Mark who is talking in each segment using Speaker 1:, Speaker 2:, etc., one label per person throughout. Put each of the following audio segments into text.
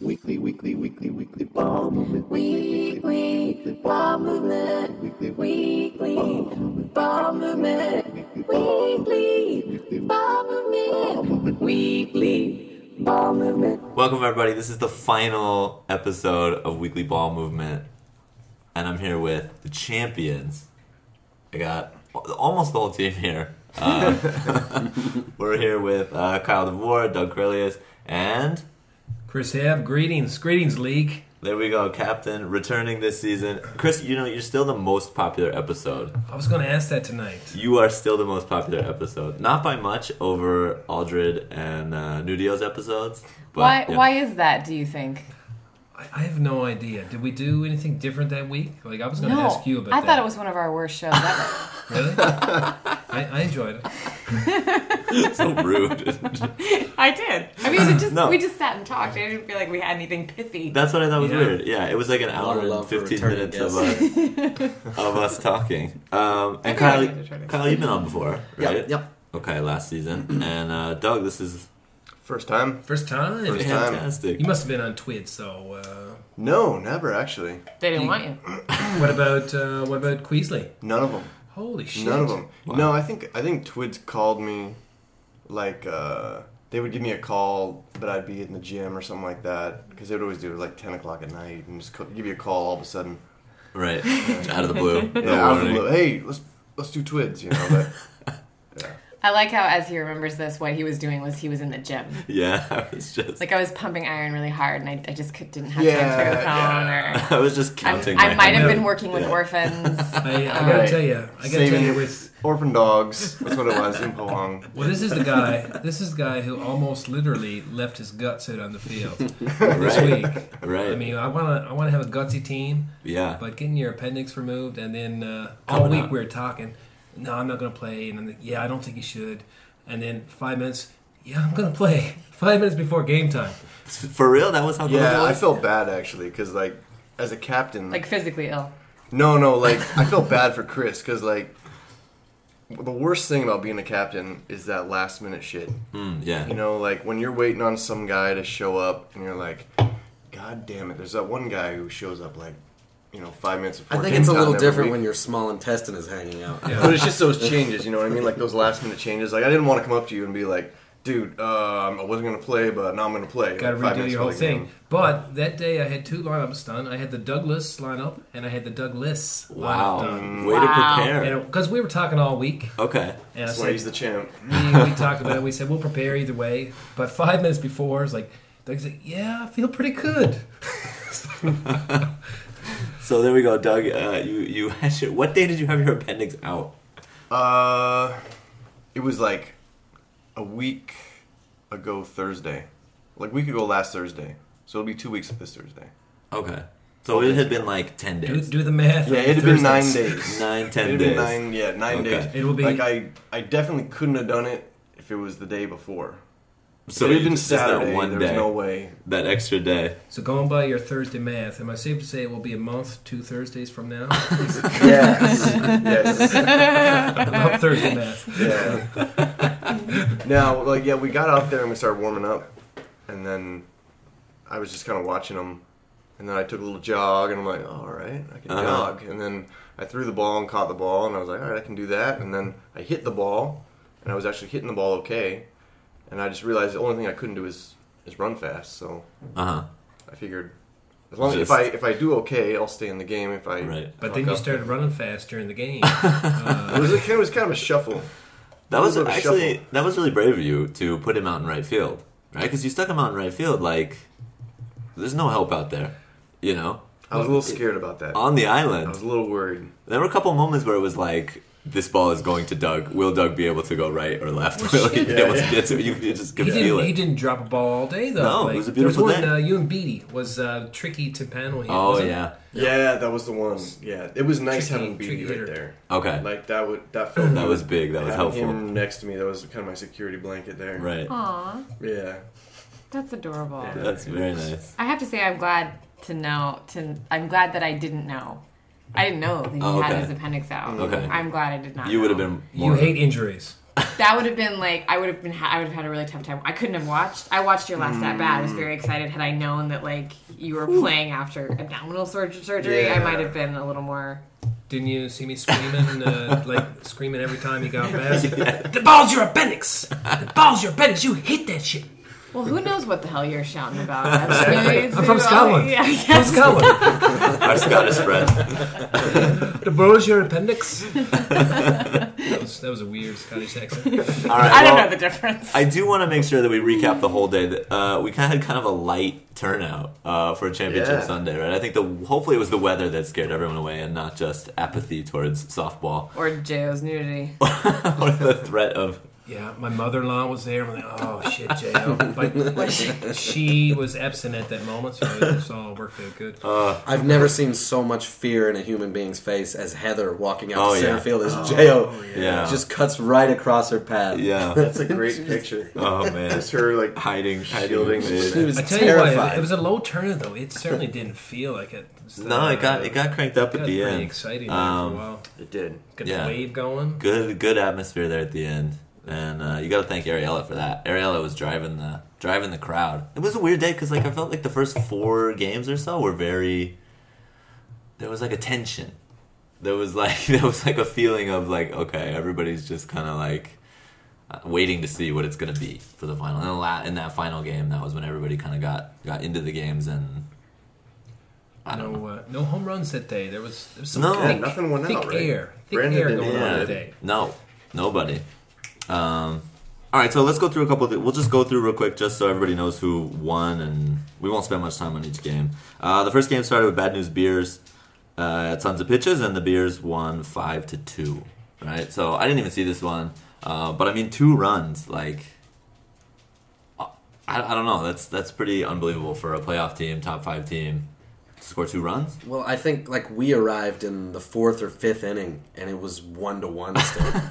Speaker 1: Weekly, weekly, weekly, weekly ball movement.
Speaker 2: Weekly ball movement.
Speaker 1: Weekly,
Speaker 2: Weekly ball movement. Weekly ball movement. Weekly ball movement.
Speaker 3: Welcome, everybody. This is the final episode of Weekly Ball Movement, and I'm here with the champions. I got al- almost the whole team here. Uh, we're here with uh, Kyle DeVore, Doug Corelius, and
Speaker 4: Chris Hebb, greetings, greetings, league.
Speaker 3: there we go, Captain, returning this season. Chris, you know, you're still the most popular episode.
Speaker 4: I was going to ask that tonight.
Speaker 3: You are still the most popular episode. Not by much over Aldred and uh, Nudio's episodes. But,
Speaker 5: Why?
Speaker 3: yeah.
Speaker 5: Why is that? Do you think?
Speaker 4: I, I have no idea. Did we do anything different that week? Like I was going to
Speaker 5: No,
Speaker 4: ask you about.
Speaker 5: I
Speaker 4: that.
Speaker 5: thought it was one of our worst shows ever.
Speaker 4: really. I, I enjoyed it.
Speaker 3: So rude.
Speaker 5: I did. I mean, it just
Speaker 3: No.
Speaker 5: we just sat and talked. I didn't feel like we had anything pithy.
Speaker 3: That's what I thought was
Speaker 4: Yeah.
Speaker 3: weird. Yeah, it was like an
Speaker 1: lot
Speaker 3: hour
Speaker 1: of
Speaker 3: and
Speaker 1: love for
Speaker 3: 15
Speaker 1: returning
Speaker 3: minutes of us,
Speaker 1: guests.
Speaker 3: of us talking. Um, and
Speaker 5: Everyone
Speaker 3: Kyle,
Speaker 5: did returning.
Speaker 3: Kyle, you've been on before, right?
Speaker 1: Yep, yep.
Speaker 3: Okay, last season. And uh, Doug, this is
Speaker 6: First time?
Speaker 4: First time.
Speaker 6: First time.
Speaker 3: fantastic.
Speaker 4: You must have been on Twid. So uh,
Speaker 6: No, never actually.
Speaker 5: they didn't want you.
Speaker 4: what about uh, what about Queasley?
Speaker 6: None of them.
Speaker 4: Holy shit!
Speaker 6: None of them.
Speaker 3: Wow.
Speaker 6: No, I think I think Twids called me, like uh, they would give me a call, but I'd be in the gym or something like that because they would always do it like ten o'clock at night and just co- give you a call all of a sudden.
Speaker 3: Right. out of the blue. No
Speaker 6: Yeah, out of the
Speaker 3: warning.
Speaker 6: blue, Hey, let's let's do Twids, you know. But
Speaker 5: I like how, as he remembers this, what he was doing was he was in the gym.
Speaker 3: Yeah, I was just.
Speaker 5: Like I was pumping iron really hard, and I, I just could, didn't have time
Speaker 6: Yeah,
Speaker 5: to go to the phone.
Speaker 3: I
Speaker 5: Or
Speaker 3: was just
Speaker 5: I,
Speaker 3: counting.
Speaker 5: I
Speaker 3: my
Speaker 5: might have
Speaker 3: hand.
Speaker 5: been working with orphans.
Speaker 4: I, I got to
Speaker 6: Right.
Speaker 4: tell you, I got to tell
Speaker 6: Saving
Speaker 4: you with.
Speaker 6: orphan dogs. That's what it was in Pohang.
Speaker 4: Well, this is the guy. This is the guy who almost literally left his guts out on the field this
Speaker 3: Right.
Speaker 4: week.
Speaker 3: Right.
Speaker 4: I mean, I want to. I want to have a gutsy team.
Speaker 3: yeah.
Speaker 4: But getting your appendix removed, and then uh, all
Speaker 3: Coming
Speaker 4: week
Speaker 3: up.
Speaker 4: we were talking. No, I'm not going to play. And then, yeah, I don't think you should. And then five minutes. Yeah, I'm going to play. Five minutes before game time.
Speaker 3: For real? That was how close it
Speaker 6: Yeah, I
Speaker 3: was?
Speaker 6: felt bad actually because like as a captain,
Speaker 5: like physically ill.
Speaker 6: No, no, like I felt bad for Chris because like the worst thing about being a captain is that last minute shit.
Speaker 3: Mm, yeah.
Speaker 6: You know, like when you're waiting on some guy to show up and you're like, God damn it! There's that one guy who shows up like, you know, five minutes before.
Speaker 1: I think
Speaker 6: game
Speaker 1: it's a
Speaker 6: time
Speaker 1: little
Speaker 6: every
Speaker 1: different
Speaker 6: week.
Speaker 1: when your small intestine is hanging out.
Speaker 6: But it's just those changes, you know what I mean? Like those last minute changes. Like I didn't want to come up to you and be like, dude, um, I wasn't gonna play, but now I'm gonna play.
Speaker 4: Got to
Speaker 6: Five
Speaker 4: redo
Speaker 6: minutes
Speaker 4: your whole
Speaker 6: before the
Speaker 4: thing.
Speaker 6: game.
Speaker 4: But that day I had two lineups done. I had the Douglas lineup and I had the Douglas
Speaker 3: Wow.
Speaker 4: lineup done.
Speaker 3: Way
Speaker 5: Wow.
Speaker 3: to prepare.
Speaker 4: Because we were talking all week,
Speaker 3: Okay.
Speaker 4: and I
Speaker 6: That's why
Speaker 4: said,
Speaker 6: he's the champ.
Speaker 4: we, we talked about it. We said we'll prepare either way. But five minutes before, it's like Doug's like, yeah, I feel pretty good.
Speaker 3: So there we go, Doug. Uh, you you had your, what day did you have your appendix out?
Speaker 6: Uh, it was like a week ago Thursday, like we could go last Thursday. So it'll be two weeks this Thursday.
Speaker 3: Okay. So it had been like ten
Speaker 4: Do,
Speaker 3: days,
Speaker 4: do the math.
Speaker 6: Yeah,
Speaker 4: on
Speaker 6: it had been nine
Speaker 4: Thursdays.
Speaker 6: days.
Speaker 3: nine,
Speaker 6: It
Speaker 3: ten
Speaker 6: had
Speaker 3: days.
Speaker 6: been nine, yeah, nine
Speaker 3: Okay.
Speaker 6: days.
Speaker 4: It will be-
Speaker 6: like I, I definitely couldn't have done it if it was the day before.
Speaker 3: So
Speaker 6: if it had
Speaker 3: you
Speaker 6: been
Speaker 3: just that
Speaker 6: Saturday.
Speaker 3: one
Speaker 6: there
Speaker 3: day.
Speaker 6: was no way.
Speaker 3: That extra day.
Speaker 4: So going by your Thursday math, am I safe to say it will be a month, two Thursdays from now?
Speaker 6: Yes, yes,
Speaker 4: I love Thursday math.
Speaker 6: yeah. now, like, yeah, we got out there and we started warming up, and then I was just kind of watching them. And then I took a little jog, and I'm like, all right, I can
Speaker 3: Uh-huh.
Speaker 6: jog. And then I threw the ball and caught the ball, and I was like, all right, I can do that. And then I hit the ball, and I was actually hitting the ball okay. And I just realized the only thing I couldn't do is, is run fast. So
Speaker 3: Uh huh.
Speaker 6: I figured, as long as
Speaker 3: Just-
Speaker 6: if I if I do okay, I'll stay in the game. If I
Speaker 3: Right.
Speaker 4: But then
Speaker 6: fuck
Speaker 4: you
Speaker 6: up.
Speaker 4: started running fast during the game. Uh,
Speaker 6: It was, it was kind of a shuffle.
Speaker 3: That was
Speaker 6: A little bit of
Speaker 3: actually
Speaker 6: shuffle.
Speaker 3: that was really brave of you to put him out in right field, right? Because you stuck him out in right field like there's no help out there, you know,
Speaker 6: I was a little scared about that. I
Speaker 3: on the
Speaker 6: was
Speaker 3: island.
Speaker 6: a little worried.
Speaker 3: There were a couple moments where it was like. This ball is going to Doug. Will Doug be able to go right or left? Will he be
Speaker 6: Yeah,
Speaker 3: able
Speaker 6: yeah.
Speaker 3: to get to it? You, you just could
Speaker 4: he,
Speaker 3: feel
Speaker 4: didn't,
Speaker 3: it.
Speaker 4: he didn't drop a ball all day though.
Speaker 3: No, it was a beautiful
Speaker 4: there was
Speaker 3: day.
Speaker 4: One, uh, you and Beatty was uh, tricky Timpano here.
Speaker 3: oh
Speaker 4: wasn't it?
Speaker 3: yeah.
Speaker 6: Yeah, that was the one. Yeah, it was nice
Speaker 4: Tricky-
Speaker 6: having BB
Speaker 4: tricky
Speaker 6: right
Speaker 4: hitter.
Speaker 6: there.
Speaker 3: Okay.
Speaker 6: Like that would that felt
Speaker 3: That
Speaker 6: good.
Speaker 3: was big. That was
Speaker 6: Having
Speaker 3: helpful.
Speaker 6: Him next to me, that was kind of my security blanket there.
Speaker 3: Right.
Speaker 5: Aw,
Speaker 6: Yeah.
Speaker 5: that's adorable.
Speaker 6: Yeah.
Speaker 3: That's very nice.
Speaker 5: I have to say, I'm glad to know. To I'm glad that I didn't know. I didn't know that he
Speaker 3: Oh,
Speaker 5: had
Speaker 3: okay.
Speaker 5: his appendix out.
Speaker 3: Okay.
Speaker 5: I'm glad I did not.
Speaker 3: You would have
Speaker 5: know.
Speaker 3: been.
Speaker 4: You
Speaker 3: More,
Speaker 4: hate injuries.
Speaker 5: That would have been like I would have been ha- I would have had a really tough time. I couldn't have watched. I watched your last at bat. I was very
Speaker 3: Mm.
Speaker 5: excited. Had I known that like you were playing after abdominal sur- surgery, I
Speaker 6: Yeah.
Speaker 5: might have been a little more.
Speaker 4: Didn't you see me screaming, uh, like screaming every time he got past? The ball's your appendix. The ball's your appendix. You hate that shit.
Speaker 5: Well, who knows what the hell you're shouting about? That's really,
Speaker 4: I'm from Scotland.
Speaker 5: Yeah,
Speaker 4: From
Speaker 5: yes.
Speaker 4: Scotland.
Speaker 3: Our Scottish friend.
Speaker 4: The ball's your appendix. That was, that was a weird Scottish accent.
Speaker 3: All right.
Speaker 5: I don't
Speaker 3: well,
Speaker 5: know the difference.
Speaker 3: I do want to make sure that we recap the whole day. That, Uh, we kind of had kind of a light turnout uh, for Championship
Speaker 6: Yeah.
Speaker 3: Sunday, right? I think the hopefully it was the weather that scared everyone away, and not just apathy towards softball
Speaker 5: or Joe's nudity.
Speaker 3: or the threat of.
Speaker 4: Yeah, my mother-in-law was there. I'm like, oh shit, JL. Like, she was absent at that moment, so it all worked out good.
Speaker 3: Oh,
Speaker 1: I've never seen so much fear in a human being's face as Heather walking out
Speaker 3: Oh,
Speaker 1: to center
Speaker 3: yeah.
Speaker 1: field as Jo
Speaker 3: Yeah.
Speaker 1: just cuts right across her path.
Speaker 3: Yeah.
Speaker 6: That's a great picture.
Speaker 3: Oh man.
Speaker 6: Just her like
Speaker 3: Hiding, shielding.
Speaker 6: Shielding.
Speaker 1: She was
Speaker 4: I tell you what,
Speaker 1: terrified.
Speaker 4: it, it was a low turn though. It certainly didn't feel like it. It's,
Speaker 3: No, it got it got cranked up
Speaker 4: got
Speaker 3: at the
Speaker 4: pretty
Speaker 3: end.
Speaker 4: exciting
Speaker 3: Um,
Speaker 4: there for a while.
Speaker 6: it did.
Speaker 4: Got
Speaker 3: yeah.
Speaker 4: a wave going.
Speaker 3: good good atmosphere there at the end and uh, you got to thank Ariella for that. Ariella was driving the driving the crowd. It was a weird day because like I felt like the first four games or so were very. There was like a tension. There was like there was like a feeling of like okay everybody's just kind of like uh, waiting to see what it's gonna be for the final. And the la- in that final game, that was when everybody kind of got got into the games and I don't know.
Speaker 4: No, uh, no home runs that day. There was, there was some
Speaker 3: No.
Speaker 4: thick,
Speaker 3: Yeah,
Speaker 6: nothing went
Speaker 4: thick
Speaker 6: out, right?
Speaker 4: air, thick
Speaker 6: Brandon
Speaker 4: air
Speaker 6: didn't
Speaker 4: going
Speaker 6: hit
Speaker 4: on
Speaker 6: it.
Speaker 4: that day.
Speaker 3: No, nobody. Um, all right, so let's go through a couple. Of th- we'll just go through real quick, just so everybody knows who won, and we won't spend much time on each game. Uh, the first game started with Bad News Beers uh, at Sons of Pitches, and the Beers won five to two. Right, so I didn't even see this one, uh, but I mean, two runs, like. I- I, I don't know. That's that's pretty unbelievable for a playoff team, top five team, to score two runs.
Speaker 1: Well, I think like we arrived in the fourth or fifth inning, and it was one to one still. it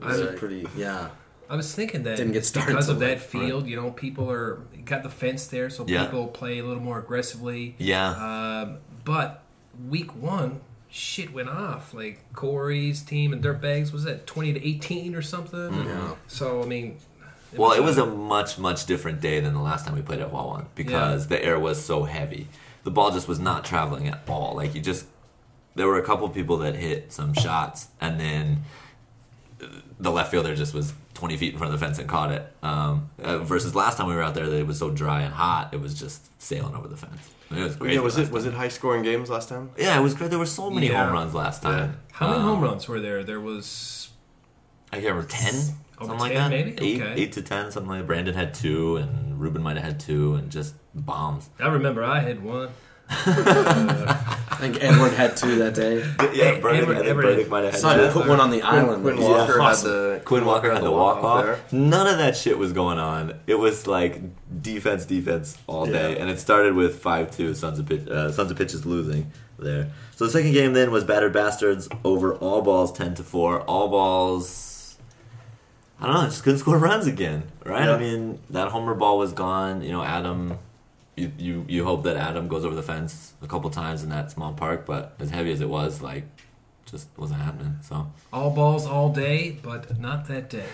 Speaker 1: was a
Speaker 4: I-
Speaker 1: pretty yeah.
Speaker 4: I was thinking that
Speaker 1: Didn't get started
Speaker 4: because of
Speaker 1: till
Speaker 4: that
Speaker 1: late,
Speaker 4: field. You know, people are got the fence there, so
Speaker 3: Yeah.
Speaker 4: people play a little more aggressively.
Speaker 3: Yeah.
Speaker 4: Um, but week one, shit went off. Like Corey's team and Dirtbags was that twenty to eighteen or something.
Speaker 1: Yeah.
Speaker 4: So I mean,
Speaker 3: Well, it was a much, much different day than the last time we played at Wawan because the air was so heavy. The ball just was not traveling at all. Like you just, there were a couple people that hit some shots, and then uh, the left fielder just was 20 feet in front of the fence and caught it. Um, uh, versus last time we were out there, that it was so dry and hot, it was just sailing over the fence. I mean, it was great.
Speaker 6: Yeah, was it was it high scoring games last time?
Speaker 3: Yeah, it was great. There were so many
Speaker 4: Yeah.
Speaker 3: home runs last time.
Speaker 4: uh, how many
Speaker 3: Um,
Speaker 4: home runs were there? There was
Speaker 3: I can't remember ten, something
Speaker 4: Over
Speaker 3: like that.
Speaker 4: 10, maybe?
Speaker 3: Eight,
Speaker 4: Okay.
Speaker 3: eight to ten, something like. that. Brandon had two, and Ruben might have had two, and just bombs.
Speaker 4: I remember I had one.
Speaker 1: I think Edward had two that day.
Speaker 3: Yeah, Burdick,
Speaker 4: Brandon- Edward-
Speaker 3: I
Speaker 4: I
Speaker 3: think
Speaker 4: think
Speaker 3: Burdick
Speaker 4: Burdick
Speaker 3: might have
Speaker 1: Son
Speaker 3: had
Speaker 1: put one on the island.
Speaker 6: Quinn
Speaker 1: Yeah.
Speaker 6: Walker had
Speaker 1: Awesome.
Speaker 6: the
Speaker 3: Quinn Walker had the walk
Speaker 6: there.
Speaker 3: off. None of that shit was going on. It was like defense, defense all day,
Speaker 6: Yeah.
Speaker 3: and it started with five two Sons of Pitch, uh, Sons of Pitches losing there. So the second game then was Battered Bastards over All Balls ten to four. All Balls, I don't know, just couldn't score runs again, right?
Speaker 6: Yeah.
Speaker 3: I mean, that homer ball was gone. You know, Adam. You, you you hope that Adam goes over the fence a couple times in that small park, but as heavy as it was, like, just wasn't happening. So
Speaker 4: All balls all day, but not that day.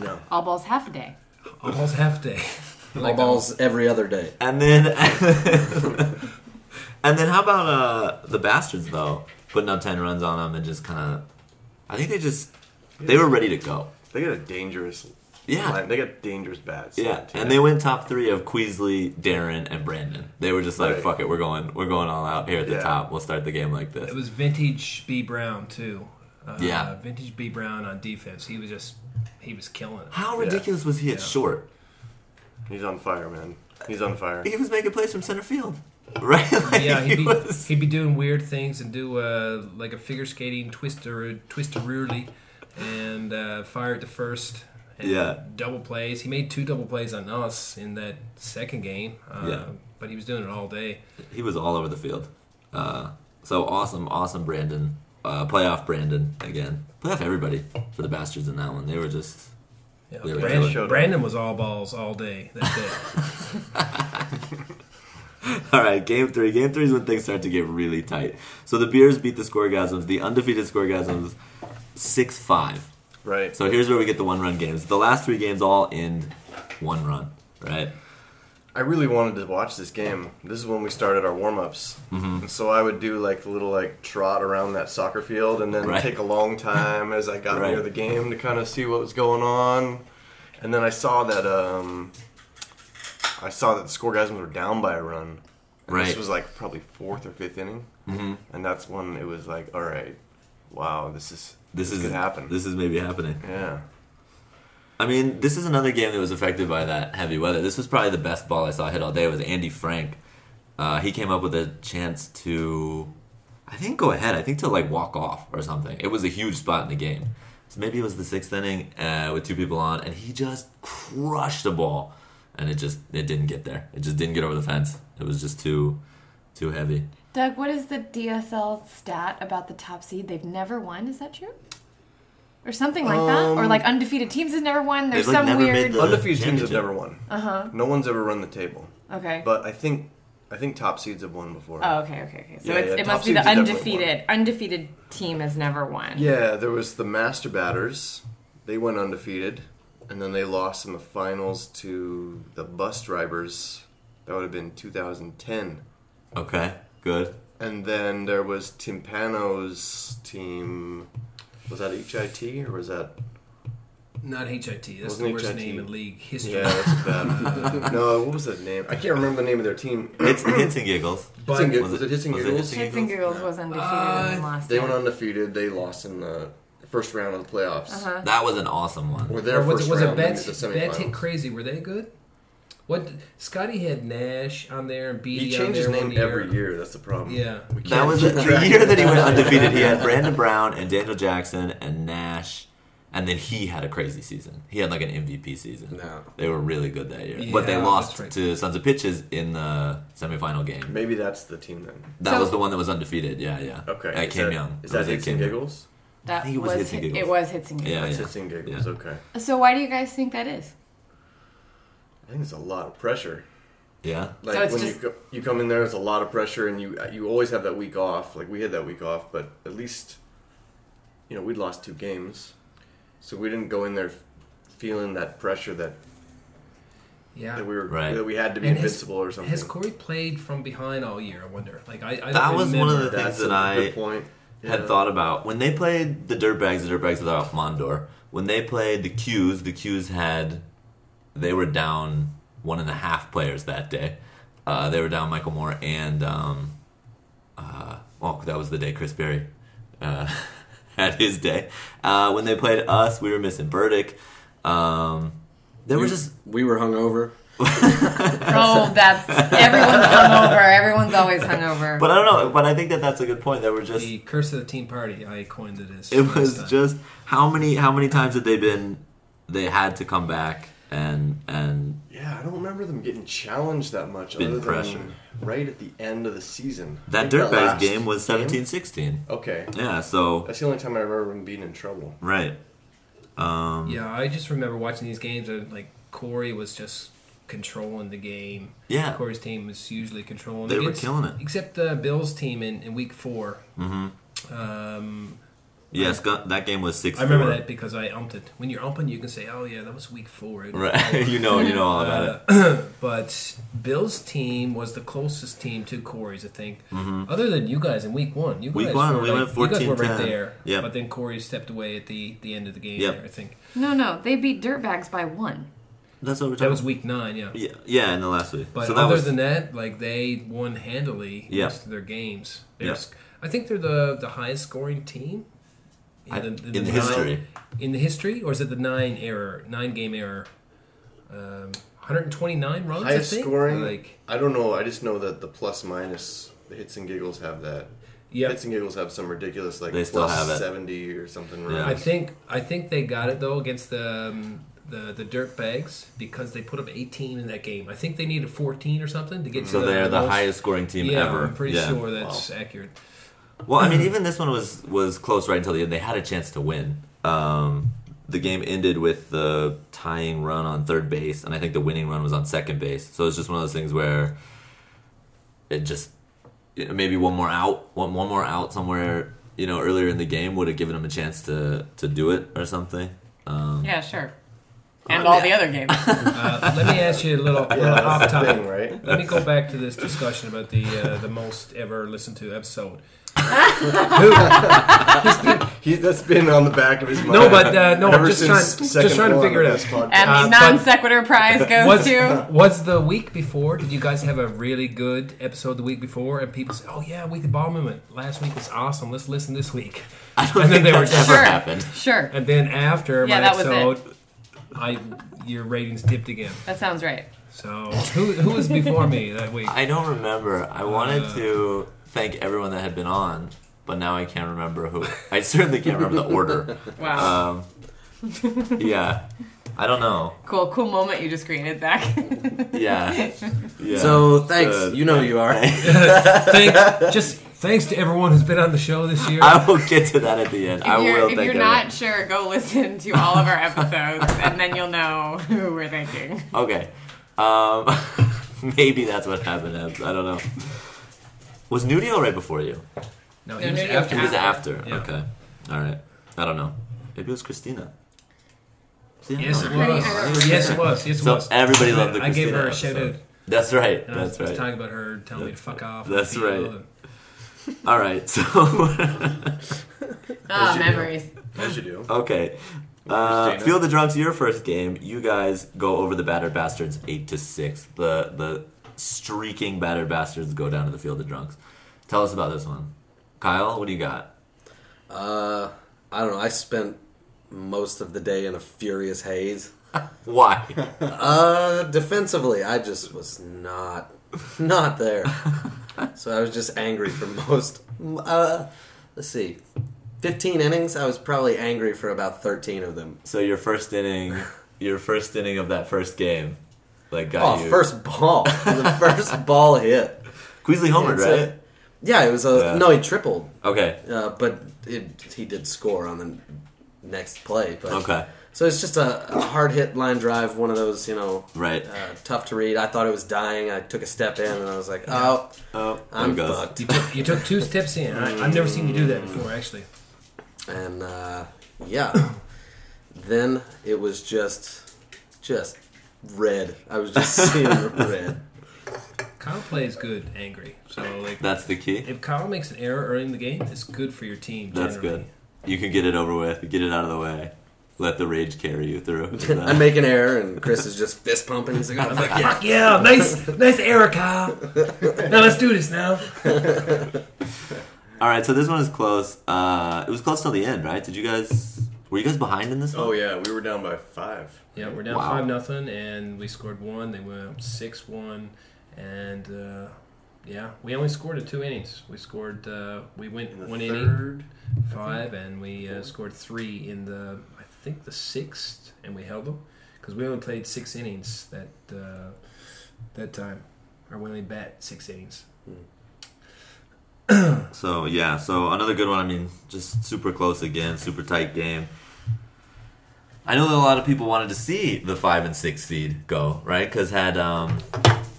Speaker 6: No.
Speaker 5: All balls half a day.
Speaker 4: All balls half day.
Speaker 1: All balls every other day.
Speaker 3: And then, and then, how about uh, the bastards though? Putting up ten runs on them and just kind of, I think they just they were ready to go.
Speaker 6: They got a dangerous
Speaker 3: Yeah.
Speaker 6: line. They got dangerous bats.
Speaker 3: Yeah, and they went top three of Queasley, Darren, and Brandon. They were just like,
Speaker 6: Right.
Speaker 3: "Fuck it, we're going, we're going all out here at the
Speaker 6: Yeah.
Speaker 3: top. We'll start the game like
Speaker 4: It
Speaker 3: this."
Speaker 4: was vintage B Brown too. Uh,
Speaker 3: Yeah.
Speaker 4: vintage B Brown on defense. He was just he was killing it.
Speaker 3: How ridiculous was he at
Speaker 4: Yeah.
Speaker 3: short?
Speaker 6: He's on fire, man. He's on fire.
Speaker 3: He was making plays from center field, right? Like,
Speaker 4: Yeah, he'd
Speaker 3: he
Speaker 4: be,
Speaker 3: was-
Speaker 4: he'd be doing weird things and do uh, like a figure skating twister twisterooly and uh, fire at the first. And
Speaker 3: Yeah.
Speaker 4: double plays. He made two double plays on us in that second game. Uh,
Speaker 3: Yeah.
Speaker 4: but he was doing it all day.
Speaker 3: he was all over the field. Uh, so awesome, awesome Brandon. Uh, playoff Brandon again. Playoff everybody for the bastards in that one. They were just
Speaker 4: Yeah,
Speaker 3: Yeah, we
Speaker 4: Brandon,
Speaker 6: showed him.
Speaker 4: Brandon was all balls all day that day.
Speaker 3: all right. Game three. Game three is when things start to get really tight. So the Beers beat the Scoregasms, the undefeated Scoregasms, six five.
Speaker 6: Right.
Speaker 3: So here's where we get the one run games. The last three games all end one run, right?
Speaker 6: I really wanted to watch this game. This is when we started our warm ups. Mm-hmm. And so I would do like the little like trot around that soccer field and then
Speaker 3: Right.
Speaker 6: take a long time as I got
Speaker 3: Right.
Speaker 6: near the game to kind of see what was going on. And then I saw that um I saw that the Scorgasms were down by a run. And
Speaker 3: Right.
Speaker 6: This was like probably fourth or fifth inning. Mm-hmm. And that's when it was like, all right, wow, this is
Speaker 3: This, is
Speaker 6: could happen.
Speaker 3: This is maybe happening.
Speaker 6: yeah.
Speaker 3: I mean, this is another game that was affected by that heavy weather. This was probably the best ball I saw hit all day. Was Andy Frank? Uh, he came up with a chance to, I think, go ahead. I think to like walk off or something. It was a huge spot in the game. So maybe it was the sixth inning uh, with two people on, and he just crushed the ball, and it just it didn't get there. It just didn't get over the fence. It was just too too heavy.
Speaker 7: Doug, what is the DSL stat about the top seed? They've never won. Is that true? Or something like that? Or like undefeated teams has never won. There's
Speaker 3: Um,
Speaker 7: some
Speaker 3: They've, like, never made
Speaker 7: weird.
Speaker 3: the-
Speaker 6: Undefeated teams have
Speaker 3: championship.
Speaker 6: never won. Uh huh. No one's ever run the table.
Speaker 7: Okay.
Speaker 6: But I think I think top seeds have won before.
Speaker 5: Oh, okay, okay, okay. So
Speaker 6: Yeah,
Speaker 5: it's,
Speaker 6: yeah,
Speaker 5: it
Speaker 6: top
Speaker 5: must be the
Speaker 6: seeds are definitely
Speaker 5: undefeated. Undefeated team has never won.
Speaker 6: Yeah, there was the Master Batters. They went undefeated, and then they lost in the finals to the Bus Drivers. That would have been 2010.
Speaker 3: Okay, good.
Speaker 6: And then there was Timpano's team. Was that HIT or was that?
Speaker 4: Not HIT. That's
Speaker 6: Wasn't
Speaker 4: the worst
Speaker 6: HIT.
Speaker 4: name in league history.
Speaker 6: Yeah, that's a bad. no, what was that name? I can't remember the name of their team.
Speaker 3: It's hits and giggles.
Speaker 4: But
Speaker 6: Hitsing-
Speaker 3: Was
Speaker 6: was
Speaker 3: it-
Speaker 6: it Hissing
Speaker 3: was it
Speaker 6: Eagles?
Speaker 3: Hissing
Speaker 5: Hits and Giggles was undefeated
Speaker 3: Uh,
Speaker 5: and then lost.
Speaker 6: They
Speaker 5: it.
Speaker 6: went undefeated. They lost in the first round of the playoffs. Uh-huh.
Speaker 3: That was an awesome one.
Speaker 6: Or
Speaker 4: Or
Speaker 6: their
Speaker 4: was
Speaker 6: first
Speaker 4: it, was it
Speaker 6: round and
Speaker 4: Bets,
Speaker 6: the
Speaker 4: Bets hit
Speaker 6: semifinals.
Speaker 4: crazy? Were they good? What Scotty had Nash on there and Beatty
Speaker 6: He
Speaker 4: on
Speaker 6: changed
Speaker 4: there
Speaker 6: his
Speaker 4: one
Speaker 6: name
Speaker 4: year.
Speaker 6: every year. That's the problem.
Speaker 4: Yeah.
Speaker 6: We
Speaker 3: That
Speaker 6: can't
Speaker 3: was
Speaker 6: keep
Speaker 3: the
Speaker 6: track of
Speaker 3: year that he
Speaker 6: it.
Speaker 3: went undefeated. He had Brandon Brown and Daniel Jackson and Nash, and then he had a crazy season. He had like an MVP season.
Speaker 1: No.
Speaker 3: They were really good that year, but they
Speaker 4: Yeah,
Speaker 3: lost
Speaker 4: that's right.
Speaker 3: to Sons of Pitches in the semifinal game.
Speaker 6: Maybe that's the team then.
Speaker 3: That
Speaker 7: So-
Speaker 3: was the one that was undefeated. Yeah, yeah.
Speaker 6: Okay.
Speaker 3: at
Speaker 6: is
Speaker 3: Kim
Speaker 6: that-
Speaker 3: Young.
Speaker 6: Is
Speaker 3: It
Speaker 6: that
Speaker 3: was at
Speaker 6: Hits and
Speaker 3: Kim Young.
Speaker 6: Giggles?
Speaker 5: That
Speaker 3: I think it was Hits and
Speaker 5: hit-
Speaker 3: Giggles.
Speaker 5: It was hits and giggles.
Speaker 3: Yeah,
Speaker 6: That's
Speaker 3: yeah.
Speaker 6: Hits and Giggles.
Speaker 3: Yeah.
Speaker 6: Okay.
Speaker 7: so why do you guys think that is?
Speaker 6: I think it's a lot of pressure.
Speaker 3: yeah.
Speaker 6: Like
Speaker 5: it's
Speaker 6: when
Speaker 5: just-
Speaker 6: you go, you come in there, it's a lot of pressure, and you you always have that week off. Like we had that week off, but at least you know we'd lost two games, so we didn't go in there feeling that pressure that,
Speaker 4: Yeah.
Speaker 6: that we were
Speaker 3: Right.
Speaker 6: that we had to be
Speaker 4: And has-
Speaker 6: invincible or something.
Speaker 4: Has Corey played from behind all year? I wonder. Like I, I don't
Speaker 3: That was one of
Speaker 4: remember.
Speaker 3: the things
Speaker 6: That's
Speaker 3: that
Speaker 6: a
Speaker 3: I
Speaker 6: good point.
Speaker 3: had
Speaker 6: Yeah.
Speaker 3: thought about when they played the Dirtbags, the Dirtbags without Mondor. When they played the Qs, the Qs had they were down one and a half players that day. Uh, they were down Michael Moore and um, uh, well, that was the day Chris Berry uh, had his day. Uh, when they played us, we were missing Burdick. Um, there
Speaker 1: we,
Speaker 3: were just
Speaker 1: we were hungover.
Speaker 5: Oh, that's everyone's hungover. Everyone's always hungover.
Speaker 3: but I don't know. But I think that that's a good point. There were just
Speaker 4: The curse of the team party. I coined it as.
Speaker 3: it
Speaker 4: last
Speaker 3: was
Speaker 4: time.
Speaker 3: just how many how many times had they been they had to come back and and
Speaker 6: Yeah, I don't remember them getting challenged that much.
Speaker 3: Been
Speaker 6: other than
Speaker 3: pressure.
Speaker 6: right at the end of the season. I
Speaker 3: that
Speaker 6: think the
Speaker 3: dirtbags
Speaker 6: last
Speaker 3: game was 17-16
Speaker 6: Okay,
Speaker 3: yeah so
Speaker 6: that's the only time I remember them being in trouble.
Speaker 3: right um
Speaker 4: Yeah, I just remember watching these games and like Corey was just controlling the game.
Speaker 3: Yeah.
Speaker 4: Corey's team was usually controlling.
Speaker 3: They were
Speaker 4: against-
Speaker 3: killing it.
Speaker 4: Except uh, Bill's team in, in week 4 Mm-hmm. Um,
Speaker 3: yes gu- that game was six
Speaker 4: I remember that because I umped it. When you're umping, you can say, "Oh yeah, that was week four. It-
Speaker 3: right you know you know all about it
Speaker 4: But Bill's team was the closest team to Corey's, I think. Other than you guys in week one, you
Speaker 3: Mm-hmm. Week
Speaker 4: guys
Speaker 3: one,
Speaker 4: were
Speaker 3: we
Speaker 4: like,
Speaker 3: went
Speaker 4: You guys were right
Speaker 3: 14-10.
Speaker 4: there.
Speaker 3: Yep.
Speaker 4: But then Corey stepped away at the the end of the game.
Speaker 3: Yep.
Speaker 4: There, I think
Speaker 7: No, no. They beat Dirtbags by one.
Speaker 3: that's what we're talking
Speaker 4: that was week nine. Yeah.
Speaker 3: yeah, yeah in the last week
Speaker 4: But
Speaker 3: so that
Speaker 4: other
Speaker 3: was
Speaker 4: than that, like they won handily
Speaker 3: Yeah.
Speaker 4: most of their games. They're
Speaker 3: Yeah.
Speaker 4: sc- I think they're the the highest scoring team in,
Speaker 3: I- in
Speaker 4: nine-
Speaker 3: history.
Speaker 4: In the history, or is it the nine error, nine game error? Um, 129 runs. I
Speaker 6: Highest
Speaker 4: think?
Speaker 6: scoring.
Speaker 4: Like
Speaker 6: I don't know. I just know that the plus minus the hits and giggles have that.
Speaker 4: yeah,
Speaker 6: Hits and giggles have some ridiculous like
Speaker 3: They still
Speaker 6: plus
Speaker 3: have it.
Speaker 6: seventy or something.
Speaker 3: Yeah.
Speaker 4: I
Speaker 6: Right?
Speaker 4: think I think they got it though against the um, the the dirt bags because they put up 18 in that game. I think they needed 14 or something to get.
Speaker 3: so
Speaker 4: to
Speaker 3: they're the
Speaker 4: most-
Speaker 3: highest scoring team
Speaker 4: Yeah,
Speaker 3: ever
Speaker 4: I'm pretty
Speaker 3: Yeah.
Speaker 4: sure that's accurate.
Speaker 3: Well, I mean, even this one was was close right until the end. They had a chance to win. Um, the game ended with the tying run on third base, and I think the winning run was on second base. So it's just one of those things where it just it- maybe one more out, one one more out somewhere you know, earlier in the game would have given him a chance to to do it or something. Um,
Speaker 8: Yeah, sure.
Speaker 3: Oh,
Speaker 8: And all the other games.
Speaker 4: Uh, let me ask you a little, little
Speaker 6: Yeah,
Speaker 4: off
Speaker 6: that's the
Speaker 4: topic.
Speaker 6: thing, right?
Speaker 4: Let me go back to this discussion about the uh, the most ever listened to episode. Who?
Speaker 6: He, that's been on the back of his mind.
Speaker 4: No, but, uh, no, I'm
Speaker 6: ever
Speaker 4: just
Speaker 6: since
Speaker 4: trying-
Speaker 6: second
Speaker 4: just trying to
Speaker 6: one
Speaker 4: figure it
Speaker 6: of
Speaker 4: out.
Speaker 6: this podcast.
Speaker 8: And
Speaker 4: Uh,
Speaker 8: the
Speaker 4: but-
Speaker 8: non sequitur prize goes
Speaker 4: was,
Speaker 8: to.
Speaker 4: was the week before? Did you guys have a really good episode the week before? And people say, "Oh yeah, weekly ball movement last week was awesome. Let's listen this week."
Speaker 3: I don't
Speaker 4: And then
Speaker 3: think
Speaker 4: they were
Speaker 3: that's
Speaker 4: just-
Speaker 3: ever
Speaker 8: Sure.
Speaker 3: happened.
Speaker 8: Sure.
Speaker 4: And then after
Speaker 8: Yeah,
Speaker 4: my
Speaker 8: that was it.
Speaker 4: episode, I your ratings dipped again.
Speaker 8: That sounds right.
Speaker 4: So who who was before me that week?
Speaker 3: I don't remember. I wanted
Speaker 4: Uh.
Speaker 3: to thank everyone that had been on, but now I can't remember who. I certainly can't remember the order.
Speaker 8: Wow.
Speaker 3: Um, yeah, I don't know.
Speaker 8: cool, cool moment you just created, Zach.
Speaker 3: Yeah, yeah.
Speaker 1: So thanks.
Speaker 3: Uh,
Speaker 1: you know you are.
Speaker 4: Thanks, just thanks to everyone who's been on the show this year.
Speaker 3: I will get to that at the end. I
Speaker 8: if you're,
Speaker 3: will.
Speaker 8: if
Speaker 3: thank
Speaker 8: you're
Speaker 3: everyone.
Speaker 8: not sure, go listen to all of our episodes, and then you'll know who we're thanking.
Speaker 3: Okay. Um, maybe that's what happened. Ebs. I don't know. Was Nudio right before you?
Speaker 8: No,
Speaker 4: no, he was
Speaker 8: no, no,
Speaker 4: after.
Speaker 3: It
Speaker 4: me.
Speaker 3: was after.
Speaker 4: Yeah.
Speaker 3: Okay. All right. I don't know. Maybe it was Christina. See, I
Speaker 4: Yes,
Speaker 3: don't
Speaker 4: it
Speaker 3: know.
Speaker 4: was. Yes, it was. Yes, it
Speaker 3: So
Speaker 4: was.
Speaker 3: everybody loved the
Speaker 4: I gave
Speaker 3: Christina
Speaker 4: her a shout out.
Speaker 3: episode. That's right.
Speaker 4: And I was,
Speaker 3: That's
Speaker 4: I was
Speaker 3: right.
Speaker 4: talking about her telling me to fuck off.
Speaker 3: That's
Speaker 4: and, you know,
Speaker 3: right.
Speaker 4: and-
Speaker 3: All right. So
Speaker 8: Ah,
Speaker 6: you do.
Speaker 8: memories.
Speaker 6: As you do.
Speaker 3: okay. Uh,
Speaker 6: Christina.
Speaker 3: Feel the Drunks, your first game. You guys go over the Battered Bastards eight to six. The the streaking Battered Bastards go down to the Field of Drunks. Tell us about this one, Kyle. What do you got?
Speaker 1: Uh, I don't know. I spent most of the day in a furious haze.
Speaker 3: Why?
Speaker 1: Uh, defensively, I just was not not there. so I was just angry for most. Uh, let's see, fifteen innings. I was probably angry for about thirteen of them.
Speaker 3: so your first inning, your first inning of that first game, like got
Speaker 1: Oh,
Speaker 3: you
Speaker 1: first ball, the first ball hit.
Speaker 3: Queasley homered,
Speaker 1: It's
Speaker 3: right?
Speaker 1: a- yeah, it was a
Speaker 3: Yeah.
Speaker 1: no. He tripled,
Speaker 3: Okay.
Speaker 1: uh, but it, he did score on the next play. But
Speaker 3: Okay.
Speaker 1: So it's just a, a hard hit line drive, one of those, you know,
Speaker 3: Right.
Speaker 1: uh, tough to read. I thought it was dying. I took a step in and I was like, oh,
Speaker 3: Oh,
Speaker 1: I'm
Speaker 3: there it goes.
Speaker 1: fucked.
Speaker 4: You took, you took two steps in. I, I've never seen you do that before, actually.
Speaker 1: And uh, yeah, then it was just, just red. I was just seeing red.
Speaker 4: Kyle plays good angry. So, like,
Speaker 3: That's the key.
Speaker 4: if Kyle makes an error early in the game, it's good for your team.
Speaker 3: That's
Speaker 4: generally.
Speaker 3: good. You can get it over with, get it out of the way, let the rage carry you through. Is that-
Speaker 1: I make an error and Chris is just fist pumping. He's like, oh,
Speaker 4: I'm
Speaker 1: fuck
Speaker 4: like,
Speaker 1: yeah.
Speaker 4: fuck yeah, nice, nice error, Kyle. Now let's do this now.
Speaker 3: All right, so this one is close. Uh, it was close till the end, right? Did you guys were you guys behind in this one?
Speaker 6: Oh yeah, we were down by five.
Speaker 4: Yeah, we're down
Speaker 3: Wow.
Speaker 4: five nothing, and we scored one. They went up six one, and uh, yeah, we only scored in two innings. We scored, uh, we went
Speaker 6: In the
Speaker 4: one inning,
Speaker 6: third,
Speaker 4: five, and we uh, scored three in the I think the sixth, and we held them because we only played six innings that uh, that time, or we only bat six innings.
Speaker 3: So yeah, so another good one. I mean, just super close again, super tight game. I know that a lot of people wanted to see the five and six seed go right because had um,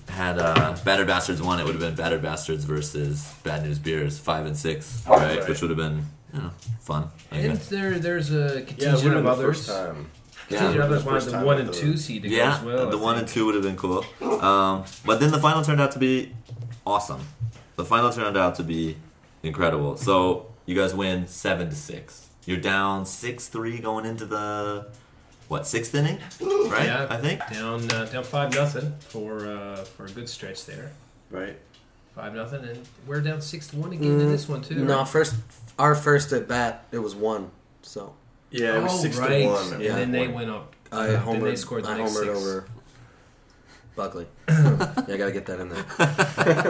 Speaker 3: had uh, Battered Bastards won, it would have been Battered Bastards versus Bad News Beers five and six, right?
Speaker 6: Right.
Speaker 3: Which would have been you know fun. I
Speaker 4: And
Speaker 3: guess.
Speaker 4: there, there's a
Speaker 6: Yeah, it
Speaker 4: contingent
Speaker 6: would have
Speaker 4: of
Speaker 6: been the first
Speaker 4: others.
Speaker 6: time.
Speaker 4: Contingent
Speaker 3: Yeah.
Speaker 4: of others
Speaker 6: First
Speaker 4: wanted the
Speaker 6: time
Speaker 4: one
Speaker 6: with
Speaker 4: and
Speaker 6: the-
Speaker 4: two seed to go
Speaker 3: Yeah,
Speaker 4: as well.
Speaker 3: the
Speaker 4: I
Speaker 3: one
Speaker 4: think.
Speaker 3: and two would have been cool. Um, but then the final turned out to be awesome. The final turned out to be incredible. So you guys win seven to six. You're down six three going into the what sixth inning, right?
Speaker 4: Yeah.
Speaker 3: I think.
Speaker 4: down uh, down five nothing for uh, for a good stretch there.
Speaker 6: Right.
Speaker 4: Five nothing, and we're down six to one again in
Speaker 6: Mm,
Speaker 4: this one too.
Speaker 1: No,
Speaker 4: right?
Speaker 1: first, our first at bat, it was one. So
Speaker 6: Yeah, it was
Speaker 4: Oh,
Speaker 6: six
Speaker 4: right.
Speaker 6: to one.
Speaker 4: And then
Speaker 1: Yeah.
Speaker 4: they went up.
Speaker 1: I
Speaker 4: Uh,
Speaker 1: homered,
Speaker 4: Then they scored the
Speaker 1: I
Speaker 4: next
Speaker 1: homered
Speaker 4: six.
Speaker 1: over Buckley. yeah, I gotta get that in there.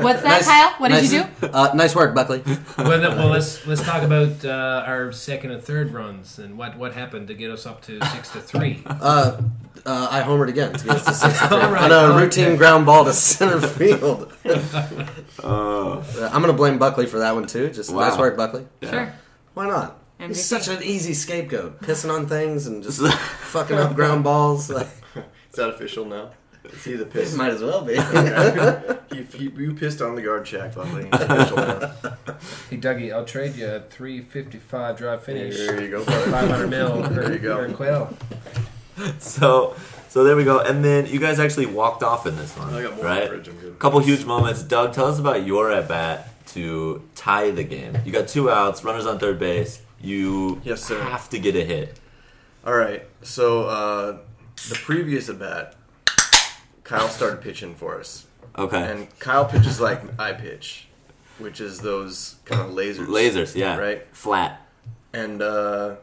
Speaker 7: What's that, Kyle? What did
Speaker 1: nice-
Speaker 7: you do?
Speaker 1: Uh, nice work, Buckley.
Speaker 4: well, no, well, let's let's talk about uh, our second and third runs and what what happened to get us up to six to three.
Speaker 1: Uh, uh, I homered again to get us to six to three
Speaker 4: All right,
Speaker 1: on a
Speaker 4: okay.
Speaker 1: routine ground ball to center field. Uh, I'm gonna blame Buckley for that one too. Just
Speaker 3: Wow.
Speaker 1: nice work, Buckley.
Speaker 8: Sure.
Speaker 1: Why not? He's
Speaker 8: MVP.
Speaker 1: such an easy scapegoat, pissing on things and just fucking up ground balls. Like,
Speaker 6: Is that official now? Is he the piss?
Speaker 1: might as well be.
Speaker 6: he, you, you pissed on the guard check, buddy. Official now.
Speaker 4: Hey Dougie, I'll trade you a 355 dry finish.
Speaker 6: There you go,
Speaker 4: for
Speaker 6: bud.
Speaker 4: 500 mil.
Speaker 6: There you go.
Speaker 4: Or quail.
Speaker 3: So, so there we go. And then you guys actually walked off in this one,
Speaker 6: I got more
Speaker 3: right?
Speaker 6: coverage, I'm good.
Speaker 3: Couple huge moments. Doug, tell us about your at bat to tie the game. You got two outs, runners on third base. You
Speaker 6: Yes, sir.
Speaker 3: have to get a hit.
Speaker 6: All right. So uh, the previous at bat, Kyle started pitching for us,
Speaker 3: Okay.
Speaker 6: and Kyle pitches like I pitch, which is those kind of lasers.
Speaker 3: Lasers, yeah.
Speaker 6: Right.
Speaker 3: Flat.
Speaker 6: And uh,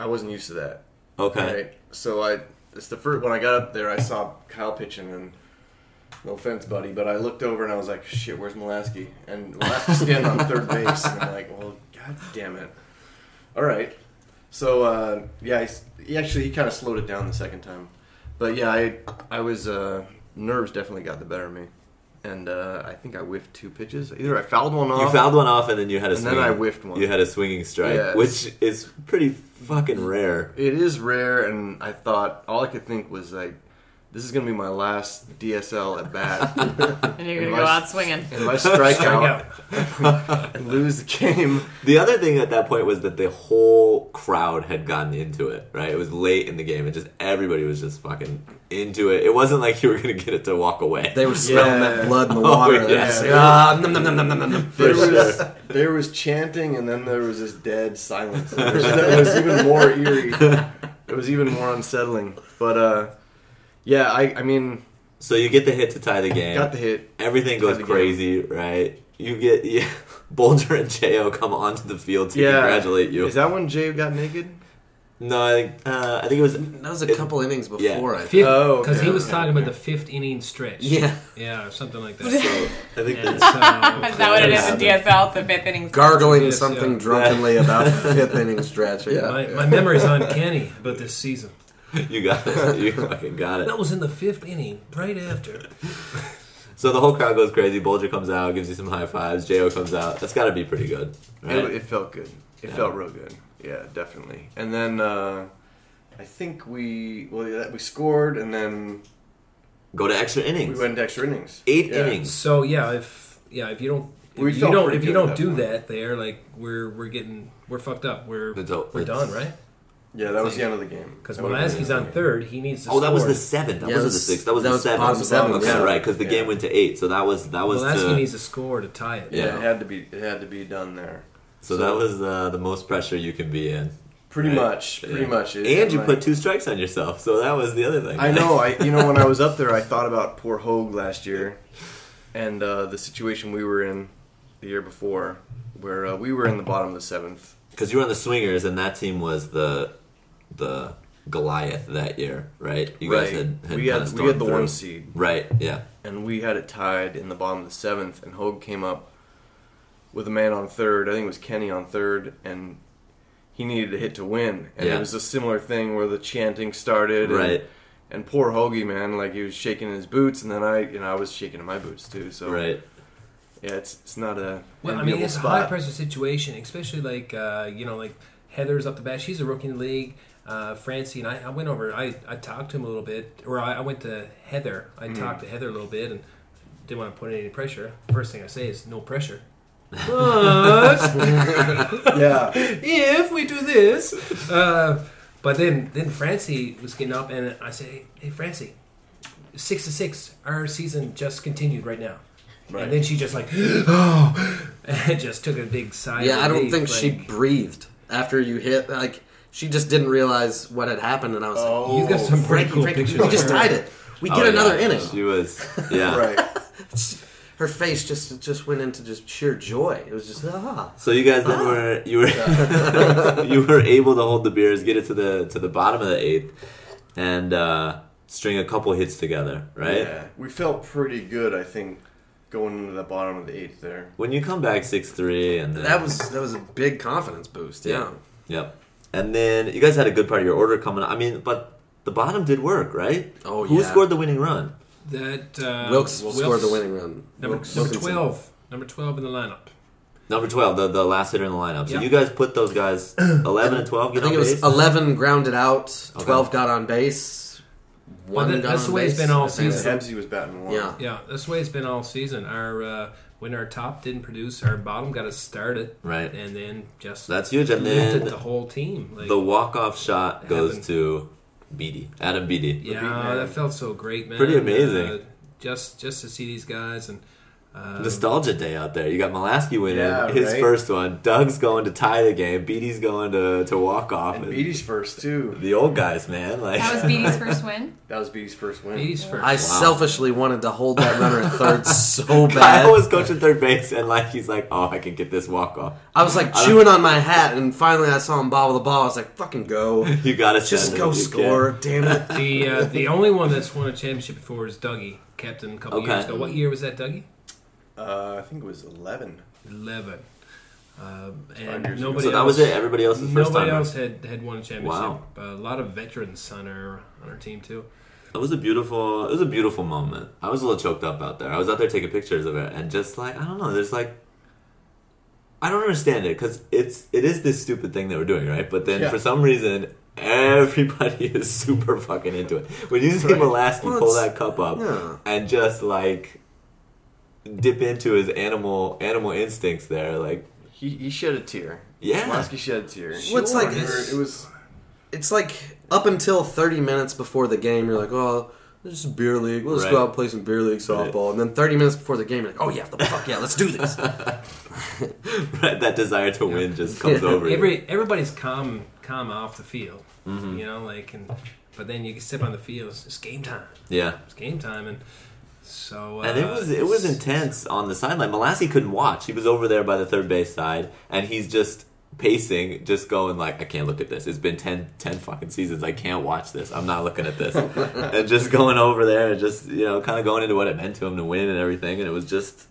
Speaker 6: I wasn't used to that.
Speaker 3: Okay.
Speaker 6: Right. So I, it's the first when I got up there, I saw Kyle pitching, and no offense, buddy, but I looked over and I was like, shit, where's Mulaski? And Mulaski's standing on third base, and I'm like, well, god damn it. All right. So uh, yeah, he, s- he actually he kind of slowed it down the second time, but yeah, I I was uh, nerves definitely got the better of me, and uh, I think I whiffed two pitches. Either I fouled one off.
Speaker 3: You fouled one off, and then you had a
Speaker 6: Uh-huh. And then
Speaker 3: swinging,
Speaker 6: I whiffed one.
Speaker 3: You had a swinging strike,
Speaker 6: Yes.
Speaker 3: which is pretty fucking rare.
Speaker 6: It is rare, and I thought all I could think was like, this is gonna be my last DSL at bat.
Speaker 5: And you're gonna
Speaker 6: Unless-
Speaker 5: go out swinging.
Speaker 6: If I strike out and lose the game,
Speaker 3: The other thing at that point was that the whole crowd had gotten into it, right? It was late in the game, and just everybody was just fucking into it. It wasn't like you were gonna get it to walk away.
Speaker 1: They were smelling
Speaker 6: Yeah.
Speaker 1: that blood in the
Speaker 3: Oh,
Speaker 1: water. They
Speaker 3: yeah.
Speaker 1: just like, "Ah, nom, nom, nom, nom, nom, nom."
Speaker 6: there was there was chanting, and then there was this dead silence. It was, that was even more eerie. It was even more unsettling. But uh, yeah, I I mean,
Speaker 3: So you get the hit to tie the game.
Speaker 6: got the hit.
Speaker 3: Everything
Speaker 6: Tie
Speaker 3: goes
Speaker 6: the game.
Speaker 3: crazy, right? You get yeah, Boulder and Jo come onto the field to congratulate you.
Speaker 6: Is that when Jay got naked?
Speaker 3: no, I think, uh, I think it was
Speaker 1: That was a couple innings
Speaker 3: Yeah.
Speaker 1: before. I think.
Speaker 4: Fifth,
Speaker 6: Oh,
Speaker 4: because he
Speaker 6: okay.
Speaker 4: was talking about the fifth inning stretch.
Speaker 1: Yeah,
Speaker 4: yeah, or something like that.
Speaker 3: I think
Speaker 4: and
Speaker 3: that's
Speaker 4: so,
Speaker 8: Is that what it is in DSL? The fifth inning.
Speaker 1: gargling
Speaker 4: Yes,
Speaker 1: something
Speaker 4: yeah.
Speaker 1: drunkenly about the fifth inning stretch. Yeah,
Speaker 4: my, my memory's uncanny about this season.
Speaker 3: you got it. You fucking got it.
Speaker 4: That was in the fifth inning, right after.
Speaker 3: So the whole crowd goes crazy. Bulger comes out, gives you some high fives. Jo comes out. That's got to be pretty good, right?
Speaker 6: It, it felt good. It
Speaker 3: Yeah.
Speaker 6: felt real good. Yeah, definitely. And then uh, I think we well yeah, that- we scored, and then
Speaker 3: Go to extra
Speaker 6: we
Speaker 3: innings.
Speaker 6: went to extra innings.
Speaker 3: Eight
Speaker 6: Yeah.
Speaker 3: innings.
Speaker 4: So yeah, if yeah, if you don't, if
Speaker 6: We
Speaker 4: you
Speaker 6: felt
Speaker 4: don't,
Speaker 6: pretty
Speaker 4: if you
Speaker 6: good at
Speaker 4: don't
Speaker 6: that
Speaker 4: do
Speaker 6: point.
Speaker 4: that, there, like we're we're getting we're fucked up. We're
Speaker 3: It's o-
Speaker 4: we're
Speaker 3: it's-
Speaker 4: done, right?
Speaker 6: Yeah, that was the end of the game.
Speaker 4: Because
Speaker 6: That was the end of
Speaker 4: Molaski's
Speaker 6: the
Speaker 4: on
Speaker 6: game.
Speaker 4: third, he needs to.
Speaker 3: Oh, that was
Speaker 4: score.
Speaker 3: the seventh. That wasn't
Speaker 1: Yeah,
Speaker 3: the
Speaker 1: that's-
Speaker 3: sixth. That was
Speaker 1: that
Speaker 3: the
Speaker 1: was
Speaker 3: seventh.
Speaker 1: bottom seven,
Speaker 3: Okay,
Speaker 1: yeah.
Speaker 3: right. Because the
Speaker 6: Yeah.
Speaker 3: game went to eight, so that was that was.
Speaker 4: Molaski
Speaker 3: to-
Speaker 4: needs to score to tie it.
Speaker 6: Yeah,
Speaker 3: Yeah.
Speaker 6: it had to be. It had to be done there.
Speaker 3: so that was uh, the most pressure you can be in.
Speaker 6: Pretty
Speaker 3: Right.
Speaker 6: much. Pretty
Speaker 3: Yeah.
Speaker 6: much. It-
Speaker 3: And you
Speaker 6: like-
Speaker 3: put two strikes on yourself, so that was the other thing.
Speaker 6: I know. I you know when I was up there, I thought about poor Hogue last year, and uh, the situation we were in the year before, where uh, we were in the bottom of the seventh.
Speaker 3: because you were on the swingers, and that team was the the Goliath that year, right? You guys had, had
Speaker 6: we
Speaker 3: kinda
Speaker 6: had we
Speaker 3: stormed
Speaker 6: had the
Speaker 3: through.
Speaker 6: one seed.
Speaker 3: Right. Yeah.
Speaker 6: and we had it tied in the bottom of the seventh. And Hogue came up with a man on third. I think it was Kenny on third, and he needed a hit to win. And
Speaker 3: Yeah.
Speaker 6: it was a similar thing where the chanting started. and-
Speaker 3: Right.
Speaker 6: And poor Hoagie, man, like he was shaking in his boots, and then I, you know, I was shaking in my boots too. So
Speaker 3: Right.
Speaker 6: yeah, it's it's not a
Speaker 4: Well, I mean,
Speaker 6: enviable
Speaker 4: it's a high
Speaker 6: spot.
Speaker 4: pressure situation, especially like uh, you know, like Heather's up the bat. She's a rookie in the league. Uh, Francie and I, I went over. I, I talked to him a little bit, or I, I went to Heather. I
Speaker 6: Mm-hmm.
Speaker 4: talked to Heather a little bit, and didn't want to put any pressure. First thing I say is no pressure. But
Speaker 6: yeah,
Speaker 4: if we do this, uh, but then then Francie was getting up, and I said, "Hey, hey Francie, six to six. Our season just continued right now."
Speaker 6: Right.
Speaker 4: And then she just like, oh, and just took a big sigh.
Speaker 1: yeah.
Speaker 4: of
Speaker 1: I don't
Speaker 4: relief,
Speaker 1: think she
Speaker 4: like,
Speaker 1: breathed after you hit. Like she just didn't realize what had happened, and I was like,
Speaker 4: You got some pretty
Speaker 1: "Frankie,
Speaker 4: cool
Speaker 1: Frankie,
Speaker 4: pictures.
Speaker 1: we just
Speaker 4: of her.
Speaker 1: tied it. We get
Speaker 3: Oh,
Speaker 1: another
Speaker 3: yeah.
Speaker 1: inning."
Speaker 3: She was. Yeah.
Speaker 6: right.
Speaker 1: Her face just just went into just sheer joy. It was just ah.
Speaker 3: So you guys then were you were you were able to hold the beers, get it to the to the bottom of the eighth, and uh, string a couple hits together, right?
Speaker 6: Yeah, we felt pretty good, I think, going into the bottom of the eighth there.
Speaker 3: When you come back six three, and then,
Speaker 1: That was that was a big confidence boost. Yeah.
Speaker 3: yep, and then you guys had a good part of your order coming. I mean, but the bottom did work, right?
Speaker 1: Oh,
Speaker 3: Who
Speaker 1: yeah.
Speaker 3: scored the winning run?
Speaker 4: That uh,
Speaker 1: Wilkes, scored the winning run.
Speaker 4: Number,
Speaker 1: Wilkes-
Speaker 4: number
Speaker 1: Wilkinson.
Speaker 4: twelve, number twelve in the lineup.
Speaker 3: Number twelve, the, the last hitter in the lineup. So
Speaker 4: Yeah.
Speaker 3: you guys put those guys eleven and twelve.
Speaker 1: I
Speaker 3: Get
Speaker 1: think
Speaker 3: on
Speaker 1: it was
Speaker 3: base.
Speaker 1: eleven grounded out,
Speaker 3: Okay.
Speaker 1: twelve got on base, one
Speaker 4: that-
Speaker 1: gun
Speaker 4: that's
Speaker 1: on
Speaker 4: the way it's
Speaker 1: base,
Speaker 4: been all
Speaker 1: I think.
Speaker 4: season.
Speaker 6: Ebsy was batting one.
Speaker 1: Yeah.
Speaker 4: Yeah, that's the way it's been all season. Our uh, when our top didn't produce, our bottom got us started,
Speaker 3: Right.
Speaker 4: and then just
Speaker 3: That's huge. And
Speaker 4: lifted
Speaker 3: then
Speaker 4: the whole team. Like,
Speaker 3: the walk off shot goes
Speaker 4: happened.
Speaker 3: to Beatty, Adam Beatty.
Speaker 4: yeah,
Speaker 6: man.
Speaker 4: that felt so great, man.
Speaker 3: Pretty amazing.
Speaker 4: Uh, just just to see these guys and uh,
Speaker 3: Nostalgia day out there. You got Molaski winning
Speaker 6: Yeah,
Speaker 3: his
Speaker 6: right.
Speaker 3: first one. Doug's going to tie the game. Beatty's going to, to walk off.
Speaker 6: And Beatty's first too.
Speaker 3: the old guys, man. Like
Speaker 5: That was Beatty's first win.
Speaker 6: That was Beatty's first win.
Speaker 4: Beatty's first.
Speaker 1: I selfishly wanted to hold that runner at third so bad.
Speaker 3: Kyle was coaching third base, and like he's like, "Oh, I can get this walk off."
Speaker 1: I was like chewing on my hat, and finally I saw him bobble the ball. I was like, "Fucking go,
Speaker 3: You got to
Speaker 1: just go score, damn it!"
Speaker 4: the uh, the only one that's won a championship before is Dougie, captain a couple
Speaker 3: Okay.
Speaker 4: years ago. What year was that, Dougie?
Speaker 6: Uh, I think it was eleven.
Speaker 4: Eleven. Um, and
Speaker 6: Five years ago.
Speaker 4: nobody
Speaker 3: So that
Speaker 4: else,
Speaker 3: was it. Everybody else's first
Speaker 4: Nobody
Speaker 3: time.
Speaker 4: else had, had won a championship. Uh,
Speaker 3: Wow.
Speaker 4: a lot of veterans on our on our team too.
Speaker 3: It was a beautiful. It was a beautiful moment. I was a little choked up out there. I was out there taking pictures of it, and just like I don't know, there's like. I don't understand it because it's it is this stupid thing that we're doing, right? But then
Speaker 6: Yeah.
Speaker 3: for some reason, everybody is super fucking into it. When you see
Speaker 6: Right.
Speaker 3: Molaski
Speaker 1: Well,
Speaker 3: pull
Speaker 1: it's-
Speaker 3: that cup up
Speaker 1: yeah.
Speaker 3: and just like dip into his animal animal instincts there, like
Speaker 6: He, he shed a tear.
Speaker 3: Yeah.
Speaker 6: Lasky shed a tear.
Speaker 1: Well, it's like-
Speaker 6: It was- it was
Speaker 1: It's like up until thirty minutes before the game, you're like, "Oh, this is beer league. We'll just
Speaker 3: Right.
Speaker 1: go out and play some beer league softball." And then thirty minutes before the game, you're like, "Oh yeah, the fuck yeah, let's do this."
Speaker 3: that desire to win just comes
Speaker 1: Yeah.
Speaker 3: over. you.
Speaker 4: Every everybody's calm calm off the field,
Speaker 3: Mm-hmm.
Speaker 4: you know, like and but then you step on the field. It's, it's game time.
Speaker 3: yeah.
Speaker 4: It's game time, and so uh,
Speaker 3: And it was it was intense on the sideline. Malassi couldn't watch. He was over there by the third base side, and he's just pacing, just going like, "I can't look at this. It's been 10, 10 fucking seasons. I can't watch this. I'm not looking at this." and just going over there and just you know, kind of going into what it meant to him to win and everything. And it was just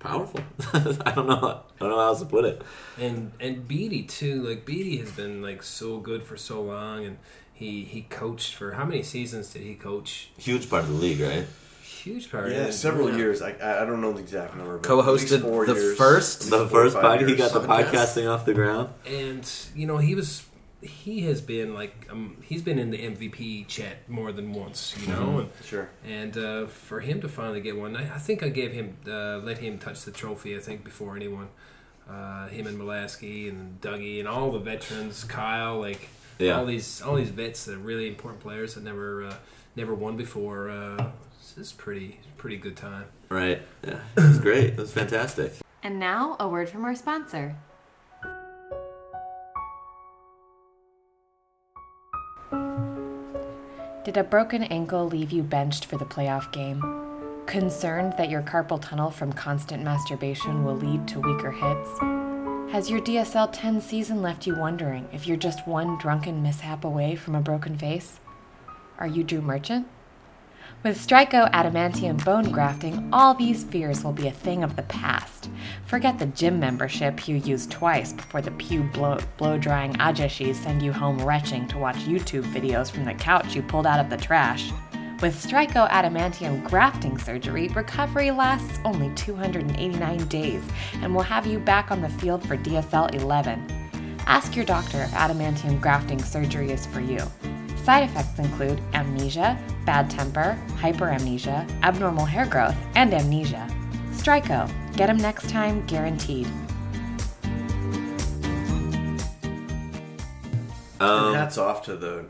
Speaker 3: powerful. I don't know. I don't know how else to put it.
Speaker 4: and and Beatty too. Like Beatty has been like so good for so long, and he he coached for how many seasons did he coach?
Speaker 3: Huge part of the league, right?
Speaker 4: Huge part.
Speaker 6: yeah,
Speaker 4: And-
Speaker 6: several years. I, I I don't know the exact number. But at least
Speaker 1: Co-hosted
Speaker 6: four
Speaker 1: the
Speaker 6: years.
Speaker 1: first.
Speaker 3: The
Speaker 6: Four or
Speaker 3: first
Speaker 6: five
Speaker 3: podcast, he
Speaker 6: years.
Speaker 3: got the
Speaker 1: Podcast.
Speaker 3: podcasting off the ground.
Speaker 4: and you know he was he has been like um, he's been in the MVP chat more than once, you know. And,
Speaker 6: Sure.
Speaker 4: And uh, for him to finally get one, I, I think I gave him, uh, let him touch the trophy. I think before anyone, uh, him and Mulaski and Dougie and all the veterans, Kyle, like
Speaker 3: Yeah.
Speaker 4: all these all these vets that are really important players that never uh, never won before. Uh, this is pretty pretty good time.
Speaker 3: Right. Yeah. It was great. It was fantastic.
Speaker 5: And now, a word from our sponsor. Did a broken ankle leave you benched for the playoff game? Concerned that your carpal tunnel from constant masturbation will lead to weaker hits? Has your DSL 10 season left you wondering if you're just one drunken mishap away from a broken face? Are you Drew Merchant? With Stryco adamantium bone grafting, all these fears will be a thing of the past. Forget the gym membership you used twice before the pew blow, blow-drying ajashis send you home retching to watch YouTube videos from the couch you pulled out of the trash. With Stryco adamantium grafting surgery, recovery lasts only 289 days and will have you back on the field for DSL 11. Ask your doctor if adamantium grafting surgery is for you. Side effects include amnesia, bad temper, hyperamnesia, abnormal hair growth, and amnesia. Stryko, get 'em next time guaranteed.
Speaker 6: and hats off to the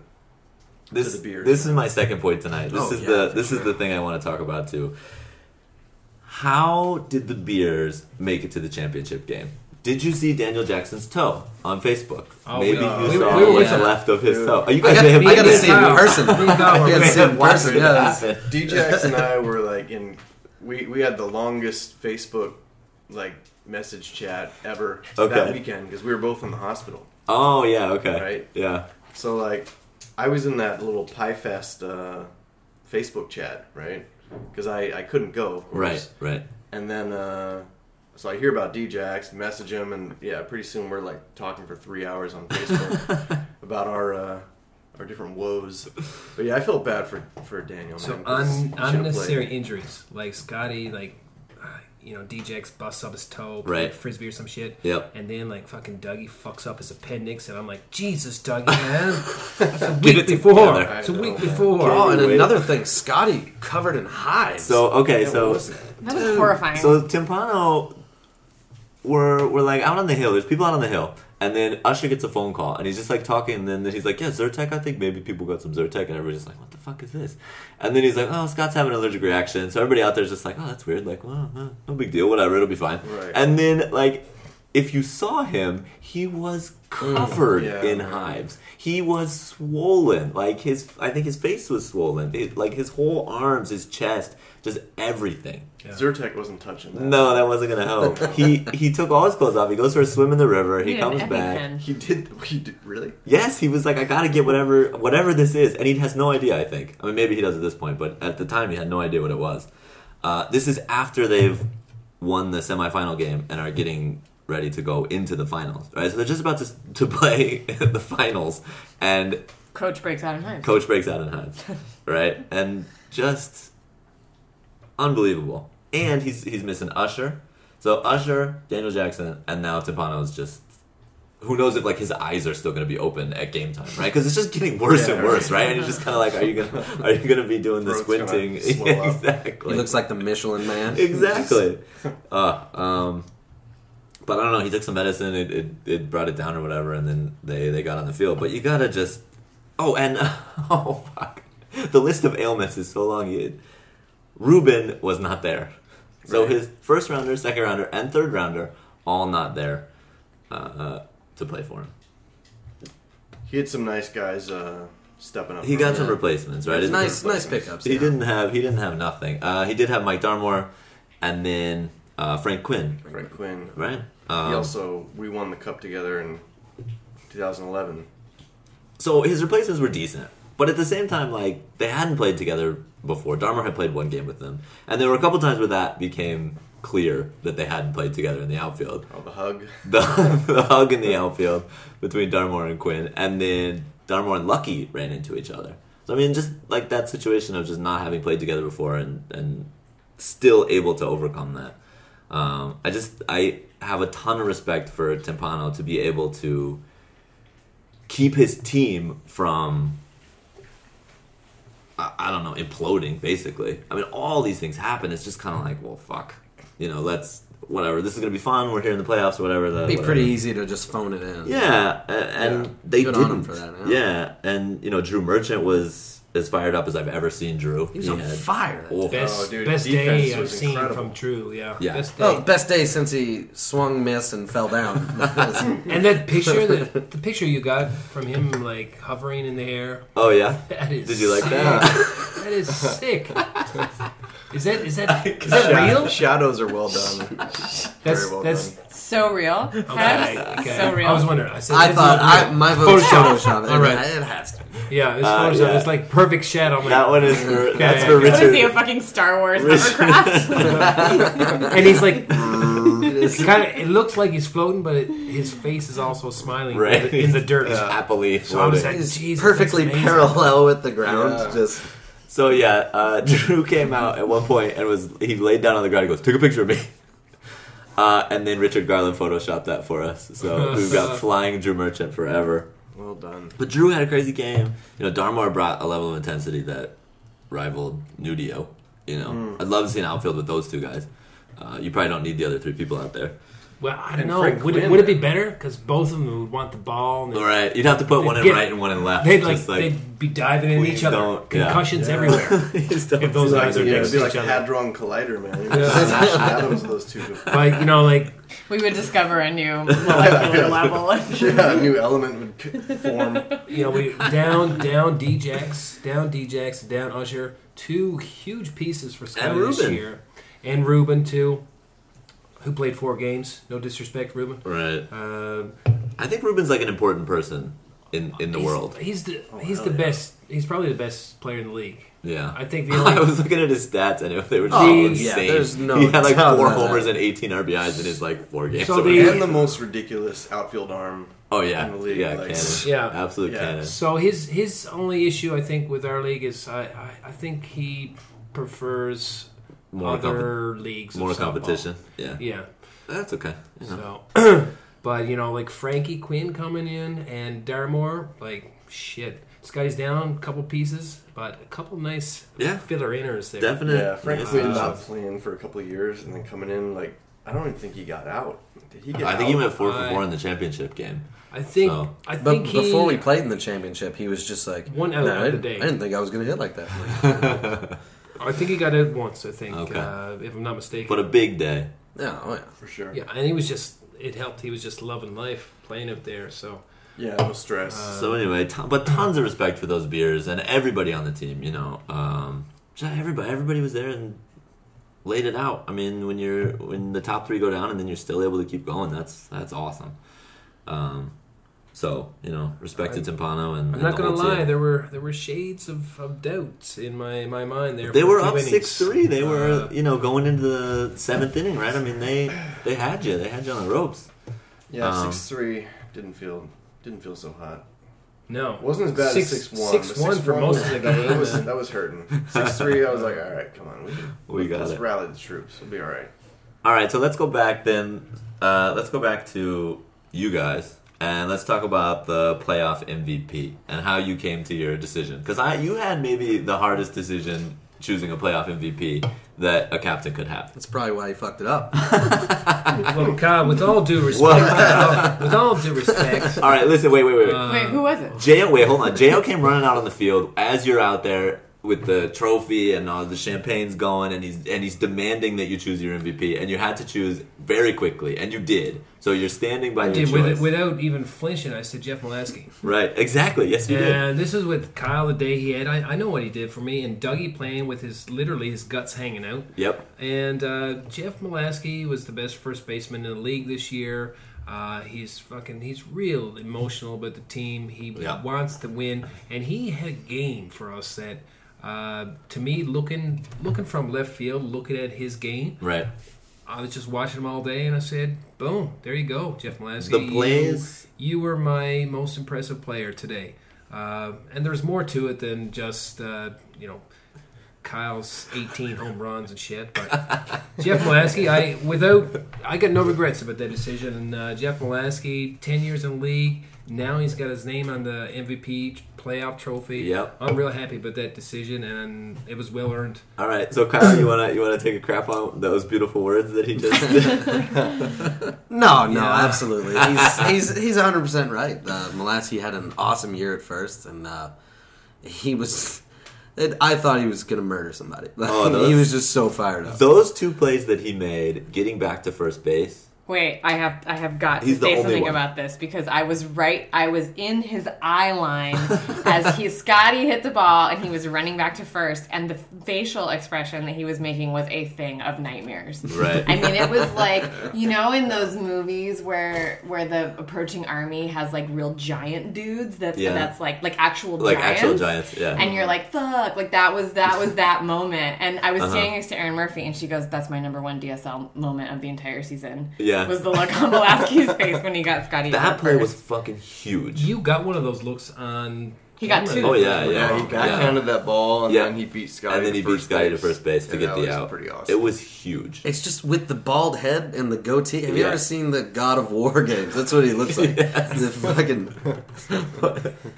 Speaker 3: this,
Speaker 6: the beers.
Speaker 3: This is my second point tonight. This
Speaker 1: Oh,
Speaker 3: is
Speaker 1: yeah,
Speaker 3: the
Speaker 1: for
Speaker 3: this is the thing I want to talk about too. How did the beers make it to the championship game? Did you see Daniel Jackson's toe on Facebook?
Speaker 4: Oh,
Speaker 3: Maybe
Speaker 4: no.
Speaker 3: you
Speaker 4: We-
Speaker 3: saw
Speaker 4: we were
Speaker 3: what's
Speaker 4: with him.
Speaker 3: left of his toe. Are you
Speaker 1: I
Speaker 3: guys
Speaker 1: got,
Speaker 3: may have
Speaker 1: I got to
Speaker 4: been
Speaker 1: see it in
Speaker 4: there.
Speaker 1: person.
Speaker 4: We got
Speaker 1: I
Speaker 4: one.
Speaker 1: got to see it in person. Yeah, that's-
Speaker 3: happened.
Speaker 6: DJX and I were like in we we had the longest Facebook like message chat ever
Speaker 3: Okay.
Speaker 6: that weekend because we were both in the hospital.
Speaker 3: Oh yeah, okay,
Speaker 6: Right.
Speaker 3: yeah,
Speaker 6: So like, I was in that little Pie Fest uh, Facebook chat, right? Because I I couldn't go, of course.
Speaker 3: right, right.
Speaker 6: And then uh, so I hear about DJX, message him, and yeah, pretty soon we're like talking for three hours on Facebook about our. Uh, our different woes, but yeah, I felt bad for for Daniel.
Speaker 4: So
Speaker 6: man, 'cause
Speaker 4: un-
Speaker 6: he should've played.
Speaker 4: unnecessary injuries, like Scotty, like uh, you know, DJX busts up his toe,
Speaker 3: Right.
Speaker 4: like frisbee or some shit.
Speaker 3: Yep.
Speaker 4: And then like fucking Dougie fucks up his appendix, and I'm like, Jesus, Dougie, man, that's a
Speaker 3: Get
Speaker 4: week
Speaker 3: it
Speaker 4: before.
Speaker 3: together.
Speaker 4: It's a
Speaker 6: I know,
Speaker 4: week
Speaker 6: man.
Speaker 4: before.
Speaker 1: Oh, and
Speaker 3: Wait.
Speaker 1: another thing, Scotty covered in hives.
Speaker 3: So okay, so
Speaker 5: That was horrifying.
Speaker 3: so Timpano, we're we're like out on the hill. There's people out on the hill, and then Usher gets a phone call, and he's just like talking. And then he's like, "Yeah, Zyrtec. I think maybe people got some Zyrtec," and everybody's just like, "What the fuck is this?" And then he's like, "Oh, Scott's having an allergic reaction." So everybody out there's just like, "Oh, that's weird. Like, well, huh, no big deal. Whatever. It'll be fine."
Speaker 6: Right.
Speaker 3: And then like. If you saw him, he was covered
Speaker 6: Mm, yeah.
Speaker 3: in hives. He was swollen. Like his, I think his face was swollen. It- like his whole arms, his chest, just everything.
Speaker 6: Zyrtec wasn't touching that.
Speaker 3: No, that wasn't gonna help. He he took all his clothes off. He goes for a swim in the river. He
Speaker 5: He had an
Speaker 3: comes back.
Speaker 5: EpiPen.
Speaker 6: He did. He did really.
Speaker 3: Yes, he was like, I gotta get whatever whatever this is, and he has no idea. I think. I mean, maybe he does at this point, but at the time, he had no idea what it was. Uh, this is after they've won the semifinal game and are getting ready to go into the finals. Right, so they're just about to to play the finals, and
Speaker 5: Coach breaks out in hives.
Speaker 3: coach breaks out in hives, right? And just unbelievable. And he's he's missing Usher. So Usher, Daniel Jackson, and now Timpano is just who knows if like his eyes are still going to be open at game time, right? Because it's just getting worse
Speaker 6: Yeah,
Speaker 3: and worse, right? And it's just kind of like, are you gonna are you gonna be doing the
Speaker 6: Throat's
Speaker 3: squinting?
Speaker 6: gonna swell up.
Speaker 3: exactly
Speaker 1: he looks like the Michelin Man.
Speaker 3: exactly. Uh, um, but I don't know. He took some medicine. It, it it brought it down or whatever, and then they they got on the field. But you gotta just. Oh, and oh fuck, the list of ailments is so long. You, Ruben was not there, so his first rounder, second rounder, and third rounder all not there uh, to play for him.
Speaker 6: He had some nice guys uh, stepping up.
Speaker 3: He got some
Speaker 1: Yeah.
Speaker 3: replacements, right? It-
Speaker 1: nice, nice pickups.
Speaker 3: He
Speaker 1: yeah.
Speaker 3: didn't have he didn't have nothing. Uh, he did have Mike Darmore, and then uh, Frank Quinn,
Speaker 6: Frank Quinn.
Speaker 3: right?
Speaker 6: he
Speaker 3: Um,
Speaker 6: also we won the cup together in 2011.
Speaker 3: So his replacements were decent, but at the same time, like they hadn't played together before. Darmer had played one game with them, and there were a couple times where that became clear that they hadn't played together in the outfield.
Speaker 6: Oh, the hug.
Speaker 3: The, the hug in the outfield between Darmore and Quinn, and then Darmore and Lucky ran into each other. So I mean, just like that situation of just not having played together before and and still able to overcome that. Um, I just I have a ton of respect for Timpano to be able to keep his team from I, I don't know imploding basically i mean all these things happen it's just kind of like well fuck you know let's whatever this is gonna be fun we're here in the playoffs or whatever the,
Speaker 1: It'd be
Speaker 3: whatever.
Speaker 1: pretty easy to just phone it in.
Speaker 3: yeah a- and
Speaker 1: Yeah.
Speaker 3: they
Speaker 1: Good
Speaker 3: didn't
Speaker 1: on 'em for that,
Speaker 3: yeah.
Speaker 1: yeah.
Speaker 3: and you know drew merchant was as fired up as i've ever seen drew
Speaker 1: he was on
Speaker 3: had-
Speaker 1: fire.
Speaker 3: Oh,
Speaker 4: Best,
Speaker 6: Oh, dude,
Speaker 4: best
Speaker 6: defense
Speaker 4: day I've
Speaker 6: was
Speaker 4: seen
Speaker 6: incredible.
Speaker 4: from True. Yeah.
Speaker 3: Yeah. Oh,
Speaker 4: Best day.
Speaker 1: Well, Oh, best day since he swung, missed, and fell down.
Speaker 4: and that picture, the, the picture you got from him, like hovering in the air.
Speaker 3: oh yeah
Speaker 4: That is.
Speaker 3: did you like
Speaker 4: sick.
Speaker 3: that
Speaker 4: That is sick. Is that is that is
Speaker 6: Shad-
Speaker 4: that real?
Speaker 6: Shadows are well done.
Speaker 4: That's
Speaker 6: well
Speaker 4: that's
Speaker 8: So real.
Speaker 3: Oh,
Speaker 4: okay,
Speaker 8: That's
Speaker 4: okay.
Speaker 8: So real.
Speaker 4: I was wondering. I, said,
Speaker 1: I
Speaker 4: that's
Speaker 1: thought
Speaker 4: not
Speaker 1: I,
Speaker 4: real.
Speaker 1: my vote
Speaker 4: Photoshop.
Speaker 1: Photoshop. Photoshop. It,
Speaker 4: All right.
Speaker 1: it has to. Be.
Speaker 4: Yeah, it's
Speaker 3: Uh,
Speaker 4: Photoshop.
Speaker 3: yeah.
Speaker 4: It's like perfect shadow. I'm
Speaker 3: that
Speaker 4: like,
Speaker 3: one is for that's
Speaker 4: Okay.
Speaker 3: for
Speaker 4: I wanna
Speaker 8: I see a
Speaker 3: richard
Speaker 8: fucking Star Wars
Speaker 3: Richard-
Speaker 8: hovercraft.
Speaker 4: and he's like,
Speaker 1: It is-
Speaker 4: kind of. It looks like he's floating, but it, his face is also smiling
Speaker 3: Right.
Speaker 4: in, the, in the dirt.
Speaker 3: happily
Speaker 4: So I was
Speaker 3: floating.
Speaker 1: it is
Speaker 4: Jesus,
Speaker 1: perfectly
Speaker 4: that's amazing.
Speaker 1: parallel with the ground.
Speaker 6: Yeah.
Speaker 1: Just
Speaker 3: So yeah, uh, Drew came out at one point and was he laid down on the ground. He goes, "Take a picture of me," uh, and then Richard Garland photoshopped that for us. So we've got flying Drew Merchant forever.
Speaker 6: Well done.
Speaker 3: But Drew had a crazy game. You know, Darmar brought a level of intensity that rivaled Nudio. You know,
Speaker 4: Mm.
Speaker 3: I'd love to see an outfield with those two guys. Uh, you probably don't need the other three people out there.
Speaker 4: Well, I don't
Speaker 6: And
Speaker 4: know.
Speaker 6: Frank
Speaker 4: Would it,
Speaker 6: Quinn.
Speaker 4: would it be better? Because both of them would want the ball. And
Speaker 3: All right, you'd have to put one in
Speaker 4: Get-
Speaker 3: right and one in left.
Speaker 4: They'd like,
Speaker 3: Just, like,
Speaker 4: they'd be diving in
Speaker 3: please
Speaker 4: each other.
Speaker 3: don't- yeah.
Speaker 4: Concussions everywhere.
Speaker 3: Just don't
Speaker 4: if those
Speaker 3: do
Speaker 4: guys
Speaker 3: that.
Speaker 4: are
Speaker 6: Yeah,
Speaker 4: next
Speaker 6: it'd be
Speaker 4: to
Speaker 6: like
Speaker 4: each other.
Speaker 6: Hadron Collider, man.
Speaker 4: Yeah.
Speaker 6: Shadows of those two.
Speaker 4: Like you know, like
Speaker 8: we would discover a new molecular level.
Speaker 6: Yeah, a new element would c- form.
Speaker 4: you know, we down, down DJX, down DJX, down Usher. Two huge pieces for Scotty this
Speaker 3: Ruben.
Speaker 4: year, and Ruben too, who played four games. No disrespect, Ruben.
Speaker 3: Right.
Speaker 4: Uh,
Speaker 3: I think Ruben's like an important person in in the
Speaker 4: he's-
Speaker 3: world.
Speaker 4: He's the he's
Speaker 3: Oh, hell
Speaker 4: the
Speaker 3: yeah.
Speaker 4: best. He's probably the best player in the league.
Speaker 3: Yeah,
Speaker 4: I think the only-
Speaker 3: I was looking at his stats and it, they were just
Speaker 1: Oh, yeah,
Speaker 3: insane.
Speaker 1: there's no
Speaker 3: he had like
Speaker 1: doubt
Speaker 3: four
Speaker 1: about that.
Speaker 3: homers and 18 RBIs in his like four games.
Speaker 4: So
Speaker 3: or
Speaker 4: the-
Speaker 3: whatever.
Speaker 6: And the most ridiculous outfield arm.
Speaker 3: oh yeah,
Speaker 6: in the league,
Speaker 3: yeah,
Speaker 6: like-
Speaker 3: cannon,
Speaker 4: Yeah.
Speaker 3: absolute
Speaker 6: Yeah.
Speaker 3: cannon.
Speaker 4: So his his only issue, I think, with our league is I I, I think he prefers
Speaker 3: More comp-
Speaker 4: other leagues.
Speaker 3: more
Speaker 4: of softball.
Speaker 3: competition. Yeah.
Speaker 4: Yeah.
Speaker 3: that's okay. You know.
Speaker 4: So, but you know, like Frankie Quinn coming in and Darmore, like shit. Scotty's down a couple pieces, but a couple nice
Speaker 3: Yeah.
Speaker 4: filler inners there.
Speaker 3: Definite.
Speaker 6: Yeah, Frank
Speaker 3: yes,
Speaker 6: Quinn
Speaker 3: yes.
Speaker 6: not playing for a couple of years and then coming in like I don't even think he got out. Did he get
Speaker 3: I
Speaker 6: out?
Speaker 3: think he went four for
Speaker 4: I-
Speaker 3: four in the championship game.
Speaker 4: I think.
Speaker 3: So-
Speaker 4: I
Speaker 1: But
Speaker 4: think he-
Speaker 1: before we played in the championship, he was just like,
Speaker 4: One out
Speaker 1: no,
Speaker 4: of
Speaker 1: I
Speaker 4: the
Speaker 1: didn't,
Speaker 4: day.
Speaker 1: I didn't think I was going to hit like that. Like,
Speaker 4: I think he got out once. I think,
Speaker 3: Okay.
Speaker 4: uh, if I'm not mistaken.
Speaker 3: But a big day.
Speaker 1: yeah, oh yeah.
Speaker 6: for sure.
Speaker 4: yeah, and he was just. It helped. He was just loving life playing up there. So
Speaker 6: Yeah, no stress.
Speaker 3: So anyway, ton, but tons of respect for those beers and everybody on the team. You know, um, just everybody, everybody was there and laid it out. I mean, when you're when the top three go down and then you're still able to keep going, that's that's awesome. Um, so you know, respect to Timpano and,
Speaker 4: I'm
Speaker 3: and
Speaker 4: not
Speaker 3: the
Speaker 4: gonna
Speaker 3: whole
Speaker 4: lie.
Speaker 3: team.
Speaker 4: There were there were shades of, of doubt in my my mind there.
Speaker 3: They
Speaker 4: for
Speaker 3: were
Speaker 4: a few
Speaker 3: up
Speaker 4: innings.
Speaker 3: six three. They were
Speaker 4: Uh,
Speaker 3: you know going into the seventh inning, right? I mean, they they had you. They had you on the ropes.
Speaker 6: yeah,
Speaker 3: um,
Speaker 6: six three didn't feel didn't feel so hot.
Speaker 4: no,
Speaker 6: Wasn't as bad
Speaker 4: six,
Speaker 6: as six one.
Speaker 4: Six one for most of the game.
Speaker 6: That was
Speaker 4: man.
Speaker 6: that was hurting. Six three. I was like, all right, come on, we can,
Speaker 3: We got
Speaker 6: let's
Speaker 3: it.
Speaker 6: rally the troops. We'll be all right.
Speaker 3: All right, so let's go back then. Uh, let's go back to you guys, and let's talk about the playoff MVP and how you came to your decision. Because I, you had maybe the hardest decision choosing a playoff MVP that a captain could have.
Speaker 1: That's probably why he fucked it up.
Speaker 4: Well, God, with all due respect, with all due respect,
Speaker 3: All right, listen, wait, wait, wait. wait.
Speaker 8: Wait, who was it?
Speaker 3: Jo, wait, hold on. Jo came running out on the field as you're out there with the trophy and all the champagne's going, and he's and he's demanding that you choose your MVP, and you had to choose very quickly, and you did. So you're standing by
Speaker 4: I
Speaker 3: your
Speaker 4: did,
Speaker 3: choice,
Speaker 4: with, without even flinching, I said Jeff Molaski.
Speaker 3: right? Exactly. Yes, you did.
Speaker 4: And this is with Kyle the day he had. I, I know what he did for me, and Dougie playing with his literally his guts hanging out.
Speaker 3: Yep.
Speaker 4: And uh, Jeff Molaski was the best first baseman in the league this year. Uh, he's fucking. He's real emotional about the team. He
Speaker 3: Yeah.
Speaker 4: wants to win, and he had a game for us that, uh, to me, looking looking from left field, looking at his game,
Speaker 3: Right.
Speaker 4: I was just watching him all day, and I said, "Boom, there you go, Jeff Malasky.
Speaker 3: The plays-
Speaker 4: You, you were my most impressive player today." Uh, and there's more to it than just uh, you know Kyle's 18 home runs and shit. But Jeff Malasky, I without I got no regrets about that decision. And uh, Jeff Malasky, 10 years in the league, now he's got his name on the MVP playoff trophy.
Speaker 3: Yep.
Speaker 4: I'm real happy about that decision, and it was well earned.
Speaker 3: All right. So Kyle, you wanna you wanna take a crap on those beautiful words that he just did?
Speaker 1: No, no,
Speaker 4: Yeah.
Speaker 1: absolutely. He's he's he's 100 percent right. Uh, Molassy had an awesome year at first, and uh, he was. It, I thought he was gonna murder somebody.
Speaker 3: Oh, those-
Speaker 1: he was just so fired up.
Speaker 3: those two plays that he made, getting back to first base.
Speaker 5: Wait, I have I have got
Speaker 3: He's
Speaker 5: to
Speaker 3: the
Speaker 5: say
Speaker 3: only
Speaker 5: something
Speaker 3: one.
Speaker 5: about this because I was right. I was in his eye line as he Scotty hit the ball and he was running back to first, and the facial expression that he was making was a thing of nightmares.
Speaker 3: Right.
Speaker 5: I mean, it was like you know in those movies where where the approaching army has like real giant dudes. That's
Speaker 3: Yeah.
Speaker 5: that's like like actual
Speaker 3: like
Speaker 5: giants
Speaker 3: actual giants. Yeah.
Speaker 5: and you're like, fuck, like that was that was that moment. And I was
Speaker 3: Uh-huh.
Speaker 5: standing next to Erin Murphy, and she goes, "That's my number one DSL moment of the entire season."
Speaker 3: Yeah.
Speaker 5: was the look on Velasquez's face when he got Scotty.
Speaker 3: that
Speaker 5: at
Speaker 3: play was
Speaker 5: first.
Speaker 3: fucking huge.
Speaker 4: You got one of those looks on.
Speaker 5: He got
Speaker 4: camera.
Speaker 5: two.
Speaker 3: Oh yeah, yeah.
Speaker 6: Yeah, he backhanded that ball and
Speaker 3: Yeah.
Speaker 6: then he beat Scotty.
Speaker 3: And then
Speaker 6: to
Speaker 3: he beat
Speaker 6: first
Speaker 3: Scotty to
Speaker 6: base.
Speaker 3: first base to
Speaker 6: And
Speaker 3: get
Speaker 6: that
Speaker 3: the
Speaker 6: was
Speaker 3: out.
Speaker 6: Pretty awesome.
Speaker 3: It was huge.
Speaker 1: It's just with the bald head and the goatee. Have you
Speaker 3: Yeah.
Speaker 1: ever seen the God of War games? That's what he looks like. The fucking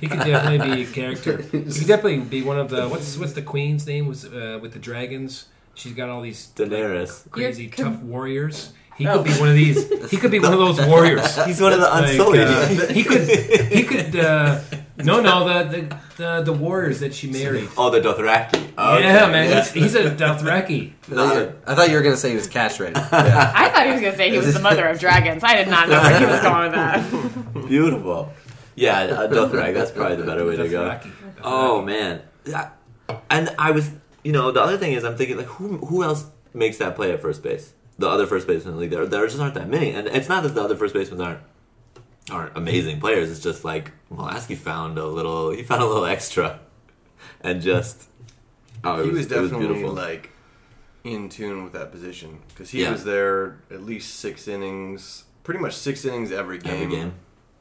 Speaker 4: He could definitely be a character. He could definitely be one of the what's what's the queen's name was uh, with the dragons. She's got all these
Speaker 3: Daenerys. Oh.
Speaker 4: crazy
Speaker 5: You're con-
Speaker 4: tough warriors. He could be one of these. He could be one of those warriors.
Speaker 3: He's one of the
Speaker 4: Like,
Speaker 3: unsullied.
Speaker 4: uh, he could. He could. Uh, no, no, the, the the the warriors that she married.
Speaker 3: oh, the Dothraki. Oh,
Speaker 4: yeah, man, He's, he's a Dothraki.
Speaker 3: Not a-
Speaker 1: I thought you were gonna say he was castrated.
Speaker 5: I thought he was gonna say he was the mother of dragons. I did not know where he was going with that.
Speaker 3: beautiful. Yeah, a Dothraki. That's probably the better way to go.
Speaker 4: Dothraki.
Speaker 3: Oh man, Yeah. and I was, you know, the other thing is I'm thinking like who who else makes that play at first base? The other first baseman in the league there there just aren't that many, and it's not that the other first basemen aren't aren't amazing players. It's just like Molaski found a little he found a little extra, and just oh it
Speaker 6: he
Speaker 3: was,
Speaker 6: was
Speaker 3: it was
Speaker 6: definitely
Speaker 3: beautiful.
Speaker 6: like in tune with that position because he
Speaker 3: Yeah.
Speaker 6: was there at least six innings, pretty much six innings every game.
Speaker 3: Every game.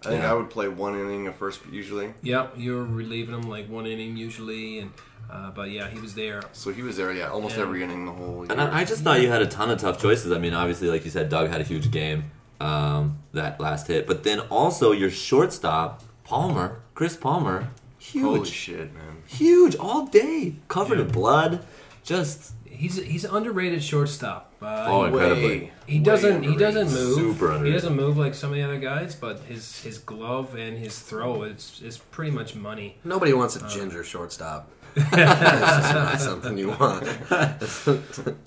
Speaker 6: I think
Speaker 3: Yeah.
Speaker 6: I would play one inning of first usually.
Speaker 4: Yep, you were relieving him like one inning usually, and uh, but yeah, he was there.
Speaker 6: So he was there, yeah, almost
Speaker 4: Yeah.
Speaker 6: every inning the whole year.
Speaker 3: And I, I just thought you had a ton of tough choices. I mean, obviously, like you said, Doug had a huge game um, that last hit, but then also your shortstop Palmer, Chris Palmer, huge,
Speaker 6: Holy shit, man!
Speaker 3: huge all day, covered in blood, just
Speaker 4: He's he's an underrated shortstop. Uh,
Speaker 3: Oh,
Speaker 4: he-
Speaker 3: Incredibly.
Speaker 6: Way-
Speaker 4: he doesn't
Speaker 6: way
Speaker 4: he doesn't
Speaker 6: underrated.
Speaker 4: move.
Speaker 3: Super underrated.
Speaker 4: he doesn't move like some of the other guys, but his his glove and his throw is is pretty much money.
Speaker 1: Nobody wants a ginger shortstop. That's just not something you want.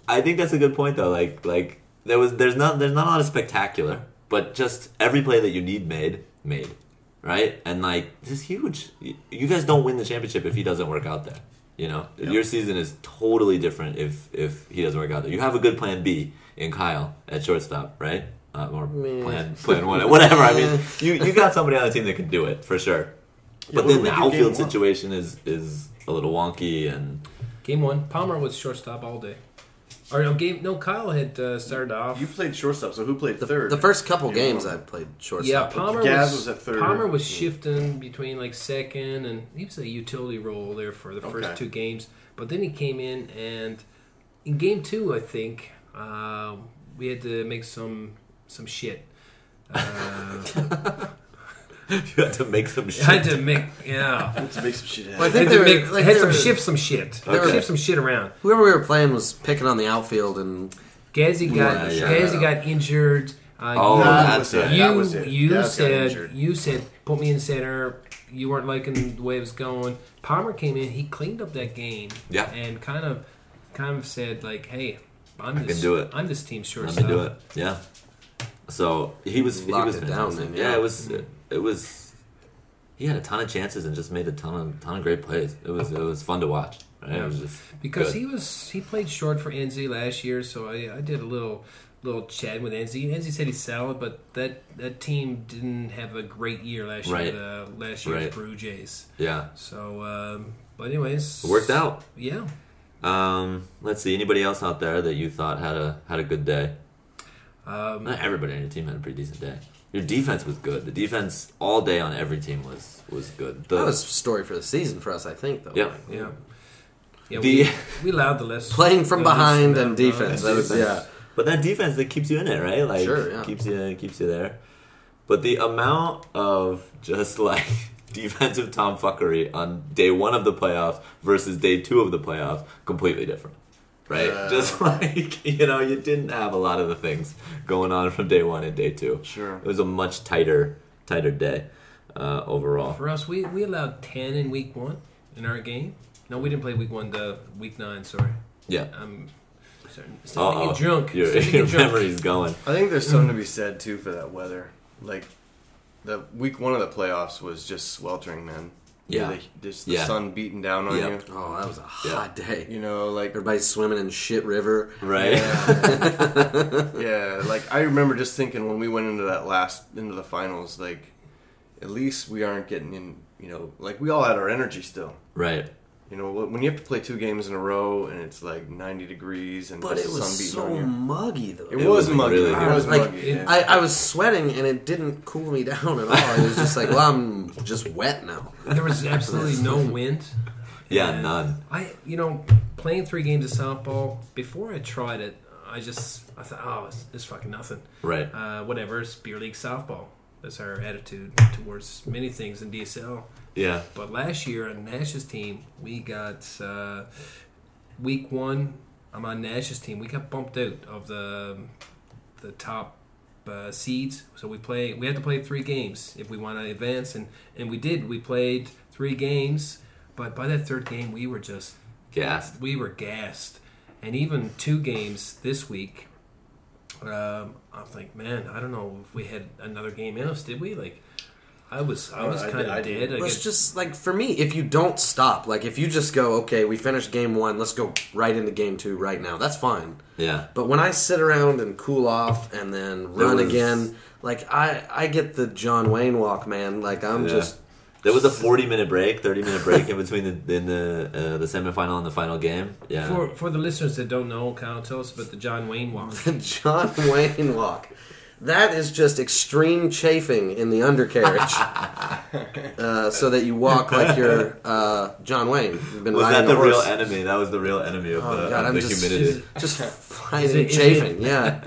Speaker 3: I think that's a good point though. Like like there was there's not there's not a lot of spectacular, but just every play that you need made made, right? And like this is huge. Y- You guys don't win the championship if he doesn't work out there. You know your season is totally different if if he doesn't work out there. You have a good plan B in Kyle at shortstop, right? Uh, or plan plan one, whatever. I mean, you you got somebody on the team that can do it for sure. But
Speaker 6: what
Speaker 3: then the
Speaker 6: did we do game
Speaker 3: outfield
Speaker 6: one?
Speaker 3: situation is is a little wonky and
Speaker 4: Game one, Palmer was shortstop all day. Or no game no Kyle had uh, started off.
Speaker 6: You played shortstop, so who played
Speaker 1: The,
Speaker 6: third?
Speaker 1: the first couple
Speaker 6: You
Speaker 1: games
Speaker 6: won.
Speaker 1: I played
Speaker 4: yeah,
Speaker 1: shortstop.
Speaker 4: Palmer
Speaker 6: Gaz
Speaker 4: was,
Speaker 6: was at third. Hmm.
Speaker 4: Palmer was shifting between like second and he was a utility role there for the first
Speaker 6: Okay.
Speaker 4: two games. But then he came in and in game two, I think uh, we had to make some some shit. Uh,
Speaker 3: you have to make some shit.
Speaker 4: I had to make yeah.
Speaker 6: Let's make some shit happen.
Speaker 1: Well, I
Speaker 4: Had
Speaker 1: think
Speaker 4: to
Speaker 1: they were,
Speaker 4: make,
Speaker 1: like,
Speaker 4: had
Speaker 1: they
Speaker 4: some
Speaker 1: were-
Speaker 4: shift some shit.
Speaker 1: were-
Speaker 4: Shift some shit around.
Speaker 1: Whoever we were playing was picking on the outfield, and
Speaker 4: Gazzy got
Speaker 3: Yeah, yeah.
Speaker 4: Gazzy got injured. Uh,
Speaker 3: Oh,
Speaker 4: you-
Speaker 3: that
Speaker 6: was
Speaker 3: that's it.
Speaker 6: it. That
Speaker 4: you
Speaker 6: was it.
Speaker 4: you
Speaker 6: Gaz got
Speaker 4: said
Speaker 6: injured.
Speaker 4: you said put me in center. You weren't liking the way it was going. Palmer came in. He cleaned up that game.
Speaker 3: Yeah.
Speaker 4: and kind of kind of said like, hey, I'm this,
Speaker 3: can do it.
Speaker 4: I'm this team's shortstop.
Speaker 3: Let me do it. Yeah. So he was he
Speaker 1: Locked
Speaker 3: was
Speaker 1: it down
Speaker 3: fantastic.
Speaker 1: then,
Speaker 3: Yeah.
Speaker 1: yeah.
Speaker 3: it was it was he had a ton of chances and just made a ton of ton of great plays. It was it was fun to watch. Right? It was just
Speaker 4: because
Speaker 3: good.
Speaker 4: he was he played short for Enzi last year, so I, I did a little little chat with Enzi. Enzi said he's solid, but that that team didn't have a great year last
Speaker 3: Right.
Speaker 4: year. The last year's
Speaker 3: Right.
Speaker 4: Brew Jays.
Speaker 3: yeah
Speaker 4: So, um, but anyways,
Speaker 3: it worked out.
Speaker 4: Yeah,
Speaker 3: Um, let's see anybody else out there that you thought had a had a good day.
Speaker 4: um,
Speaker 3: Not everybody on your team had a pretty decent day. Your defense was good. The defense all day on every team was was good. The,
Speaker 1: that was a story for the season for us, I think. Though,
Speaker 3: yeah.
Speaker 4: yeah, yeah.
Speaker 3: The-
Speaker 4: we, we allowed the less
Speaker 1: playing from
Speaker 4: the least
Speaker 1: behind and
Speaker 4: amount of-
Speaker 1: defense. That was, yeah,
Speaker 3: But that defense that keeps you in it, right? Like
Speaker 1: Sure, yeah.
Speaker 3: keeps you keeps you there. But the amount of just like defensive tomfuckery on day one of the playoffs versus day two of the playoffs, completely different. Right?
Speaker 6: Yeah.
Speaker 3: just like you know, you didn't have a lot of the things going on from day one and day two.
Speaker 6: Sure.
Speaker 3: It was a much tighter tighter day, uh, overall.
Speaker 4: For us, we we allowed ten in week one in our game. No, we didn't play week one. The week nine. Sorry,
Speaker 3: Yeah.
Speaker 4: I'm starting, starting to
Speaker 3: Uh-oh.
Speaker 4: get drunk.
Speaker 3: Your,
Speaker 4: Starting to
Speaker 3: your
Speaker 4: get drunk.
Speaker 3: memory's going.
Speaker 6: I think there's something to be said too for that weather. Like the week one of the playoffs was just sweltering, man.
Speaker 3: Yeah.
Speaker 6: the, just the
Speaker 3: Yeah.
Speaker 6: sun beating down on
Speaker 3: Yep.
Speaker 1: Oh, that was a hot
Speaker 6: you.
Speaker 1: day.
Speaker 6: You know, like
Speaker 1: Everybody's swimming in shit river.
Speaker 3: Right?
Speaker 6: yeah, like I remember just thinking when we went into that last into the finals, like at least we aren't getting in. You know, like we all had our energy still.
Speaker 3: right.
Speaker 6: You know, when you have to play two games in a row and it's like 90 degrees and
Speaker 1: But
Speaker 6: just
Speaker 1: it
Speaker 6: the sun
Speaker 1: was
Speaker 6: beating
Speaker 1: so
Speaker 6: on you.
Speaker 1: muggy though.
Speaker 6: It, was,
Speaker 3: was
Speaker 6: muggy.
Speaker 3: really
Speaker 6: it
Speaker 3: hot.
Speaker 6: was
Speaker 1: like
Speaker 6: muggy. yeah.
Speaker 1: I, I was sweating and it didn't cool me down at all. It was just like, well, I'm just wet now.
Speaker 4: There was absolutely no wind.
Speaker 3: Yeah,
Speaker 4: And
Speaker 3: none.
Speaker 4: I, you know, playing three games of softball before I tried it, I just I thought, oh, it's, it's fucking nothing.
Speaker 3: Right.
Speaker 4: Uh, whatever, it's beer league softball. That's our attitude towards many things in DSL.
Speaker 3: Yeah.
Speaker 4: But last year on Nash's team, we got uh, week one. I'm on Nash's team. We got bumped out of the the top uh, seeds, so we play. We had to play three games if we want to advance, and and we did. We played three games, but by that third game, we were just
Speaker 3: Gassed.
Speaker 4: we were gassed, and even two games this week. Um, I'm like, man, I don't know if we had another game in us, did we? Like, I was, I
Speaker 6: Uh,
Speaker 4: was
Speaker 6: I
Speaker 4: kind
Speaker 6: did- I
Speaker 4: of
Speaker 6: did.
Speaker 4: dead. I
Speaker 1: Well, it's
Speaker 4: guess-
Speaker 1: just like for me, if you don't stop, like if you just go, okay, we finished game one, let's go right into game two right now. That's fine.
Speaker 3: Yeah.
Speaker 1: But when I sit around and cool off and then run
Speaker 3: was-
Speaker 1: again, like I I get the John Wayne walk, man. Like I'm
Speaker 3: Yeah.
Speaker 1: just
Speaker 3: There was a 40 minute break, 30 minute break in between the in the uh, the semifinal and the final game. Yeah.
Speaker 4: For for the listeners that don't know, Kyle, tell us about the John Wayne walk.
Speaker 1: John Wayne walk. That is just extreme chafing in the undercarriage, uh, so that you walk like you're uh, John Wayne. You've been
Speaker 3: Was that
Speaker 1: riding
Speaker 3: the
Speaker 1: a horse.
Speaker 3: real enemy? That was the real enemy of
Speaker 1: Oh,
Speaker 3: the,
Speaker 1: God,
Speaker 3: of
Speaker 1: I'm
Speaker 3: the
Speaker 1: just,
Speaker 3: humidity.
Speaker 1: just
Speaker 4: Is
Speaker 1: finding
Speaker 4: it- is
Speaker 1: chafing. Yeah,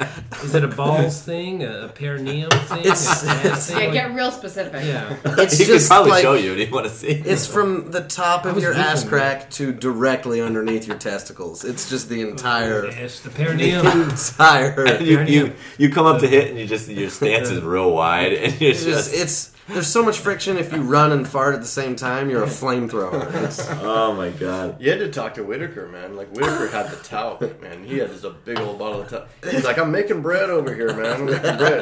Speaker 4: Is it a balls thing, a, a perineum thing,
Speaker 1: It's-
Speaker 4: a ass
Speaker 1: it's-
Speaker 4: thing?
Speaker 5: Yeah,
Speaker 4: Like-
Speaker 5: get real specific.
Speaker 4: yeah.
Speaker 1: it's
Speaker 3: he could
Speaker 1: just
Speaker 3: probably
Speaker 1: like
Speaker 3: show you. Do you want to see?
Speaker 1: it's from the top of
Speaker 4: was
Speaker 1: your ass
Speaker 4: looking.
Speaker 1: crack to directly underneath your testicles. It's just the entire
Speaker 4: Yes, the perineum.
Speaker 1: entire.
Speaker 3: you, you you come up to hit and you just your stance is real wide and you're
Speaker 1: It's
Speaker 3: just,
Speaker 1: just it's there's so much friction. If you run and fart at the same time, you're a flamethrower. It's-
Speaker 3: oh my god.
Speaker 6: You had to talk to Whitaker, man. Like Whitaker had the towel, man. He had just a big old bottle of towel. He's like, I'm making bread over here, man. I'm making bread.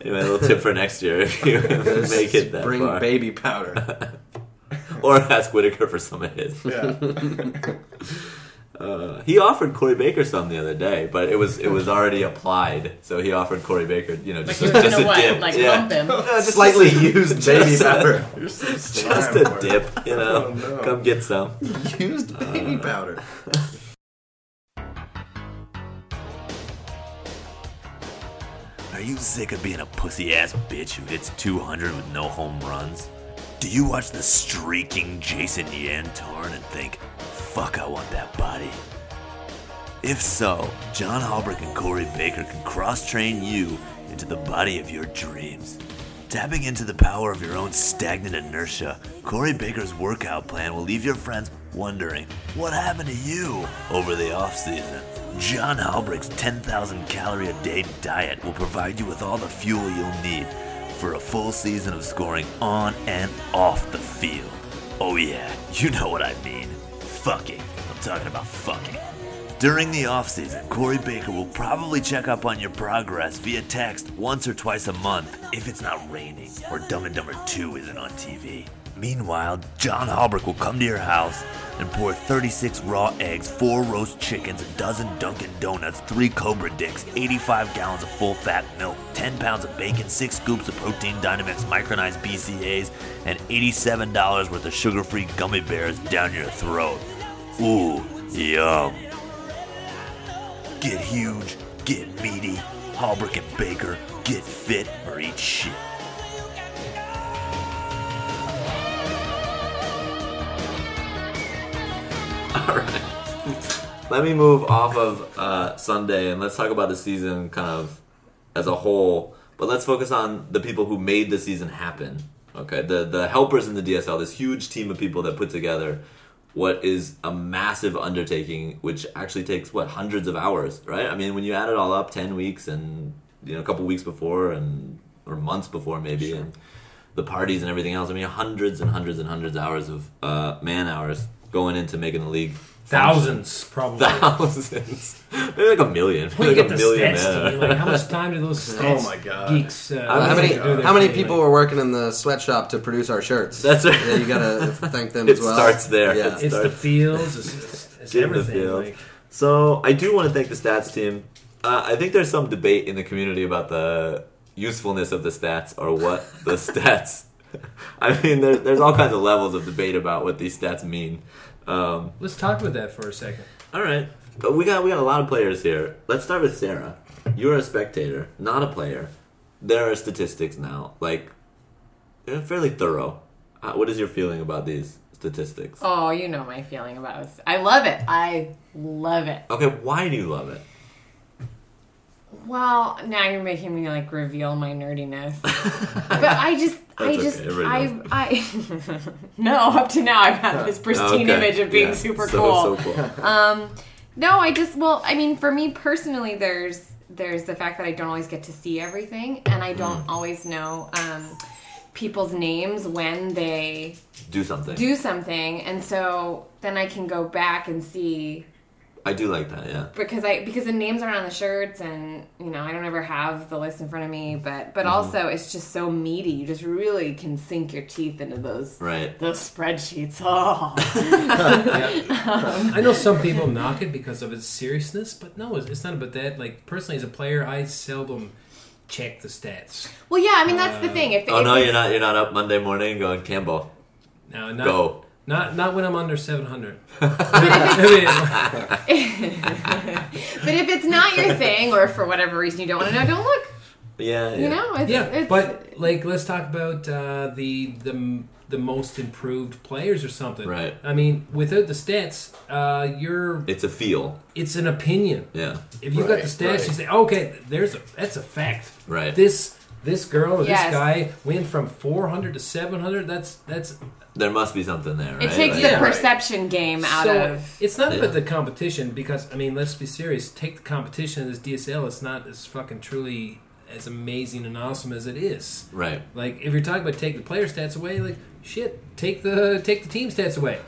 Speaker 3: Anyway, a little tip for next year if you make it that
Speaker 1: Bring
Speaker 3: far,
Speaker 1: baby powder.
Speaker 3: or ask Whitaker for some of his.
Speaker 6: Yeah.
Speaker 3: He offered Corey Baker some the other day, but it was it was already applied, so he offered Corey Baker, you know,
Speaker 5: Like
Speaker 3: just,
Speaker 5: he was
Speaker 3: just
Speaker 5: gonna
Speaker 3: a
Speaker 5: what?
Speaker 3: dip,
Speaker 5: Like
Speaker 3: yeah.
Speaker 5: lump him.
Speaker 1: Uh,
Speaker 3: No, just-
Speaker 1: Slightly
Speaker 3: just-
Speaker 1: used baby
Speaker 3: just-
Speaker 1: powder.
Speaker 6: You're so
Speaker 3: Just a dip, you know.
Speaker 6: Oh, no.
Speaker 3: Come get some.
Speaker 1: Used
Speaker 3: Uh,
Speaker 1: baby powder.
Speaker 3: Are you sick of being a pussy ass bitch who hits 200 with no home runs? Do you watch the streaking Jason Yantorn and think, fuck, I want that body? If so, John Halbrook and Corey Baker can cross train you into the body of your dreams. Tapping into the power of your own stagnant inertia, Corey Baker's workout plan will leave your friends wondering what happened to you over the offseason. John Halbrick's 10,000 calorie a day diet will provide you with all the fuel you'll need for a full season of scoring on and off the field. Oh, yeah, you know what I mean. Fucking. I'm talking about fucking. During the offseason, Corey Baker will probably check up on your progress via text once or twice a month if it's not raining or Dumb and Dumber 2 isn't on TV. Meanwhile, John Halbrook will come to your house and pour 36 raw eggs, 4 roast chickens, a dozen Dunkin' Donuts, 3 Cobra Dicks, 85 gallons of full fat milk, 10 pounds of bacon, 6 scoops of Protein Dynamics micronized BCAs, and $87 worth of sugar free gummy bears down your throat. Ooh, yum. Get huge, get meaty, Halbrick and Baker, get fit or eat shit. Let me move off of uh, Sunday and let's talk about the season kind of as a whole. But let's focus on the people who made the season happen. Okay, the the helpers in the DSL, this huge team of people that put together what is a massive undertaking, which actually takes what hundreds of hours, right? I mean, when you add it all up, ten weeks and you know a couple weeks before and or months before maybe, and the parties and everything else. I mean, hundreds and hundreds and hundreds of hours of uh, man hours going into making the league.
Speaker 4: Thousands, probably.
Speaker 3: Thousands, maybe like a million, maybe
Speaker 4: We
Speaker 3: like
Speaker 4: get
Speaker 3: a
Speaker 4: the
Speaker 3: million
Speaker 4: stats
Speaker 3: man
Speaker 4: to me. Like, how much time do those stats
Speaker 6: Oh my God.
Speaker 4: geeks? Uh,
Speaker 1: how many
Speaker 4: do their
Speaker 1: how many
Speaker 4: thing?
Speaker 1: people
Speaker 4: Like,
Speaker 1: were working in the sweatshop to produce our shirts?
Speaker 3: That's right.
Speaker 1: Yeah, you gotta thank them
Speaker 3: It
Speaker 1: as well.
Speaker 3: starts there.
Speaker 1: Yeah.
Speaker 3: It's-
Speaker 4: It's the fields. It's, it's, it's
Speaker 3: Get in the
Speaker 4: everything.
Speaker 3: field.
Speaker 4: like-
Speaker 3: So I do want to thank the stats team. Uh, I think there's some debate in the community about the usefulness of the stats or what the stats. I mean, there, there's all kinds of levels of debate about what these stats mean. Um,
Speaker 4: let's talk about that for a second.
Speaker 3: all right, but we got we got a lot of players here. Let's start with Sarah. You're a spectator, not a player. There are statistics now, like they're fairly thorough. Uh, what is your feeling about these statistics?
Speaker 5: Oh, you know my feeling about this. I love it. I love it.
Speaker 3: Okay, why do you love it?
Speaker 5: Well, now you're making me like reveal my nerdiness. but I just, I
Speaker 3: That's
Speaker 5: just,
Speaker 3: okay, everybody
Speaker 5: I, I, no, up to now I've had this pristine
Speaker 3: Okay,
Speaker 5: image of being
Speaker 3: yeah,
Speaker 5: super
Speaker 3: so,
Speaker 5: cool.
Speaker 3: So cool.
Speaker 5: Um, No, I just well, I mean, for me personally, there's there's the fact that I don't always get to see everything, and I
Speaker 3: Mm.
Speaker 5: don't always know um, people's names when they
Speaker 3: do something.
Speaker 5: do something, and so then I can go back and see
Speaker 3: I do like that, yeah.
Speaker 5: because I because the names aren't on the shirts, and you know I don't ever have the list in front of me, but
Speaker 3: Mm-hmm.
Speaker 5: but also it's just so meaty. You just really can sink your teeth into those
Speaker 3: Right.
Speaker 5: those spreadsheets. Oh.
Speaker 4: I know some people knock it because of its seriousness, but no, it's, it's not about that. Like personally, as a player, I seldom check the stats.
Speaker 5: well, yeah, I mean that's the thing. If,
Speaker 3: Oh
Speaker 5: if
Speaker 3: no,
Speaker 5: it's-
Speaker 3: you're not. You're not up Monday morning going Campbell.
Speaker 4: Now, not,
Speaker 3: Go.
Speaker 4: Not not when I'm under 700.
Speaker 5: But if it's not your thing, or for whatever reason you don't want to know, don't look.
Speaker 3: Yeah, yeah.
Speaker 5: You know, it's,
Speaker 4: yeah,
Speaker 5: it's,
Speaker 4: but like let's talk about uh, the the the most improved players or something.
Speaker 3: Right.
Speaker 4: I mean, without the stats, uh, you're
Speaker 3: It's a feel.
Speaker 4: it's an opinion.
Speaker 3: Yeah.
Speaker 4: If you've got the
Speaker 6: Right,
Speaker 4: stats,
Speaker 6: right.
Speaker 4: you say, okay, there's a that's a fact.
Speaker 3: Right.
Speaker 4: This this girl or
Speaker 5: Yes.
Speaker 4: this guy went from 400 to 700. That's that's
Speaker 3: There must be something there, right?
Speaker 5: it takes
Speaker 3: Like-
Speaker 5: the
Speaker 4: Yeah.
Speaker 5: perception game out
Speaker 4: so
Speaker 5: of.
Speaker 4: it's not
Speaker 3: Yeah.
Speaker 4: about the competition because I mean, let's be serious. Take the competition of this DSL. It's not as fucking truly as amazing and awesome as it is.
Speaker 3: Right.
Speaker 4: Like if you're talking about take the player stats away, like shit, take the take the team stats away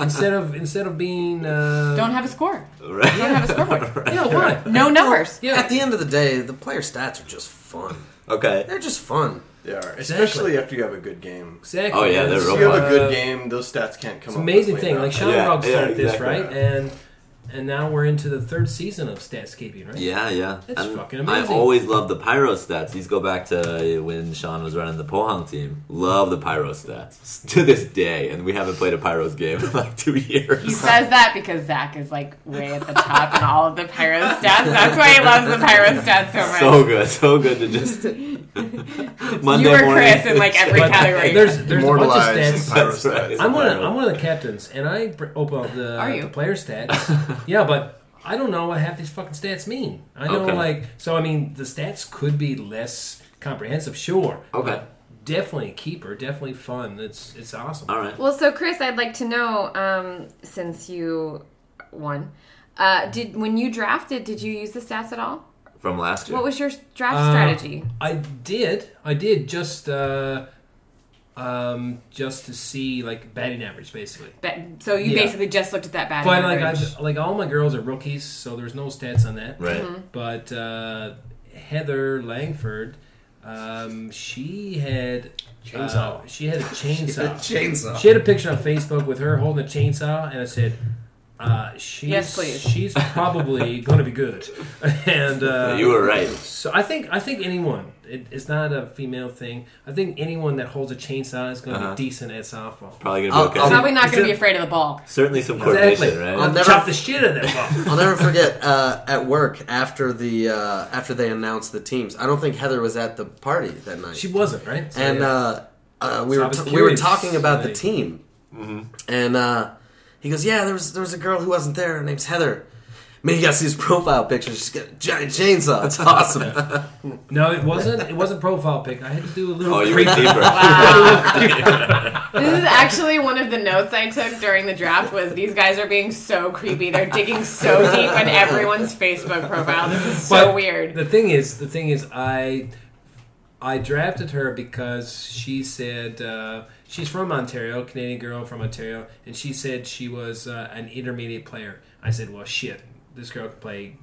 Speaker 4: instead of instead of being uh,
Speaker 5: Don't have a score.
Speaker 3: Right.
Speaker 5: Don't have a scoreboard.
Speaker 4: yeah why
Speaker 5: No numbers.
Speaker 4: yeah
Speaker 1: At the end of the day, the player stats are just fun.
Speaker 3: Okay.
Speaker 1: They're just fun.
Speaker 6: They are, especially after you have a good game.
Speaker 4: exactly
Speaker 3: Oh, yeah,
Speaker 4: man.
Speaker 3: they're
Speaker 6: If
Speaker 3: real
Speaker 6: you have
Speaker 3: Uh,
Speaker 6: a good game, those stats can't come
Speaker 4: It's
Speaker 6: up.
Speaker 4: an amazing
Speaker 6: this way
Speaker 4: thing.
Speaker 6: now.
Speaker 4: Like Sean
Speaker 3: Yeah,
Speaker 4: Rob
Speaker 3: yeah,
Speaker 4: started this
Speaker 3: exactly.
Speaker 4: right, and and now we're into the third season of statscaping, right?
Speaker 3: Yeah, yeah.
Speaker 4: That's fucking
Speaker 3: I
Speaker 4: amazing.
Speaker 3: always love the pyro stats. These go back to when Sean was running the Pohang team. Love the pyro stats to this day, and we haven't played a pyros game in like two years.
Speaker 5: He says that because Zach is like way at the top in all of the pyro stats. That's why he loves the pyro stats so much.
Speaker 3: so good, so good to just Monday
Speaker 5: you were
Speaker 3: morning.
Speaker 5: Chris in like every
Speaker 4: But
Speaker 5: category.
Speaker 4: there's there's a bunch of
Speaker 6: Immortalized
Speaker 4: stats.
Speaker 6: pyro
Speaker 3: That's right.
Speaker 6: stats.
Speaker 4: I'm one of, I'm one of the captains, and I br- open up the,
Speaker 5: Are you?
Speaker 4: the player stats. yeah, but I don't know what half these fucking stats mean. I know
Speaker 3: Okay.
Speaker 4: like so. I mean, the stats could be less comprehensive, sure.
Speaker 3: Okay.
Speaker 4: but definitely a keeper, definitely fun. It's it's awesome.
Speaker 3: All right.
Speaker 5: Well, so Chris, I'd like to know um, since you won, uh, did when you drafted, did you use the stats at all?
Speaker 3: From last year.
Speaker 5: What was your draft
Speaker 4: Uh,
Speaker 5: strategy?
Speaker 4: I did. I did just uh, um, just to see like batting average, basically.
Speaker 5: But- so you
Speaker 4: yeah.
Speaker 5: basically just looked at that batting
Speaker 4: But like
Speaker 5: average.
Speaker 4: I've, like all my girls are rookies, so there's no stats on that.
Speaker 3: right.
Speaker 5: Mm-hmm.
Speaker 4: But uh, Heather Langford, um, she had
Speaker 6: Chainsaw.
Speaker 4: uh, she had a chainsaw.
Speaker 1: Chainsaw.
Speaker 4: she had a picture on Facebook with her holding a chainsaw, and I said, uh, "She's
Speaker 5: Yes, please.
Speaker 4: she's probably going to be good." and uh,
Speaker 3: you were right.
Speaker 4: So I think I think anyone it, it's not a female thing. I think anyone that holds a chainsaw is going to
Speaker 3: Uh-huh.
Speaker 4: be decent at softball.
Speaker 3: Probably gonna
Speaker 1: I'll-
Speaker 3: be okay.
Speaker 1: I'll-
Speaker 5: Probably not
Speaker 4: Is
Speaker 5: going to be
Speaker 4: it-
Speaker 5: afraid of the ball.
Speaker 3: Certainly some coordination,
Speaker 4: Exactly.
Speaker 3: right?
Speaker 1: I'll never-
Speaker 4: Chop the shit out of that ball.
Speaker 1: I'll never forget uh, at work after the uh, after they announced the teams. I don't think Heather was at the party that night.
Speaker 4: she wasn't right. So,
Speaker 1: and
Speaker 4: yeah.
Speaker 1: uh, uh, we
Speaker 4: So I
Speaker 1: were
Speaker 4: was
Speaker 1: we were
Speaker 4: curious,
Speaker 1: talking about the
Speaker 4: like- mm-hmm.
Speaker 1: team, and uh, he goes, "Yeah, there was there was a girl who wasn't there. Her name's Heather." Man, you gotta see his profile picture. She's got a giant chainsaw. It's awesome.
Speaker 4: no, it wasn't. It wasn't profile pic. I had to do a little.
Speaker 3: oh, you were
Speaker 4: creep-
Speaker 3: deeper.
Speaker 5: This is actually one of the notes I took during the draft was these guys are being so creepy. They're digging so deep in everyone's Facebook profile. This is so
Speaker 4: But
Speaker 5: weird.
Speaker 4: The thing is, the thing is, I I drafted her because she said uh, she's from Ontario, Canadian girl from Ontario, and she said she was uh, an intermediate player. I said, well, shit, this girl can play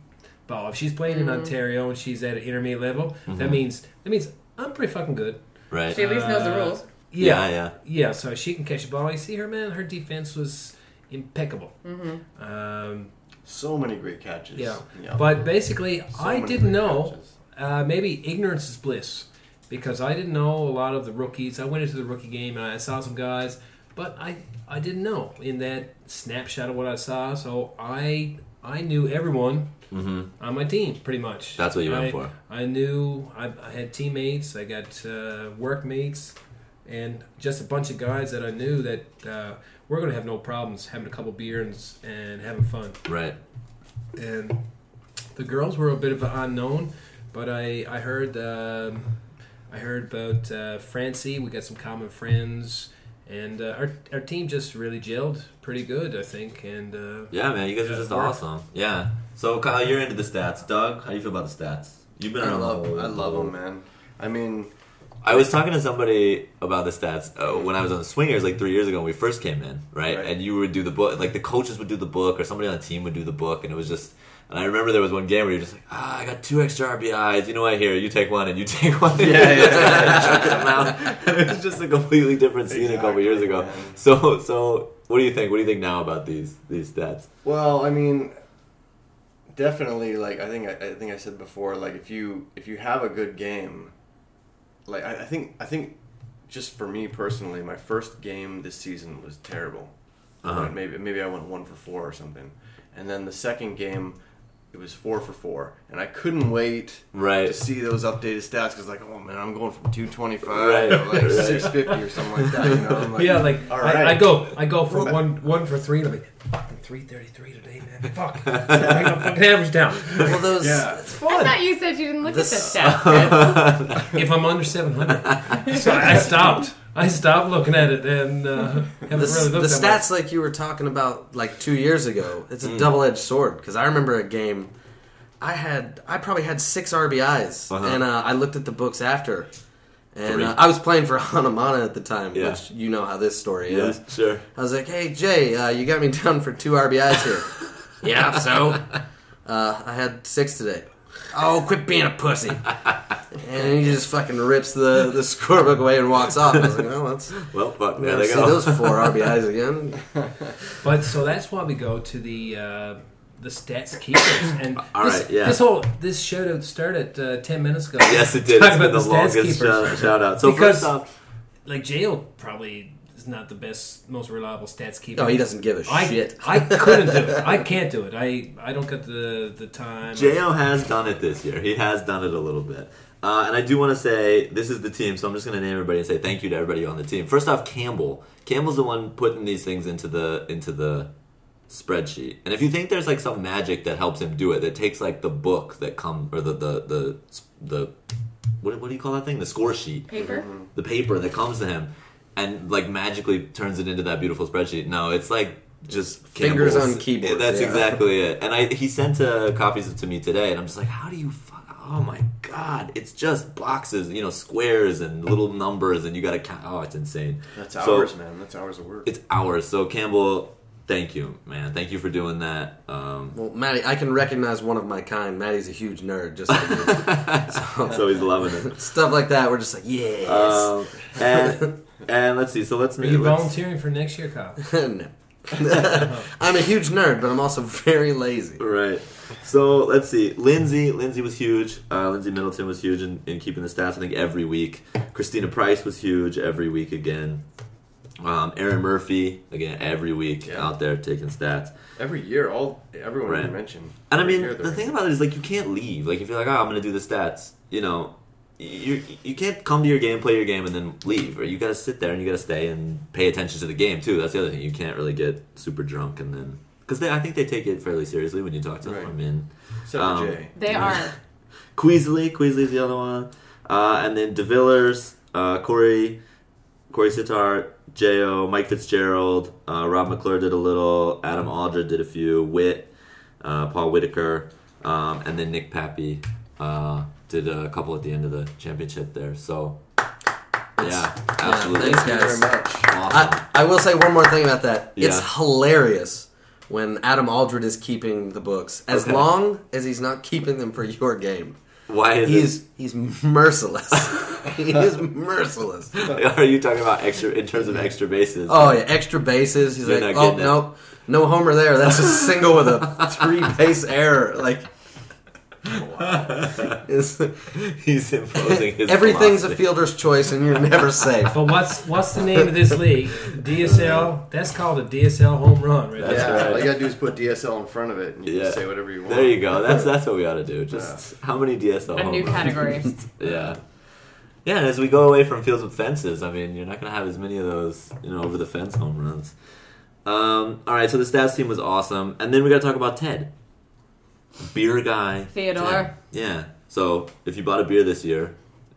Speaker 4: ball. If she's playing in Ontario and she's at an intermediate level,
Speaker 3: Mm-hmm.
Speaker 4: that means that means I'm pretty fucking good.
Speaker 3: Right.
Speaker 5: She at least knows the rules.
Speaker 3: Yeah, yeah.
Speaker 4: Yeah, so she can catch the ball. I see her, man. Her defense was impeccable. Um,
Speaker 6: so many great catches.
Speaker 4: yeah. But basically, I didn't know. Uh, maybe ignorance is bliss because I didn't know a lot of the rookies. I went into the rookie game and I saw some guys, but I I didn't know in that snapshot of what I saw. So I I knew everyone on my team pretty much.
Speaker 3: Mm-hmm. That's what you went
Speaker 4: I-
Speaker 3: for.
Speaker 4: I knew I, I had teammates. I got uh, workmates. And just a bunch of guys that I knew that uh, we're gonna have no problems having a couple beers and having fun
Speaker 3: Right.
Speaker 4: and the girls were a bit of an unknown, but I I heard um, I heard about uh, Francie. We got some common friends, and uh, our our team just really gelled pretty good, I think. And uh,
Speaker 3: Yeah, man, you guys are
Speaker 4: Yeah,
Speaker 3: just
Speaker 4: work.
Speaker 3: awesome. Yeah. So Kyle, you're into the stats. Doug, how do you feel about the stats? You've been
Speaker 6: I
Speaker 3: around.
Speaker 6: love,
Speaker 3: the whole-
Speaker 6: I love them, man. I mean,
Speaker 3: I was talking to somebody about the stats uh, when I was on Swingers like three years ago when we first came in, right?
Speaker 6: Right.
Speaker 3: And you would do the book, like the coaches would do the book, or somebody on the team would do the book, and it was just. And I remember there was one game where you're just like, ah, I got two extra RBIs. You know what? Here, you take one, and you take one. Yeah, yeah. it was just a completely different scene a couple
Speaker 6: Exactly,
Speaker 3: years ago.
Speaker 6: man.
Speaker 3: So, so what do you think? What do you think now about these these stats?
Speaker 6: well, I mean, definitely. Like I think I, I think I said before. Like if you if you have a good game, like I, I think I think just for me personally, my first game this season was terrible.
Speaker 3: Uh-huh.
Speaker 6: Like, Maybe maybe I went one for four or something, and then the second game, it was four for four, and I couldn't wait
Speaker 3: Right.
Speaker 6: to see those updated stats because like, oh man, I'm going from two twenty
Speaker 3: Right,
Speaker 6: five to like
Speaker 3: right.
Speaker 6: six fifty or something like that. You know? I'm
Speaker 4: yeah, like
Speaker 6: all
Speaker 4: I, I
Speaker 6: right.
Speaker 4: go, I go for one, one for three, and I'm like, fucking three thirty-three today, man. Fuck, bring my fucking average down.
Speaker 1: Well, those
Speaker 6: Yeah.
Speaker 1: it's
Speaker 5: I
Speaker 1: fun.
Speaker 5: thought you said you didn't look
Speaker 1: This-
Speaker 5: at the stats.
Speaker 4: If I'm under seven hundred, so I stopped. I stopped looking at it, and uh, haven't
Speaker 1: The,
Speaker 4: really
Speaker 1: the
Speaker 4: looked at
Speaker 1: stats like you were talking about like two years ago. It's a double-edged sword because I remember a game. I had I probably had six RBIs,
Speaker 3: Uh-huh.
Speaker 1: and uh, I looked at the books after, and
Speaker 3: Three.
Speaker 1: uh, I was playing for Hanamana at the time,
Speaker 3: Yeah.
Speaker 1: which you know how this story
Speaker 3: Yeah,
Speaker 1: is.
Speaker 3: sure.
Speaker 1: I was like, "Hey Jay, uh, you got me down for two RBIs here." yeah, so uh, I had six today. Oh, quit being a pussy! and he just fucking rips the the scorebook away and walks off. I was like, "Oh, that's
Speaker 3: Well, fuck. There
Speaker 1: never
Speaker 3: they
Speaker 1: see
Speaker 3: go.
Speaker 1: those four RBIs again."
Speaker 4: But so that's why we go to the uh, the stats keepers. And
Speaker 3: All
Speaker 4: this,
Speaker 3: right, yeah.
Speaker 4: this whole this show out started uh, ten minutes ago.
Speaker 3: yes, it did.
Speaker 4: Talk
Speaker 3: It's been the,
Speaker 4: stats
Speaker 3: longest
Speaker 4: keepers.
Speaker 3: shout, shout out. So
Speaker 4: Because-
Speaker 3: first off,
Speaker 4: Like Jail probably is not the best, most reliable stats keeper.
Speaker 1: No, Oh, he doesn't give a
Speaker 4: I,
Speaker 1: shit.
Speaker 4: I couldn't do it. I can't do it. I, I don't get the the time.
Speaker 3: Jo has done it this year. He has done it a little bit. Uh, and I do want to say this is the team, so I'm just going to name everybody and say thank you to everybody on the team. First off, Campbell. Campbell's the one putting these things into the into the spreadsheet. And if you think there's like some magic that helps him do it, that takes like the book that come or the the the the what, what do you call that thing? The score sheet.
Speaker 5: Paper.
Speaker 3: the paper that comes to him and like magically turns it into that beautiful spreadsheet. No, it's like just
Speaker 1: Fingers
Speaker 3: Campbell's-
Speaker 1: on keyboard,
Speaker 3: That's
Speaker 1: yeah.
Speaker 3: exactly it. And I he sent uh, copies to me today, and I'm just like, how do you? Fuck? Oh my god, it's just boxes, you know, squares and little numbers, and you got to count. Oh, it's insane.
Speaker 6: That's
Speaker 3: So-
Speaker 6: hours, man. That's hours of work.
Speaker 3: It's hours. So Campbell, thank you, man. Thank you for doing that. Um,
Speaker 1: Well, Maddie, I can recognize one of my kind. Maddie's a huge nerd, just like me.
Speaker 3: so he's loving it.
Speaker 1: stuff like that. We're just like, yes.
Speaker 3: Um, and, and let's see. So let's.
Speaker 4: Are you
Speaker 3: let's
Speaker 4: volunteering for next year, Kyle?
Speaker 3: Um,
Speaker 1: no. I'm a huge nerd, but I'm also very lazy.
Speaker 3: Right. So let's see. Lindsay, Lindsay was huge. Uh, Lindsay Middleton was huge in, in keeping the stats. I think every week. Christina Price was huge every week again. Um, Aaron Murphy again every week
Speaker 6: Yeah.
Speaker 3: out there taking stats.
Speaker 6: Every year, all everyone
Speaker 3: Right.
Speaker 6: you mentioned.
Speaker 3: And I
Speaker 6: every
Speaker 3: mean,
Speaker 6: year
Speaker 3: the
Speaker 6: they're-
Speaker 3: thing about it is like you can't leave. Like if you're like, oh, I'm gonna do the stats, you know, you you can't come to your game, play your game, and then leave. Or you gotta sit there and you gotta stay and pay attention to the game too. That's the other thing. You can't really get super drunk and then because I think they take it fairly seriously when you talk to
Speaker 6: Right.
Speaker 3: them. I mean.
Speaker 6: except for
Speaker 3: um,
Speaker 6: Jay.
Speaker 5: They are.
Speaker 3: Queasley, Queasley's the other one, uh, and then DeVillers, uh, Corey, Corey Sitar, Jo, Mike Fitzgerald, uh, Rob McClure did a little, Adam Aldred did a few, Witt, uh, Paul Whitaker, um, and then Nick Pappy uh, did a couple at the end of the championship there. So, yeah, absolutely,
Speaker 1: thanks,
Speaker 6: Thank you very
Speaker 1: guys.
Speaker 6: much.
Speaker 3: awesome.
Speaker 1: I, I will say one more thing about that.
Speaker 3: Yeah.
Speaker 1: It's hilarious when Adam Aldred is keeping the books, as
Speaker 3: Okay.
Speaker 1: long as he's not keeping them for your game.
Speaker 3: Why is
Speaker 1: He's he's merciless. he is merciless.
Speaker 3: it? Are you talking about extra in terms of extra bases?
Speaker 1: Oh yeah, extra bases. He's
Speaker 3: You're
Speaker 1: like,
Speaker 3: not
Speaker 1: oh
Speaker 3: getting it."
Speaker 1: nope, no homer there. That's a single with a three base error. Like, it's,
Speaker 3: he's imposing his
Speaker 1: everything's
Speaker 3: philosophy.
Speaker 1: a fielder's choice, and you're never safe.
Speaker 4: But what's what's the name of this league? DSL. That's called a DSL home run, right?
Speaker 3: That's
Speaker 4: there.
Speaker 6: yeah,
Speaker 3: right.
Speaker 6: all you gotta do is put DSL in front of it, and you can say whatever you want.
Speaker 3: There you go. That's that's what we ought to do. Just how many DSL?
Speaker 5: A
Speaker 3: home
Speaker 5: new
Speaker 3: runs?
Speaker 5: category.
Speaker 3: Yeah. Yeah, and as we go away from fields with fences, I mean, you're not going to have as many of those, you know, over the fence home runs. Um, all right, so the stats team was awesome, and then we got to talk about Ted, beer guy.
Speaker 5: Theodore.
Speaker 3: Ted. Yeah. So if you bought a beer this year,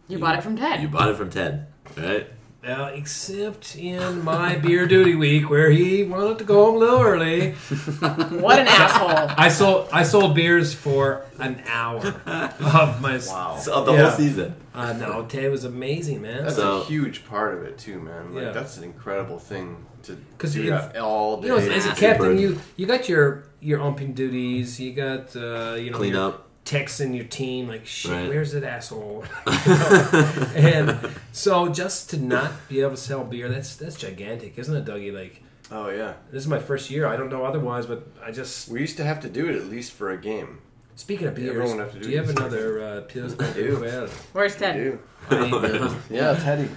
Speaker 5: You bought it from Ted.
Speaker 3: you bought it from Ted, right?
Speaker 4: Well, except in my beer duty week, where he wanted to go home a little early.
Speaker 5: What an asshole.
Speaker 4: I sold I sold beers for an hour of my.
Speaker 6: Wow,
Speaker 3: So, of the
Speaker 4: Yeah.
Speaker 3: whole season.
Speaker 4: Uh, no, Ted was amazing, man.
Speaker 6: that's
Speaker 3: So-
Speaker 6: a huge part of it too, man. Like
Speaker 4: Yeah.
Speaker 6: that's an incredible thing to
Speaker 4: 'Cause
Speaker 6: do
Speaker 4: you-
Speaker 6: that all day.
Speaker 4: You know, as, as a
Speaker 3: Yeah.
Speaker 4: captain,
Speaker 3: Super.
Speaker 4: you you got your your umping duties. You got uh, you know
Speaker 3: Clean
Speaker 4: your
Speaker 3: up.
Speaker 4: texting your team like shit.
Speaker 3: Right.
Speaker 4: Where's that asshole? You know? and so just to not be able to sell beer, that's that's gigantic, isn't it, Dougie? Like
Speaker 6: oh yeah,
Speaker 4: this is my first year. I don't know otherwise, but I just
Speaker 6: we used to have to do it at least for a game.
Speaker 4: speaking of beers,
Speaker 6: Everyone have to
Speaker 4: do,
Speaker 6: do
Speaker 4: you have
Speaker 6: these.
Speaker 4: another uh, Pils
Speaker 6: do.
Speaker 4: Well,
Speaker 5: Where's Ted?
Speaker 6: Do
Speaker 4: I mean,
Speaker 6: yeah, Teddy.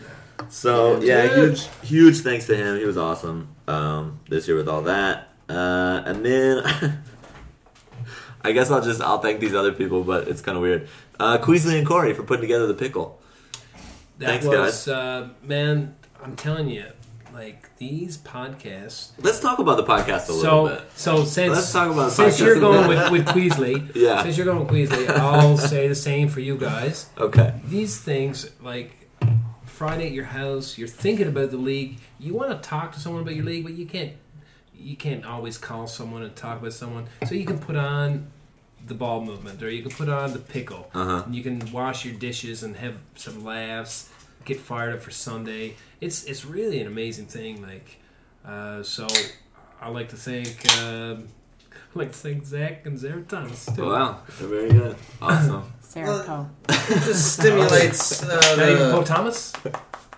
Speaker 3: So yeah, huge, huge thanks to him. He was awesome um, this year with all that. Uh, and then I guess I'll just I'll thank these other people, but it's kind of weird. Uh, Queasley and Corey for putting together the pickle.
Speaker 4: That
Speaker 3: Thanks,
Speaker 4: was, Uh, man, I'm telling you, like these podcasts.
Speaker 3: Let's talk about the podcast a little
Speaker 4: So,
Speaker 3: bit.
Speaker 4: so since
Speaker 3: Let's talk about
Speaker 4: since
Speaker 3: podcasts
Speaker 4: you're
Speaker 3: a
Speaker 4: going
Speaker 3: little
Speaker 4: with, with Queasley,
Speaker 3: Yeah.
Speaker 4: Since you're going with Queasley, I'll say the same for you guys.
Speaker 3: Okay.
Speaker 4: These things like. Friday at your house, you're thinking about the league. You want to talk to someone about your league, but you can't. You can't always call someone and talk about someone. So you can put on the ball movement, or you can put on the pickle.
Speaker 3: Uh-huh.
Speaker 4: And you can wash your dishes and have some laughs, get fired up for Sunday. It's it's really an amazing thing. Like, uh, so I like to thank um I like to thank Zach and Zara Thomas too.
Speaker 3: Wow, they're very good. Awesome.
Speaker 5: Sarah Poe.
Speaker 1: It just stimulates uh,
Speaker 4: Not even Poe
Speaker 1: the,
Speaker 4: Thomas.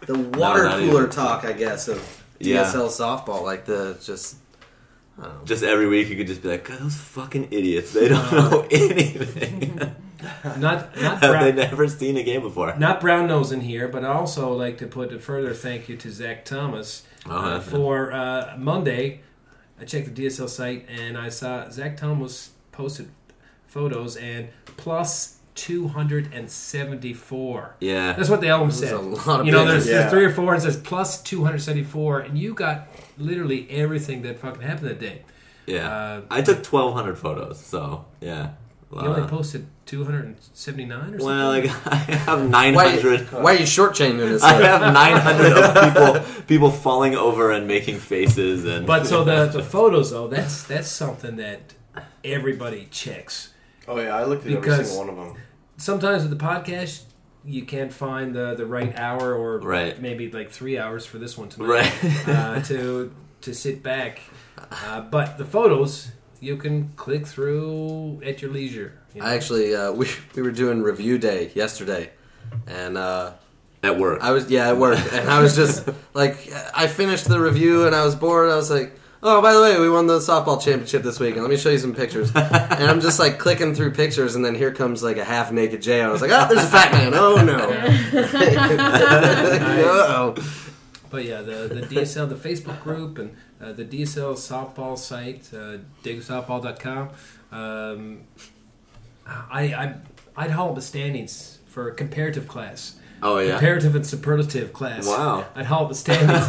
Speaker 1: the water
Speaker 3: No, not
Speaker 1: cooler
Speaker 3: even.
Speaker 1: talk, I guess, of
Speaker 3: Yeah.
Speaker 1: DSL softball. Like the just
Speaker 3: just every week you could just be like, God, those fucking idiots. They don't know anything.
Speaker 4: Not Uh, not
Speaker 3: Have they
Speaker 4: Brown,
Speaker 3: never seen a game before?
Speaker 4: not Brown Nose in here, but I also like to put a further thank you to Zach Thomas uh,
Speaker 3: Uh-huh.
Speaker 4: for uh, Monday. I checked the DSL site and I saw Zach Thomas posted photos and plus two hundred and seventy four.
Speaker 3: Yeah.
Speaker 4: That's what the album
Speaker 1: there's
Speaker 4: said.
Speaker 1: a lot of
Speaker 4: You know, there's,
Speaker 1: pictures.
Speaker 4: there's
Speaker 6: Yeah.
Speaker 4: three or four, and it says plus 274, and you got literally everything that fucking happened that day.
Speaker 3: Yeah.
Speaker 4: Uh,
Speaker 3: I took 1,200 photos, so yeah.
Speaker 4: You only
Speaker 3: Uh,
Speaker 4: posted 279 or something?
Speaker 3: well, like, I have
Speaker 1: why,
Speaker 3: 900.
Speaker 1: why are you shortchanging this?
Speaker 3: I
Speaker 1: thing?
Speaker 3: have 900 of people people falling over and making faces and
Speaker 4: but so the, the photos, though, that's, that's something that everybody checks.
Speaker 6: Oh yeah, I looked at every
Speaker 4: Because-
Speaker 6: single one of them.
Speaker 4: sometimes with the podcast you can't find the the right hour or
Speaker 3: Right.
Speaker 4: maybe like three hours for this one tonight
Speaker 3: Right.
Speaker 4: uh, to to sit back. Uh, but the photos you can click through at your leisure. you know.
Speaker 1: I actually uh, we we were doing review day yesterday, and uh,
Speaker 3: at work.
Speaker 1: I was yeah at work, and I was just like I finished the review and I was bored. I was like, oh by the way, we won the softball championship this week, and let me show you some pictures. and I'm just like clicking through pictures, and then here comes like a half naked Jay. and I was like, oh, there's a fat man. Oh no. Uh-oh.
Speaker 4: But yeah, the, the DSL, the Facebook group, and uh, the DSL softball site, uh, digsoftball.com. Um, I, I, I'd haul the standings for comparative class.
Speaker 3: oh yeah.
Speaker 4: Comparative and superlative class.
Speaker 3: Wow.
Speaker 4: I'd haul the standings.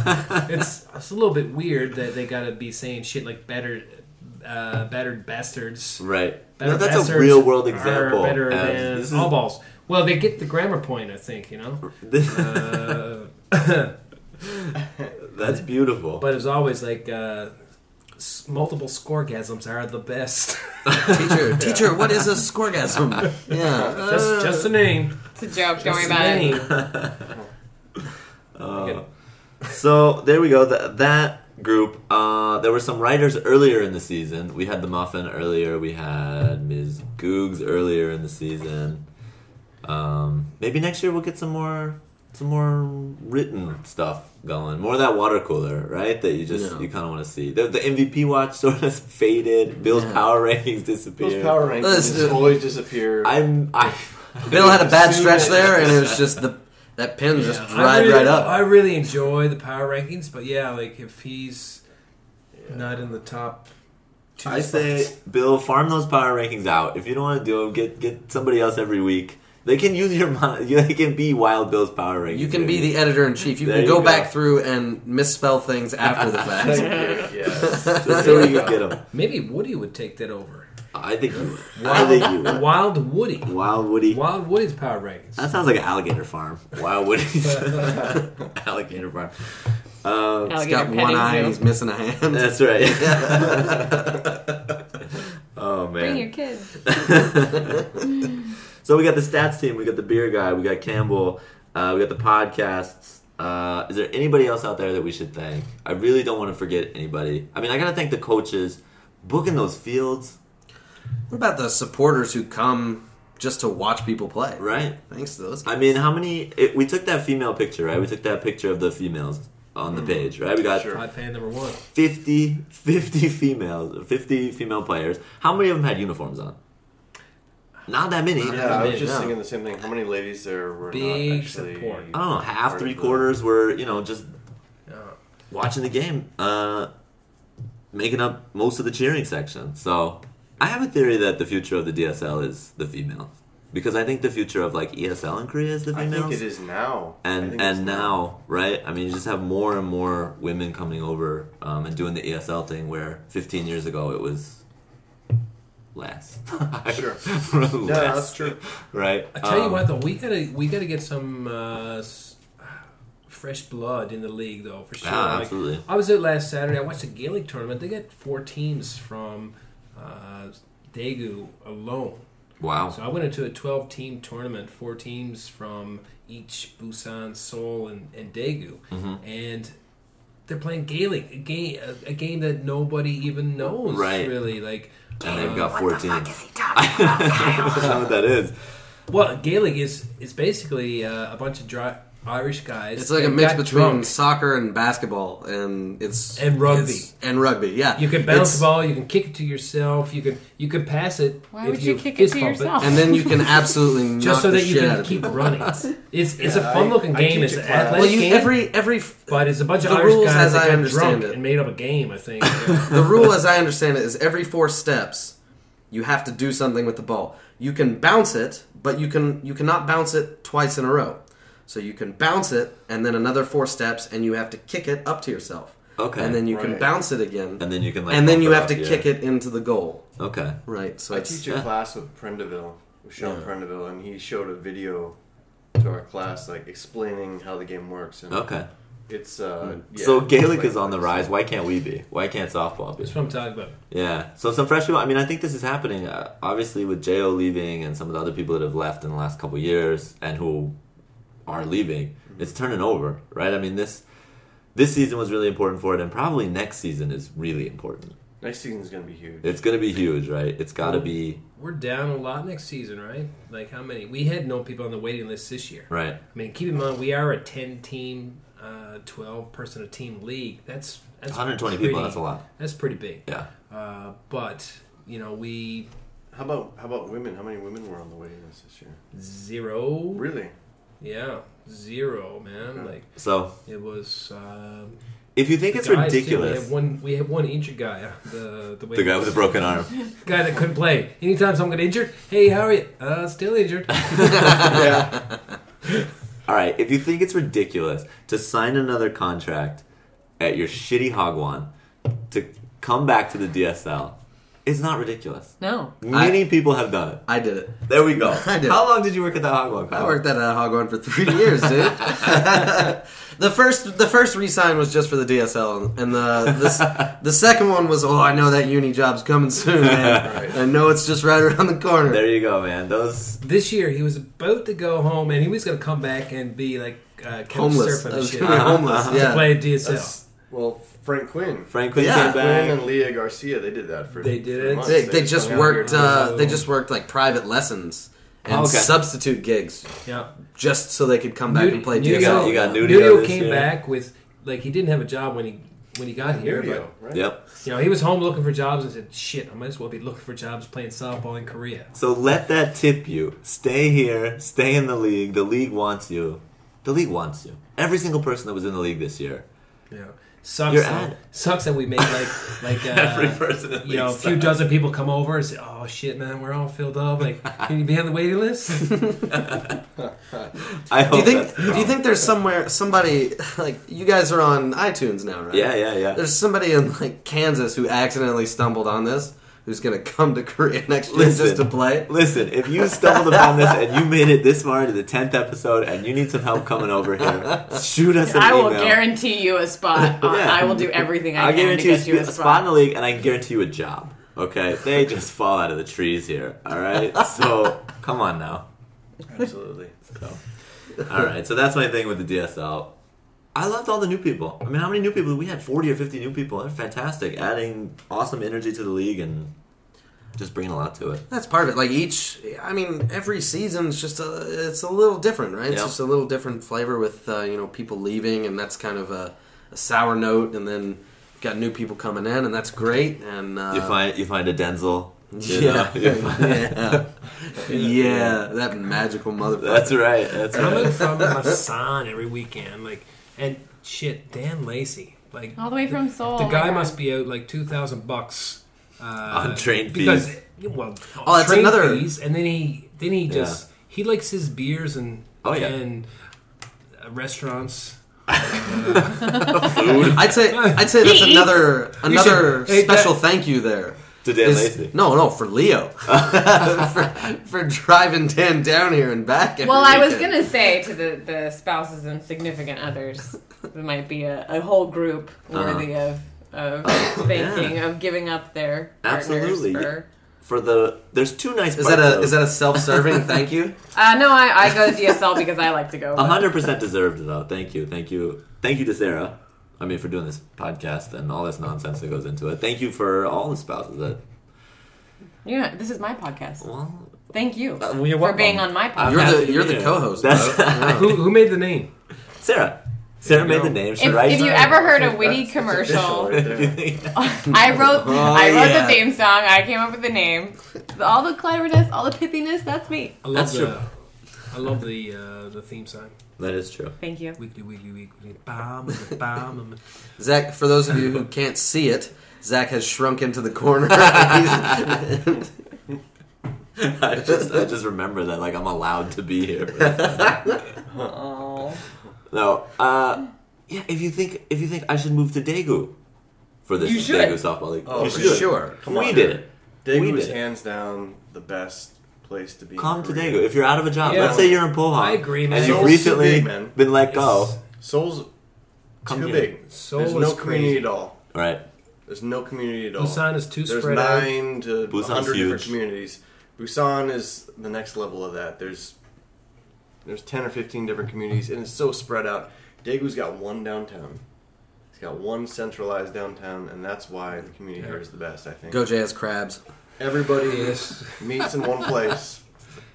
Speaker 4: it's, it's a little bit weird that they gotta be saying shit like battered, uh, battered bastards.
Speaker 3: right.
Speaker 4: Better
Speaker 3: No, that's a
Speaker 4: bastards
Speaker 3: real world
Speaker 4: are
Speaker 3: example.
Speaker 4: Better
Speaker 3: Abs.
Speaker 4: than
Speaker 3: This is-
Speaker 4: all balls. Well, they get the grammar point, I think. You know. Uh,
Speaker 3: that's beautiful.
Speaker 4: But as always, like uh, s- multiple scoregasms are the best.
Speaker 1: Teacher, teacher, what is a scorgasm? Yeah.
Speaker 4: just, just a name.
Speaker 5: It's a joke. Don't worry
Speaker 4: Just a
Speaker 5: about it.
Speaker 4: name.
Speaker 3: Uh, so there we go. That, that group. Uh, there were some writers earlier in the season. We had the Muffin earlier. We had Ms. Googs earlier in the season. Um, maybe next year we'll get some more, some more written stuff going. More of that water cooler, right? That you just
Speaker 1: Yeah.
Speaker 3: you kind of want to see. The, the MVP watch sort of faded. Bill's
Speaker 1: Yeah.
Speaker 3: power rankings disappeared.
Speaker 6: Those power rankings
Speaker 1: Let's
Speaker 6: just
Speaker 1: do-
Speaker 6: always disappear.
Speaker 3: I'm I.
Speaker 1: Uh, Bill had a bad stretch there, and it was just the that pin just
Speaker 4: Yeah, I
Speaker 1: dried
Speaker 4: really-
Speaker 1: right up.
Speaker 4: I really enjoy the power rankings, but yeah, like if he's not in the top two,
Speaker 3: I
Speaker 4: spots-
Speaker 3: say, Bill, farm those power rankings out. If you don't want to do them, get get somebody else every week. They can use your mon- They can be Wild Bill's power rankings.
Speaker 1: You can be
Speaker 3: maybe.
Speaker 1: the editor in chief. You
Speaker 3: There
Speaker 1: can
Speaker 3: you
Speaker 1: go,
Speaker 3: go.
Speaker 1: back through and misspell things after the
Speaker 6: Thank
Speaker 1: fact.
Speaker 6: you. Yes.
Speaker 3: Just so you can get them.
Speaker 4: maybe Woody would take that over.
Speaker 3: I think you would. I think you would.
Speaker 4: Wild Woody,
Speaker 3: Wild Woody.
Speaker 4: Wild Woody's power rankings.
Speaker 3: That sounds like an alligator farm. Wild Woody's alligator farm. Um,
Speaker 1: He's
Speaker 5: Alligator
Speaker 1: got one
Speaker 5: petting
Speaker 1: eye and
Speaker 5: zoo.
Speaker 1: he's missing a hand.
Speaker 3: that's right. oh man.
Speaker 5: Bring your kids.
Speaker 3: So we got the stats team, we got the beer guy, we got Campbell, uh, we got the podcasts. Uh, is there anybody else out there that we should thank? I really don't want to forget anybody. I mean, I gotta thank the coaches booking those fields,
Speaker 1: What about the supporters who come just to watch people play?
Speaker 3: right?
Speaker 1: Thanks to those guys.
Speaker 3: I mean, how many? It, we took that female picture, right? We took that picture of the females on the page, right? We got
Speaker 4: Pod fan number one.
Speaker 3: 50, 50 females, 50 female players. How many of them had uniforms on? Not that many.
Speaker 1: Yeah,
Speaker 6: Yeah, I was
Speaker 1: big,
Speaker 6: just
Speaker 1: no.
Speaker 6: thinking the same thing. How many ladies there were not
Speaker 4: Big
Speaker 6: actually?
Speaker 4: support.
Speaker 3: I don't know, half,
Speaker 6: part
Speaker 3: three
Speaker 6: of the-
Speaker 3: quarters were, you know, just
Speaker 4: Uh,
Speaker 3: watching the game, uh, making up most of the cheering section. So I have a theory that the future of the DSL is the female. Because I think the future of like ESL in Korea is the
Speaker 6: I
Speaker 3: females.
Speaker 6: think it is now. I
Speaker 3: and
Speaker 6: think it's
Speaker 3: and now right i mean you just have more and more women coming over um, and doing the esl thing where 15 years ago it was less
Speaker 6: Sure.
Speaker 3: no
Speaker 6: No, that's true.
Speaker 3: right
Speaker 4: I tell you
Speaker 3: Um,
Speaker 4: what, though, we gotta we gotta get some uh, s- fresh blood in the league, though, for sure.
Speaker 3: Yeah,
Speaker 4: Like,
Speaker 3: Ah, absolutely.
Speaker 4: I was there last Saturday. I watched the Gaelic tournament. They got four teams from uh, Daegu alone.
Speaker 3: wow
Speaker 4: So I went into a 12 team tournament, four teams from each Busan, Seoul, and, and Daegu.
Speaker 3: Mm-hmm.
Speaker 4: And they're playing Gaelic, a game, a, a game that nobody even knows,
Speaker 3: Right.
Speaker 4: really. Like,
Speaker 3: and
Speaker 4: uh,
Speaker 3: they've got 14 i don't know what that is
Speaker 4: well, Gaelic is, is basically uh, a bunch of dry, Irish guys.
Speaker 1: It's like a
Speaker 4: that
Speaker 1: mix
Speaker 4: got
Speaker 1: between
Speaker 4: drunk.
Speaker 1: soccer and basketball, and it's
Speaker 4: And rugby.
Speaker 1: it's- and rugby. Yeah,
Speaker 4: You can bounce
Speaker 1: It's-
Speaker 4: the ball. You can kick it to yourself. You can you can pass it.
Speaker 5: Why
Speaker 4: if
Speaker 5: would you kick it
Speaker 4: fist
Speaker 5: to
Speaker 4: bump
Speaker 5: yourself?
Speaker 1: and then you can absolutely knock
Speaker 4: Just so
Speaker 1: the
Speaker 4: that you
Speaker 1: shit out
Speaker 4: can
Speaker 1: of
Speaker 4: keep
Speaker 1: people.
Speaker 4: running. It's it's
Speaker 6: Yeah,
Speaker 4: a
Speaker 6: I-
Speaker 4: fun looking
Speaker 6: I
Speaker 4: game.
Speaker 6: teach
Speaker 4: It's
Speaker 6: a
Speaker 4: an
Speaker 6: class.
Speaker 4: athletic
Speaker 1: Well, you,
Speaker 4: game.
Speaker 1: every every f-
Speaker 4: But it's a bunch of
Speaker 1: The
Speaker 4: Irish
Speaker 1: rules,
Speaker 4: guys
Speaker 1: as
Speaker 4: that
Speaker 1: I
Speaker 4: got
Speaker 1: understand
Speaker 4: drunk
Speaker 1: it.
Speaker 4: and made up a game. I think.
Speaker 1: the rule, as I understand it, is every four steps you have to do something with the ball. You can bounce it, but you can you cannot bounce it twice in a row. So you can bounce it and then another four steps, and you have to kick it up to yourself.
Speaker 3: Okay.
Speaker 1: and then you can
Speaker 6: Right.
Speaker 1: bounce it again,
Speaker 3: and then you can like
Speaker 1: and then
Speaker 3: bump
Speaker 1: you
Speaker 3: it
Speaker 1: have
Speaker 3: up,
Speaker 1: to
Speaker 3: yeah.
Speaker 1: kick it into the goal.
Speaker 3: okay
Speaker 1: Right. So
Speaker 6: I
Speaker 1: it's
Speaker 6: teach a class with Prendeville, with Sean Prendeville, and he showed a video to our class like explaining how the game works. And
Speaker 3: okay Mm.
Speaker 6: It's uh. yeah,
Speaker 3: so
Speaker 6: it's
Speaker 3: gaelic
Speaker 6: like-
Speaker 3: is on the rise why can't we be why can't softball be
Speaker 4: That's what I'm talking about.
Speaker 3: Yeah. So some fresh people. I mean, I think this is happening. Uh, obviously, with Jo leaving and some of the other people that have left in the last couple years and who are leaving,
Speaker 4: Mm-hmm.
Speaker 3: it's turning over, right? I mean this this season was really important for it, and probably next season is really important.
Speaker 6: Next season's gonna be huge.
Speaker 3: It's going to be huge, right? It's got to be
Speaker 4: We're down a lot next season, right? Like how many? We had no people on the waiting list this year.
Speaker 3: right.
Speaker 4: I mean, keep in mind we are a ten team, uh, twelve person a team league. That's that's
Speaker 3: 120
Speaker 4: pretty-
Speaker 3: people. That's a lot.
Speaker 4: That's pretty big.
Speaker 3: Yeah.
Speaker 4: Uh, but you know we
Speaker 6: How about how about women? How many women were on the waiting list this year?
Speaker 4: zero.
Speaker 6: Really?
Speaker 4: Yeah, zero,
Speaker 3: Hmm.
Speaker 4: man. Like
Speaker 3: So
Speaker 4: it was. Um,
Speaker 3: if you think it's
Speaker 4: guys, too. We
Speaker 3: ridiculous,
Speaker 4: had one. We had one injured guy. uh, The the,
Speaker 3: the guy with a broken arm.
Speaker 4: guy that couldn't play. Anytime someone got injured, hey, how are you? Uh, still injured.
Speaker 3: All right, if you think it's ridiculous to sign another contract at your shitty hogwan to come back to the DSL, it's not ridiculous.
Speaker 5: No.
Speaker 3: Many people have done it.
Speaker 1: I did it.
Speaker 3: There we go.
Speaker 1: I did.
Speaker 3: How long did you work at that hogwan?
Speaker 1: I
Speaker 3: Kyle?
Speaker 1: worked that ad hoc one for three years, dude. the first the first resign was just for the DSL, and the this, the second one was oh I know that uni job's coming soon, man.
Speaker 6: Right.
Speaker 1: I know it's just right around the corner.
Speaker 3: There you go, man. Those
Speaker 4: this year, he was about to go home, and he was going to come back and be like uh, couch
Speaker 1: homeless,
Speaker 4: surfing
Speaker 1: I
Speaker 4: and
Speaker 1: was
Speaker 4: shit. Uh-huh.
Speaker 1: gonna be
Speaker 3: Uh-huh.
Speaker 1: homeless.
Speaker 4: To
Speaker 1: Yeah,
Speaker 4: play DSL.
Speaker 6: That's- Well, Frank Quinn.
Speaker 3: Franklin
Speaker 1: Yeah.
Speaker 3: came
Speaker 6: Quinn and
Speaker 3: back.
Speaker 6: Leah Garcia, they did that for.
Speaker 4: They did
Speaker 6: three
Speaker 4: it.
Speaker 6: months.
Speaker 1: they, they just
Speaker 6: hung out
Speaker 1: worked.
Speaker 6: here.
Speaker 1: Uh, they just worked like private lessons and
Speaker 3: Oh, Okay.
Speaker 1: substitute gigs
Speaker 4: yeah.
Speaker 1: just so they could come back and play
Speaker 3: you
Speaker 1: DSL.
Speaker 3: got- you got Nudio this
Speaker 4: came
Speaker 3: year.
Speaker 4: back with like he didn't have a job when he when he got here,
Speaker 6: Video,
Speaker 4: but.
Speaker 6: right?
Speaker 3: Yep.
Speaker 4: You know, he was home looking for jobs and said, "Shit, I might as well be looking for jobs playing softball in Korea."
Speaker 3: So let that tip you. Stay here. Stay in the league. The league wants you. The league wants you. Every single person that was in the league this year.
Speaker 4: Yeah, sucks.
Speaker 3: You're
Speaker 4: That,
Speaker 3: at-
Speaker 4: sucks that we made like like uh,
Speaker 3: Every person in the
Speaker 4: you know, a
Speaker 3: league
Speaker 4: few
Speaker 3: sucks.
Speaker 4: dozen people come over and say, "Oh shit, man, we're all filled up. Like, can you be on the waiting list?"
Speaker 3: I
Speaker 1: Do
Speaker 3: hope
Speaker 1: you think?
Speaker 3: that's the
Speaker 1: Do you
Speaker 3: problem.
Speaker 1: think there's somewhere somebody like you guys are on iTunes now, right?
Speaker 3: Yeah, yeah, yeah.
Speaker 1: There's somebody in like Kansas who accidentally stumbled on this, who's gonna come to Korea next year
Speaker 3: Listen.
Speaker 1: just to play.
Speaker 3: Listen, if you stumbled upon this and you made it this far into the tenth episode and you need some help coming over here, shoot us an
Speaker 5: I will
Speaker 3: email.
Speaker 5: guarantee you a spot. Uh,
Speaker 3: Yeah.
Speaker 5: I will do everything I
Speaker 3: I'll
Speaker 5: can
Speaker 3: guarantee
Speaker 5: to
Speaker 3: you
Speaker 5: get you
Speaker 3: a spot in the league, and I can guarantee you a job. Okay, they just fall out of the trees here. All right, so come on now.
Speaker 6: Absolutely.
Speaker 3: All right, so that's my thing with the DSL. I loved all the new people. I mean, how many new people we had? Forty or fifty new people. They're fantastic, adding awesome energy to the league and just bringing a lot to it.
Speaker 1: That's part of it. Like each, I mean, every season's just a, it's a little different, right? It's
Speaker 3: Yeah.
Speaker 1: just a little different flavor with uh, you know people leaving, and that's kind of a, a sour note, and then. Got new people coming in, and that's great. And uh,
Speaker 3: You find you find a Denzel You
Speaker 4: uh,
Speaker 3: know?
Speaker 1: yeah. yeah, that magical motherfucker.
Speaker 3: That's right. That's
Speaker 4: I'm
Speaker 3: right.
Speaker 4: in front of my son every weekend, like, and shit, Dan Lacey, like,
Speaker 5: All the way from Seoul.
Speaker 4: the
Speaker 5: oh my
Speaker 4: guy
Speaker 5: God.
Speaker 4: must be out like two thousand bucks uh,
Speaker 3: On train
Speaker 4: because,
Speaker 3: fees.
Speaker 4: Well,
Speaker 1: Oh, that's
Speaker 4: train
Speaker 1: another-
Speaker 4: fees, and then he then he just he likes his beers and
Speaker 3: Oh, yeah.
Speaker 4: and uh, restaurants.
Speaker 1: I'd say I'd say that's
Speaker 5: He eats.
Speaker 1: another
Speaker 4: You should-
Speaker 1: another
Speaker 4: hey, that-
Speaker 1: special thank you there.
Speaker 3: To Dan
Speaker 1: Is-
Speaker 3: Lacey.
Speaker 1: No, no, for Leo for, for driving Dan down here and back. every
Speaker 5: Well, I was
Speaker 1: weekend.
Speaker 5: gonna say to the, the spouses and significant others, there might be a, a whole group worthy
Speaker 3: Uh-huh.
Speaker 5: of of thanking, of giving up their partners
Speaker 3: Oh, Absolutely.
Speaker 5: for-
Speaker 3: For the there's two nice.
Speaker 1: Is that a is that a self serving thank you?
Speaker 5: Uh, no, I, I go to DSL because I like to go. but-
Speaker 3: hundred percent deserved though? Thank you, thank you, thank you to Sarah. I mean, for doing this podcast and all this nonsense that goes into it. Thank you for all the spouses that.
Speaker 5: Yeah, this is my podcast.
Speaker 3: Well,
Speaker 5: Thank you
Speaker 3: uh, you're
Speaker 5: for
Speaker 3: welcome.
Speaker 5: being on my podcast.
Speaker 3: I'm
Speaker 1: You're
Speaker 3: happy
Speaker 1: the
Speaker 3: to
Speaker 1: you're
Speaker 3: be
Speaker 1: the
Speaker 3: here.
Speaker 1: co-host.
Speaker 3: That's-
Speaker 1: bro. Yeah.
Speaker 4: Who, who made the name?
Speaker 3: Sarah. Sarah made
Speaker 4: go.
Speaker 3: the name. She
Speaker 5: If,
Speaker 3: writes
Speaker 5: if you
Speaker 3: it.
Speaker 5: ever heard a witty
Speaker 6: That's- that's official
Speaker 5: commercial,
Speaker 6: right there.
Speaker 5: I wrote
Speaker 3: Oh,
Speaker 5: I wrote
Speaker 1: yeah.
Speaker 5: the theme song. I came up with the name. All the cleverness, all the pithiness, that's me.
Speaker 4: I love
Speaker 3: That's
Speaker 4: the,
Speaker 3: true.
Speaker 4: I love the uh, the theme song.
Speaker 3: that is true.
Speaker 5: Thank you.
Speaker 4: Weekly, weekly, weekly. Bam, bam.
Speaker 1: Zach, for those of you who can't see it, Zach has shrunk into the corner. He's-
Speaker 3: I just I just remember that like I'm allowed to be here. for this. no, uh, yeah. If you think if you think I should move to Daegu for this
Speaker 5: You should.
Speaker 3: Daegu softball league,
Speaker 6: Oh,
Speaker 3: you
Speaker 6: for
Speaker 3: should do it.
Speaker 1: sure.
Speaker 6: Come
Speaker 3: we
Speaker 6: on.
Speaker 3: did it. We
Speaker 6: Daegu
Speaker 3: did
Speaker 6: is
Speaker 3: it.
Speaker 6: hands down the best place to be. in
Speaker 3: Come to
Speaker 6: Korea.
Speaker 3: Daegu if you're out of a job.
Speaker 4: Yeah.
Speaker 3: Let's say you're in Pohang.
Speaker 4: I agree, man.
Speaker 3: And you've
Speaker 6: Seoul's too
Speaker 3: recently
Speaker 6: big, man.
Speaker 3: been let go.
Speaker 6: Seoul's
Speaker 3: Come
Speaker 6: too
Speaker 3: here.
Speaker 6: big.
Speaker 4: Seoul
Speaker 6: There's
Speaker 4: is
Speaker 6: no community
Speaker 4: crazy.
Speaker 6: at all.
Speaker 3: All right.
Speaker 6: There's no community at all.
Speaker 4: Busan is too
Speaker 6: There's
Speaker 4: spread out.
Speaker 6: nine to
Speaker 3: Busan's
Speaker 6: 100 different
Speaker 3: huge.
Speaker 6: communities. Busan is the next level of that. There's there's 10 or 15 different communities, and it's so spread out. Daegu's got one downtown. It's got one centralized downtown, and that's why the community here is the best, I think.
Speaker 1: Go Jazz Crabs.
Speaker 6: Everybody
Speaker 4: Yes.
Speaker 6: meets in one place.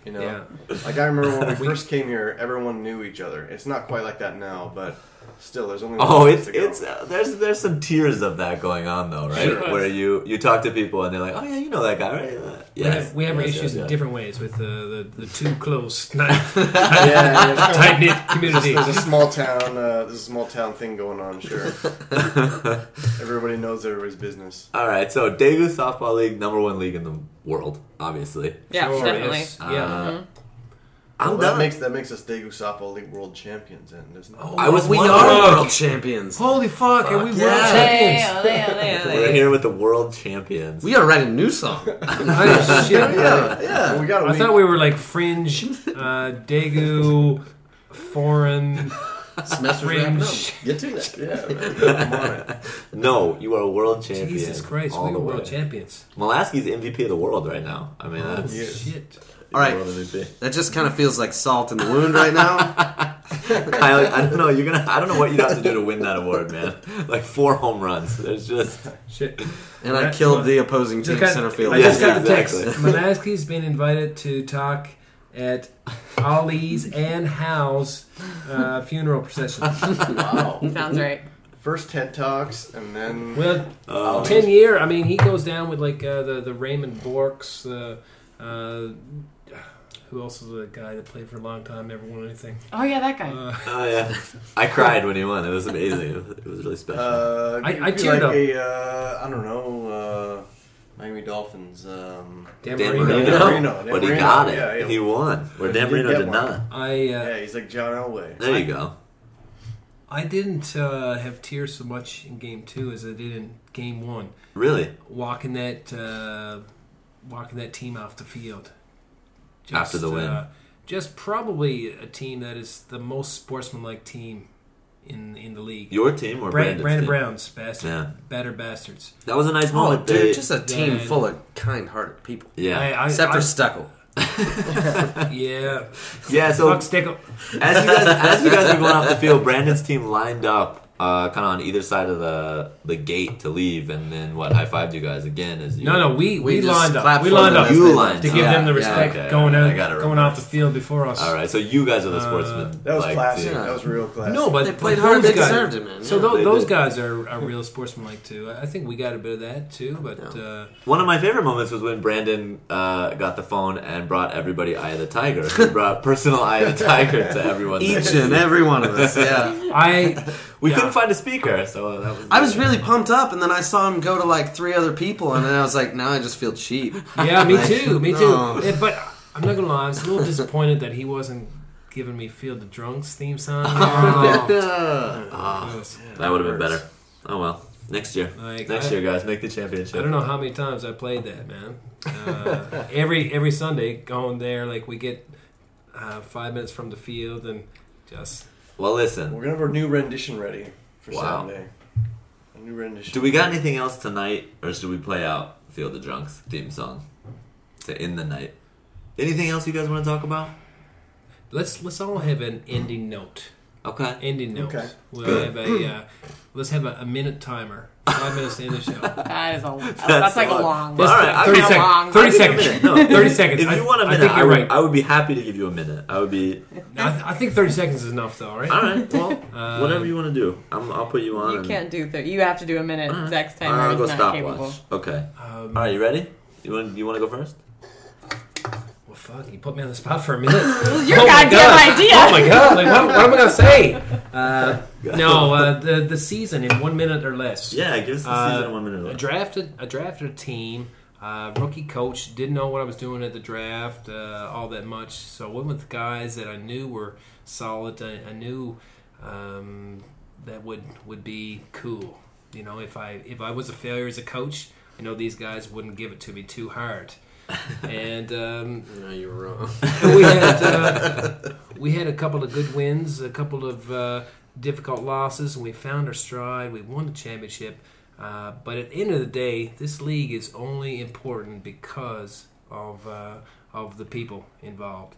Speaker 6: You know,
Speaker 4: Yeah.
Speaker 6: like I remember when we first came here, everyone knew each other. It's not quite like that now, but still, there's only one
Speaker 3: Oh, it's
Speaker 6: place to go.
Speaker 3: it's uh, there's there's some tiers of that going on though, right?
Speaker 4: Sure.
Speaker 3: Where you you talk to people and they're like, oh yeah, you know that guy, right? Uh,
Speaker 4: We
Speaker 3: yes,
Speaker 4: have, we have our
Speaker 3: yes,
Speaker 4: issues
Speaker 3: yes,
Speaker 4: in
Speaker 3: yes.
Speaker 4: different ways with uh, the the too close, tight
Speaker 6: yeah, yeah, it's kinda-
Speaker 4: knit community.
Speaker 6: There's a small town. Uh, there's a small town thing going on. Sure, everybody knows everybody's business.
Speaker 3: All right, so Daegu Softball League, number one league in the world, obviously.
Speaker 5: Yeah,
Speaker 4: Sure,
Speaker 5: definitely.
Speaker 4: yes.
Speaker 3: Uh,
Speaker 4: Yeah.
Speaker 3: I'm
Speaker 6: Well,
Speaker 3: done.
Speaker 6: that makes that makes us Daegu Softball League world champions, and doesn't
Speaker 4: Oh,
Speaker 6: it?
Speaker 3: I was
Speaker 1: we
Speaker 3: wondering-
Speaker 1: are world champions.
Speaker 4: Holy fuck, are we
Speaker 1: yeah.
Speaker 4: world
Speaker 5: Ole,
Speaker 4: champions?
Speaker 5: ole, ole, ole.
Speaker 3: We're here with the world champions.
Speaker 1: We are writing a new song.
Speaker 4: Nice shit.
Speaker 6: yeah. we got.
Speaker 4: I thought we were like fringe, uh, Daegu, foreign,
Speaker 1: Semester's wrapping up.
Speaker 4: fringe.
Speaker 1: Get to that.
Speaker 6: Yeah, man, come on it.
Speaker 3: no, you are world champions.
Speaker 4: Jesus Christ,
Speaker 3: all
Speaker 4: we
Speaker 3: the
Speaker 4: were
Speaker 3: way.
Speaker 4: world Oh, champions.
Speaker 3: Malaski's MVP of the world right now. I mean, that's
Speaker 6: yeah.
Speaker 4: Shit.
Speaker 1: All right.
Speaker 3: world MVP.
Speaker 1: That just kind of feels like salt in the wound right now.
Speaker 3: Kyle, I don't know. You're gonna. I don't know what you'd have to do to win that award, man. Like four home runs. There's just
Speaker 4: Shit.
Speaker 1: And I killed the opposing team
Speaker 4: Just got-
Speaker 1: center field.
Speaker 4: I just got the
Speaker 3: Yes,
Speaker 4: text.
Speaker 3: exactly.
Speaker 4: Malaski's been invited to talk at Ollie's and Hal's uh, funeral procession.
Speaker 3: Oh,
Speaker 6: Wow.
Speaker 5: Sounds right.
Speaker 6: First TED talks, and then
Speaker 4: Well,
Speaker 3: Oh,
Speaker 4: ten year. I mean, he goes down with like uh, the the Raymond Borks. Uh, uh, who else is a guy that played for a long time, never won anything?
Speaker 5: Oh yeah, that guy.
Speaker 4: Uh,
Speaker 3: Oh yeah. I cried when he won. It was amazing. It was, it was really special.
Speaker 6: uh,
Speaker 4: I-
Speaker 6: it'd
Speaker 4: I
Speaker 6: be
Speaker 4: teared
Speaker 6: like
Speaker 4: up.
Speaker 6: a uh, I don't know uh, Miami Dolphins. Um,
Speaker 4: Dan
Speaker 3: Dan
Speaker 4: Marino.
Speaker 3: Marino.
Speaker 6: Dan Marino.
Speaker 3: but he
Speaker 6: Dan
Speaker 3: got it.
Speaker 6: Marino, yeah, yeah.
Speaker 3: He won. Where Dan
Speaker 6: He did
Speaker 3: Marino
Speaker 6: get
Speaker 3: did
Speaker 6: one.
Speaker 3: not.
Speaker 4: I uh,
Speaker 6: yeah, he's like John Elway.
Speaker 3: There you go.
Speaker 4: I didn't uh, have tears so much in game two as I did in game one.
Speaker 3: Really?
Speaker 4: Walking that uh, walking that team off the field
Speaker 3: After the win.
Speaker 4: uh, just probably a team that is the most sportsmanlike team in in the league.
Speaker 3: Your team or Brandon's
Speaker 4: Brandon, Brandon
Speaker 3: team?
Speaker 4: Brown's bastard,
Speaker 3: Yeah.
Speaker 4: better bastards.
Speaker 3: That was a nice
Speaker 1: Oh,
Speaker 3: moment. They-
Speaker 1: dude, just a team
Speaker 4: Yeah.
Speaker 1: full of kind-hearted people.
Speaker 3: yeah.
Speaker 4: I, I,
Speaker 1: Except for
Speaker 4: I-
Speaker 1: Stuckle.
Speaker 4: yeah,
Speaker 3: yeah. So
Speaker 4: fuck Stickle.
Speaker 3: as you guys as you guys were going off the field, Brandon's team lined up uh, kind of on either side of the the gate to leave, and then what? High fived you guys again as you.
Speaker 4: No, no, we we,
Speaker 1: We just
Speaker 4: lined up.
Speaker 1: clapped
Speaker 4: We
Speaker 1: for
Speaker 4: lined
Speaker 1: them
Speaker 4: up
Speaker 1: as
Speaker 3: You
Speaker 1: they
Speaker 3: lined
Speaker 4: to
Speaker 3: up.
Speaker 4: give them the
Speaker 3: Yeah,
Speaker 4: respect
Speaker 3: okay,
Speaker 4: going
Speaker 3: alright,
Speaker 4: out,
Speaker 3: I got it
Speaker 4: going off the field before us.
Speaker 3: All right, so you guys
Speaker 4: Uh,
Speaker 3: are the sportsmen.
Speaker 6: That was
Speaker 3: like,
Speaker 6: classy.
Speaker 3: to-
Speaker 6: That was real classy.
Speaker 4: No, but
Speaker 1: They played
Speaker 4: but
Speaker 1: hard.
Speaker 4: those
Speaker 1: They
Speaker 4: guys-
Speaker 1: deserved it, man.
Speaker 4: So
Speaker 1: Yeah.
Speaker 4: tho-
Speaker 3: They
Speaker 4: those
Speaker 3: did.
Speaker 4: guys are, are real sportsmanlike too. I I think we got a bit of that too, but
Speaker 1: Yeah.
Speaker 4: uh,
Speaker 3: One of my favorite moments was when Brandon uh, got the phone and brought everybody Eye of the Tiger. He brought personal Eye of the Tiger to everyone. there.
Speaker 1: Each and every one of us. Yeah.
Speaker 4: I
Speaker 3: We
Speaker 4: Yeah.
Speaker 3: couldn't find a speaker, so that was.
Speaker 1: I was really pumped up, and then I saw him go to like three other people, and then I was like, now I just feel cheap.
Speaker 4: yeah, me
Speaker 1: Like,
Speaker 4: too, me
Speaker 1: no.
Speaker 4: too. Yeah, but I'm not gonna lie, I was a little disappointed that he wasn't giving me "Field the Drunks" theme song.
Speaker 1: Oh. Yeah.
Speaker 3: That would have been better. Oh well, next year,
Speaker 4: Like,
Speaker 3: next
Speaker 4: I-
Speaker 3: year, guys, make the championship.
Speaker 4: I don't know how many times I played that, man. Uh, every every Sunday, going there, like we get uh, five minutes from the field and just
Speaker 3: Well, listen,
Speaker 6: We're gonna have our new rendition ready for
Speaker 3: Wow.
Speaker 6: Saturday. A new rendition.
Speaker 3: do we got anything else tonight, or should we play out "Feel the Drunks" theme song to end the night? Anything else you guys want to talk about?
Speaker 4: let's let's all have an ending note.
Speaker 3: Okay.
Speaker 4: Ending note.
Speaker 6: Okay.
Speaker 4: We'll have a uh, let's have a, a minute timer. Five minutes to end the show.
Speaker 5: That is a that's,
Speaker 3: That's
Speaker 5: like a
Speaker 3: a lot.
Speaker 5: long.
Speaker 3: Well, all right, I
Speaker 4: thirty
Speaker 3: mean,
Speaker 4: seconds.
Speaker 5: long.
Speaker 4: Thirty
Speaker 3: I'll give you a minute.
Speaker 4: seconds.
Speaker 3: No.
Speaker 4: Thirty seconds.
Speaker 3: If
Speaker 4: I-
Speaker 3: you want a minute,
Speaker 4: I think
Speaker 3: I,
Speaker 4: you're
Speaker 3: would,
Speaker 4: right.
Speaker 3: I would be happy to give you a minute. I would be.
Speaker 4: No, I, th- I think thirty seconds is enough, though. Right?
Speaker 3: All right. Well,
Speaker 4: Uh,
Speaker 3: whatever you want to do, I'm, I'll put you on.
Speaker 5: You
Speaker 3: and-
Speaker 5: can't do that. You have to do a minute.
Speaker 3: All right.
Speaker 5: Zach's
Speaker 3: All right,
Speaker 5: timer
Speaker 3: I'll go
Speaker 5: is not capable.
Speaker 3: stopwatch. Okay.
Speaker 4: Um,
Speaker 3: All right. You ready? You want you want to go first?
Speaker 4: Well, fuck. You put me on the spot for a minute. oh
Speaker 5: Your
Speaker 4: my
Speaker 5: goddamn
Speaker 4: God.
Speaker 5: idea.
Speaker 4: Oh my god! Like, what, what am I gonna say? Uh, no, uh, the the season in one minute or less.
Speaker 3: Yeah. Give us the
Speaker 4: Uh,
Speaker 3: season one minute.
Speaker 4: I
Speaker 3: left.
Speaker 4: drafted. I drafted a team. Uh, rookie coach didn't know what I was doing at the draft, uh, all that much. So I went with guys that I knew were solid. I, I knew um, that would would be cool. You know, if I if I was a failure as a coach, I know these guys wouldn't give it to me too hard. and um,
Speaker 1: No, you were wrong.
Speaker 4: we had uh, we had a couple of good wins, a couple of uh, difficult losses, and we found our stride. We won the championship. Uh, but at the end of the day, this league is only important because of uh, of the people involved.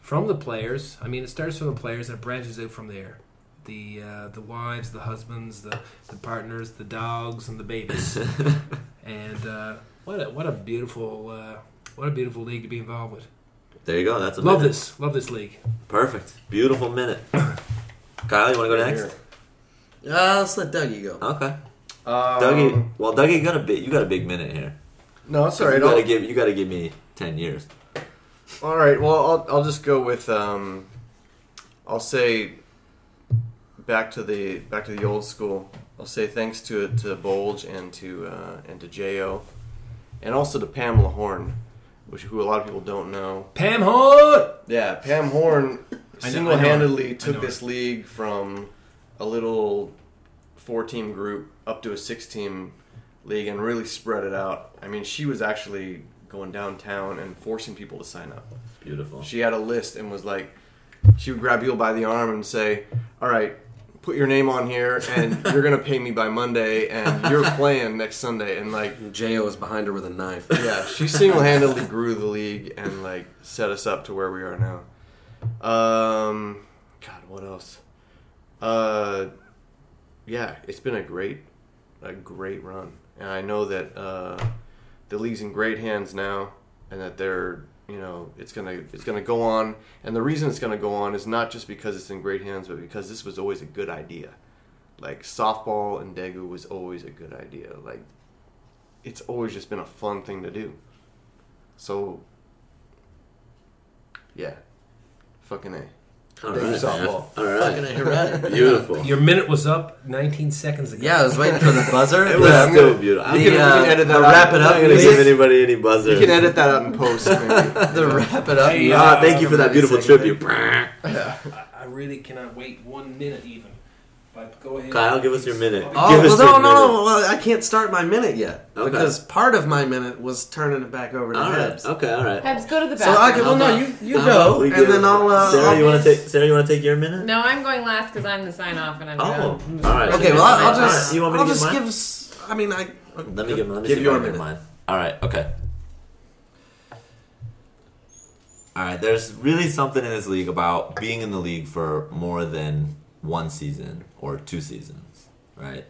Speaker 4: From the players, I mean, it starts from the players and it branches out from there. The uh, the wives, the husbands, the, the partners, the dogs, and the babies. and uh, what a, what a beautiful uh, what a beautiful league to be involved with.
Speaker 3: There you go. That's a
Speaker 4: Love
Speaker 3: minute.
Speaker 4: this. Love this league.
Speaker 3: Perfect. Beautiful minute. Kyle, you want to go
Speaker 6: Right
Speaker 3: next?
Speaker 1: Uh, let's let Dougie go.
Speaker 3: Okay.
Speaker 6: Um,
Speaker 3: Dougie. well, Dougie, you got a bit. You got a big minute here.
Speaker 6: No, it's all
Speaker 3: you
Speaker 6: right.
Speaker 3: gotta
Speaker 6: I'll,
Speaker 3: give. You gotta give me ten years.
Speaker 6: all right. Well, I'll, I'll just go with. Um, I'll say. Back to the back to the old school. I'll say thanks to to Bulge and to uh, and to Jo, and also to Pamela Horn, which who a lot of people don't know.
Speaker 4: Pam Hood.
Speaker 6: Yeah, Pam Horn
Speaker 4: I know- I know her.
Speaker 6: single handedly
Speaker 4: know
Speaker 6: took
Speaker 4: her.
Speaker 6: this league from a little four team group up to a six team league and really spread it out. I mean, she was actually going downtown and forcing people to sign up.
Speaker 3: Beautiful.
Speaker 6: She had a list and was like, she would grab you by the arm and say, All right, put your name on here and you're going to pay me by Monday and you're playing next Sunday. And like,
Speaker 1: Jo was behind her with a knife.
Speaker 6: yeah, she single handedly grew the league and like set us up to where we are now. Um, God, what else? Uh, yeah, it's been a great, a great run, and I know that uh, the league's in great hands now, and that they're you know it's gonna it's gonna go on, and the reason it's gonna go on is not just because it's in great hands, but because this was always a good idea. Like softball and Daegu was always a good idea. Like it's always just been a fun thing to do. So, yeah, fucking a.
Speaker 3: All
Speaker 6: Thank
Speaker 3: right.
Speaker 6: you,
Speaker 3: man.
Speaker 6: softball.
Speaker 3: All right.
Speaker 1: Fucking A, right?
Speaker 3: Beautiful.
Speaker 4: Your minute was up 19 seconds ago.
Speaker 1: Yeah, I was waiting for the buzzer.
Speaker 3: It was
Speaker 6: Yeah, I'm
Speaker 3: still
Speaker 6: gonna-
Speaker 3: beautiful. I'm
Speaker 1: The,
Speaker 3: not gonna,
Speaker 1: uh,
Speaker 6: can edit
Speaker 1: the
Speaker 6: that out.
Speaker 1: wrap
Speaker 6: I'm
Speaker 1: it up.
Speaker 3: I'm not gonna give
Speaker 1: music.
Speaker 3: anybody any buzzer.
Speaker 6: You can edit that out in post. Maybe.
Speaker 1: The wrap it up.
Speaker 4: Hey,
Speaker 1: music.
Speaker 3: Ah, thank you for that beautiful
Speaker 4: Seconds.
Speaker 3: tribute.
Speaker 4: I, I really cannot wait one minute even. But go ahead.
Speaker 3: Kyle, give us your minute.
Speaker 1: Oh,
Speaker 3: Give us
Speaker 1: well, no,
Speaker 3: your
Speaker 1: no,
Speaker 3: minute.
Speaker 1: no. Well, I can't start my minute yet
Speaker 3: Okay.
Speaker 1: because part of my minute was turning it back over to
Speaker 3: All right.
Speaker 1: Hebs.
Speaker 3: Okay. All right. Oh,
Speaker 5: Hebs, go to the
Speaker 1: So
Speaker 5: bathroom.
Speaker 1: I can. Well, no, you you go,
Speaker 3: We
Speaker 1: and
Speaker 3: give-
Speaker 1: then I'll. Uh,
Speaker 3: Sarah,
Speaker 1: I'll-
Speaker 3: you want to take? Sarah, you want to take your minute?
Speaker 5: No, I'm going last because I'm the sign off and I'm
Speaker 3: Oh.
Speaker 5: done.
Speaker 3: All right.
Speaker 1: okay, well, I'll, I'll
Speaker 3: All right,
Speaker 1: just.
Speaker 3: You want me
Speaker 1: I'll
Speaker 3: to
Speaker 1: just
Speaker 3: give?
Speaker 1: give.
Speaker 3: mine?
Speaker 1: s- I mean, I.
Speaker 3: Let me give. Let me
Speaker 1: Give
Speaker 3: see if
Speaker 1: your
Speaker 3: I can get
Speaker 1: minute.
Speaker 3: mine. All right. Okay. All right. There's really something in this league about being in the league for more than one season or two seasons, right?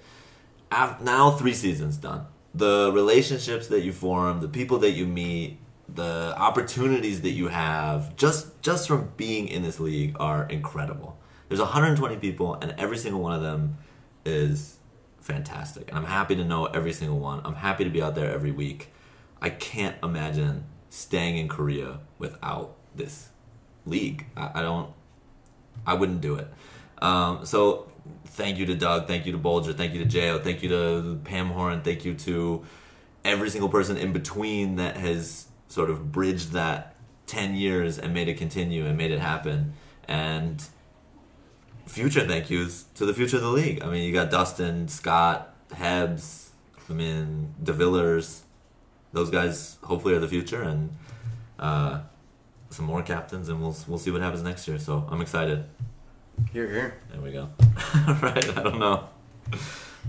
Speaker 3: Af- now three seasons done. The relationships that you form, the people that you meet, the opportunities that you have just just from being in this league are incredible. There's 120 people, and every single one of them is fantastic. And I'm happy to know every single one. I'm happy to be out there every week. I can't imagine staying in Korea without this league. I, I don't. I wouldn't do it. Um, so thank you to Doug, thank you to Bulger, thank you to Jayo, thank you to Pam Horn, thank you to every single person in between that has sort of bridged that 10 years and made it continue and made it happen. And future thank yous to the future of the league. I mean, you got Dustin, Scott, Hebs, I mean, DeVillers. Those guys hopefully are the future and uh, some more captains, and we'll, we'll see what happens next year. So I'm excited.
Speaker 6: Here, here.
Speaker 3: There we go. All right, I don't know.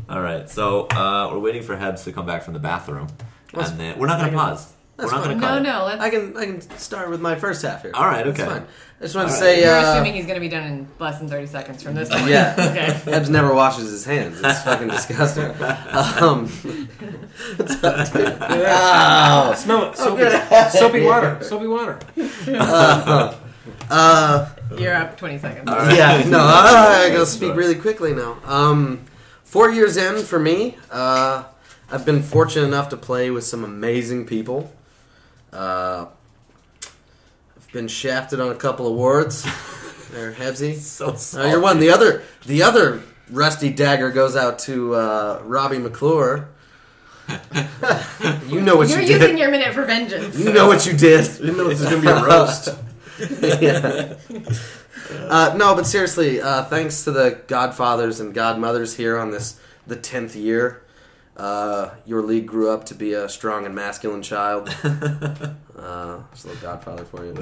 Speaker 3: All right, so uh, we're waiting for Hebs to come back from the bathroom,
Speaker 1: That's-
Speaker 3: and then we're not going to pause. We're
Speaker 1: that's
Speaker 3: not going to cut.
Speaker 1: fine.
Speaker 5: No,
Speaker 3: it.
Speaker 5: no, let's.
Speaker 1: I can I can start with my first half here.
Speaker 3: All right,
Speaker 1: It's
Speaker 3: okay.
Speaker 1: fine. I just want to
Speaker 3: All
Speaker 1: say,
Speaker 5: We're
Speaker 1: uh,
Speaker 5: assuming he's going to be done in less than 30 seconds from this point.
Speaker 1: yeah,
Speaker 5: Okay.
Speaker 1: Ebs never washes his hands. It's fucking disgusting. Um, what's up, dude? Wow.
Speaker 4: Smell it. Soapy,
Speaker 1: good.
Speaker 4: soapy water. Soapy water.
Speaker 1: Uh, uh,
Speaker 5: You're up 20 seconds.
Speaker 3: All right.
Speaker 1: Yeah, no, I gotta speak really quickly now. Um, four years in for me, uh, I've been fortunate enough to play with some amazing people. Uh, I've been shafted on a couple awards. There, Hebsy.
Speaker 3: So
Speaker 1: Uh, you're one. The other, the other rusty dagger goes out to uh, Robbie McClure. you know what
Speaker 5: You're
Speaker 1: you
Speaker 5: using
Speaker 1: did.
Speaker 5: your minute for vengeance.
Speaker 1: You know what you did.
Speaker 6: Didn't know this was gonna be a roast.
Speaker 1: Yeah. uh, no, but seriously, uh, thanks to the godfathers and godmothers here on this the tenth year. Uh, your league grew up to be a strong and masculine child. Uh, just a little godfather for you.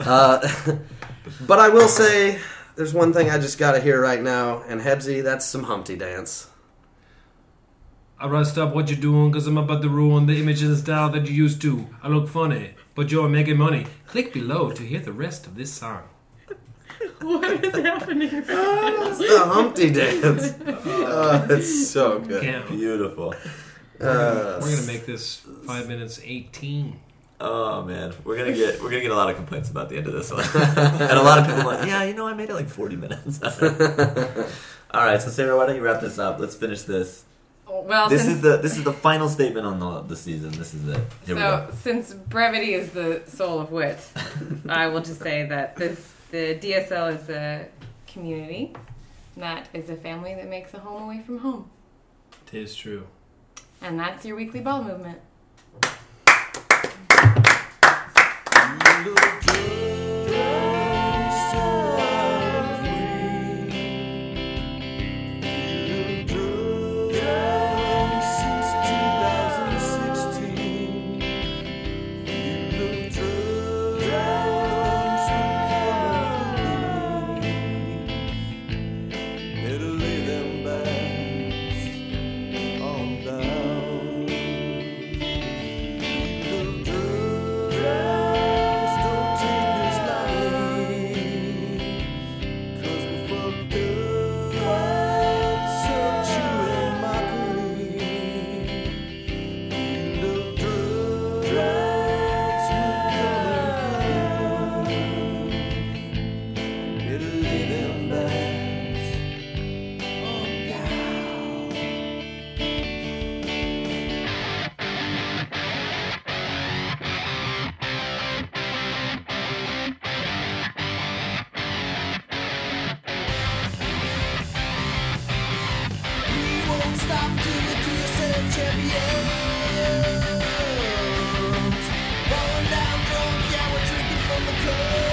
Speaker 1: Uh, but I will say, there's one thing I just got to hear right now, and Hebsy, that's some Humpty dance.
Speaker 4: I rust up what you're doing because I'm about to ruin the image and style that you used to. I look funny, but you're making money. Click below to hear the rest of this song.
Speaker 5: what is happening?
Speaker 1: It's the Humpty dance. Oh, it's so good.
Speaker 4: Cam,
Speaker 3: beautiful.
Speaker 1: Uh,
Speaker 4: we're gonna make this five minutes eighteen.
Speaker 3: Oh man, we're gonna get we're gonna get a lot of complaints about the end of this one, and a lot of people like, yeah, you know, I made it like forty minutes.
Speaker 1: Uh,
Speaker 3: All right, so Sarah, why don't you wrap this up? Let's finish this.
Speaker 5: Well,
Speaker 3: This
Speaker 5: since,
Speaker 3: is the this is the final statement on the, the season. This is it. Here we
Speaker 5: so
Speaker 3: go.
Speaker 5: since brevity is the soul of wit, I will just say that this the DSL is a community. and That is a family that makes a home away from home,
Speaker 4: Tis true.
Speaker 5: and that's your weekly ball movement.
Speaker 9: Falling down drunk, yeah, we're drinking from the cup.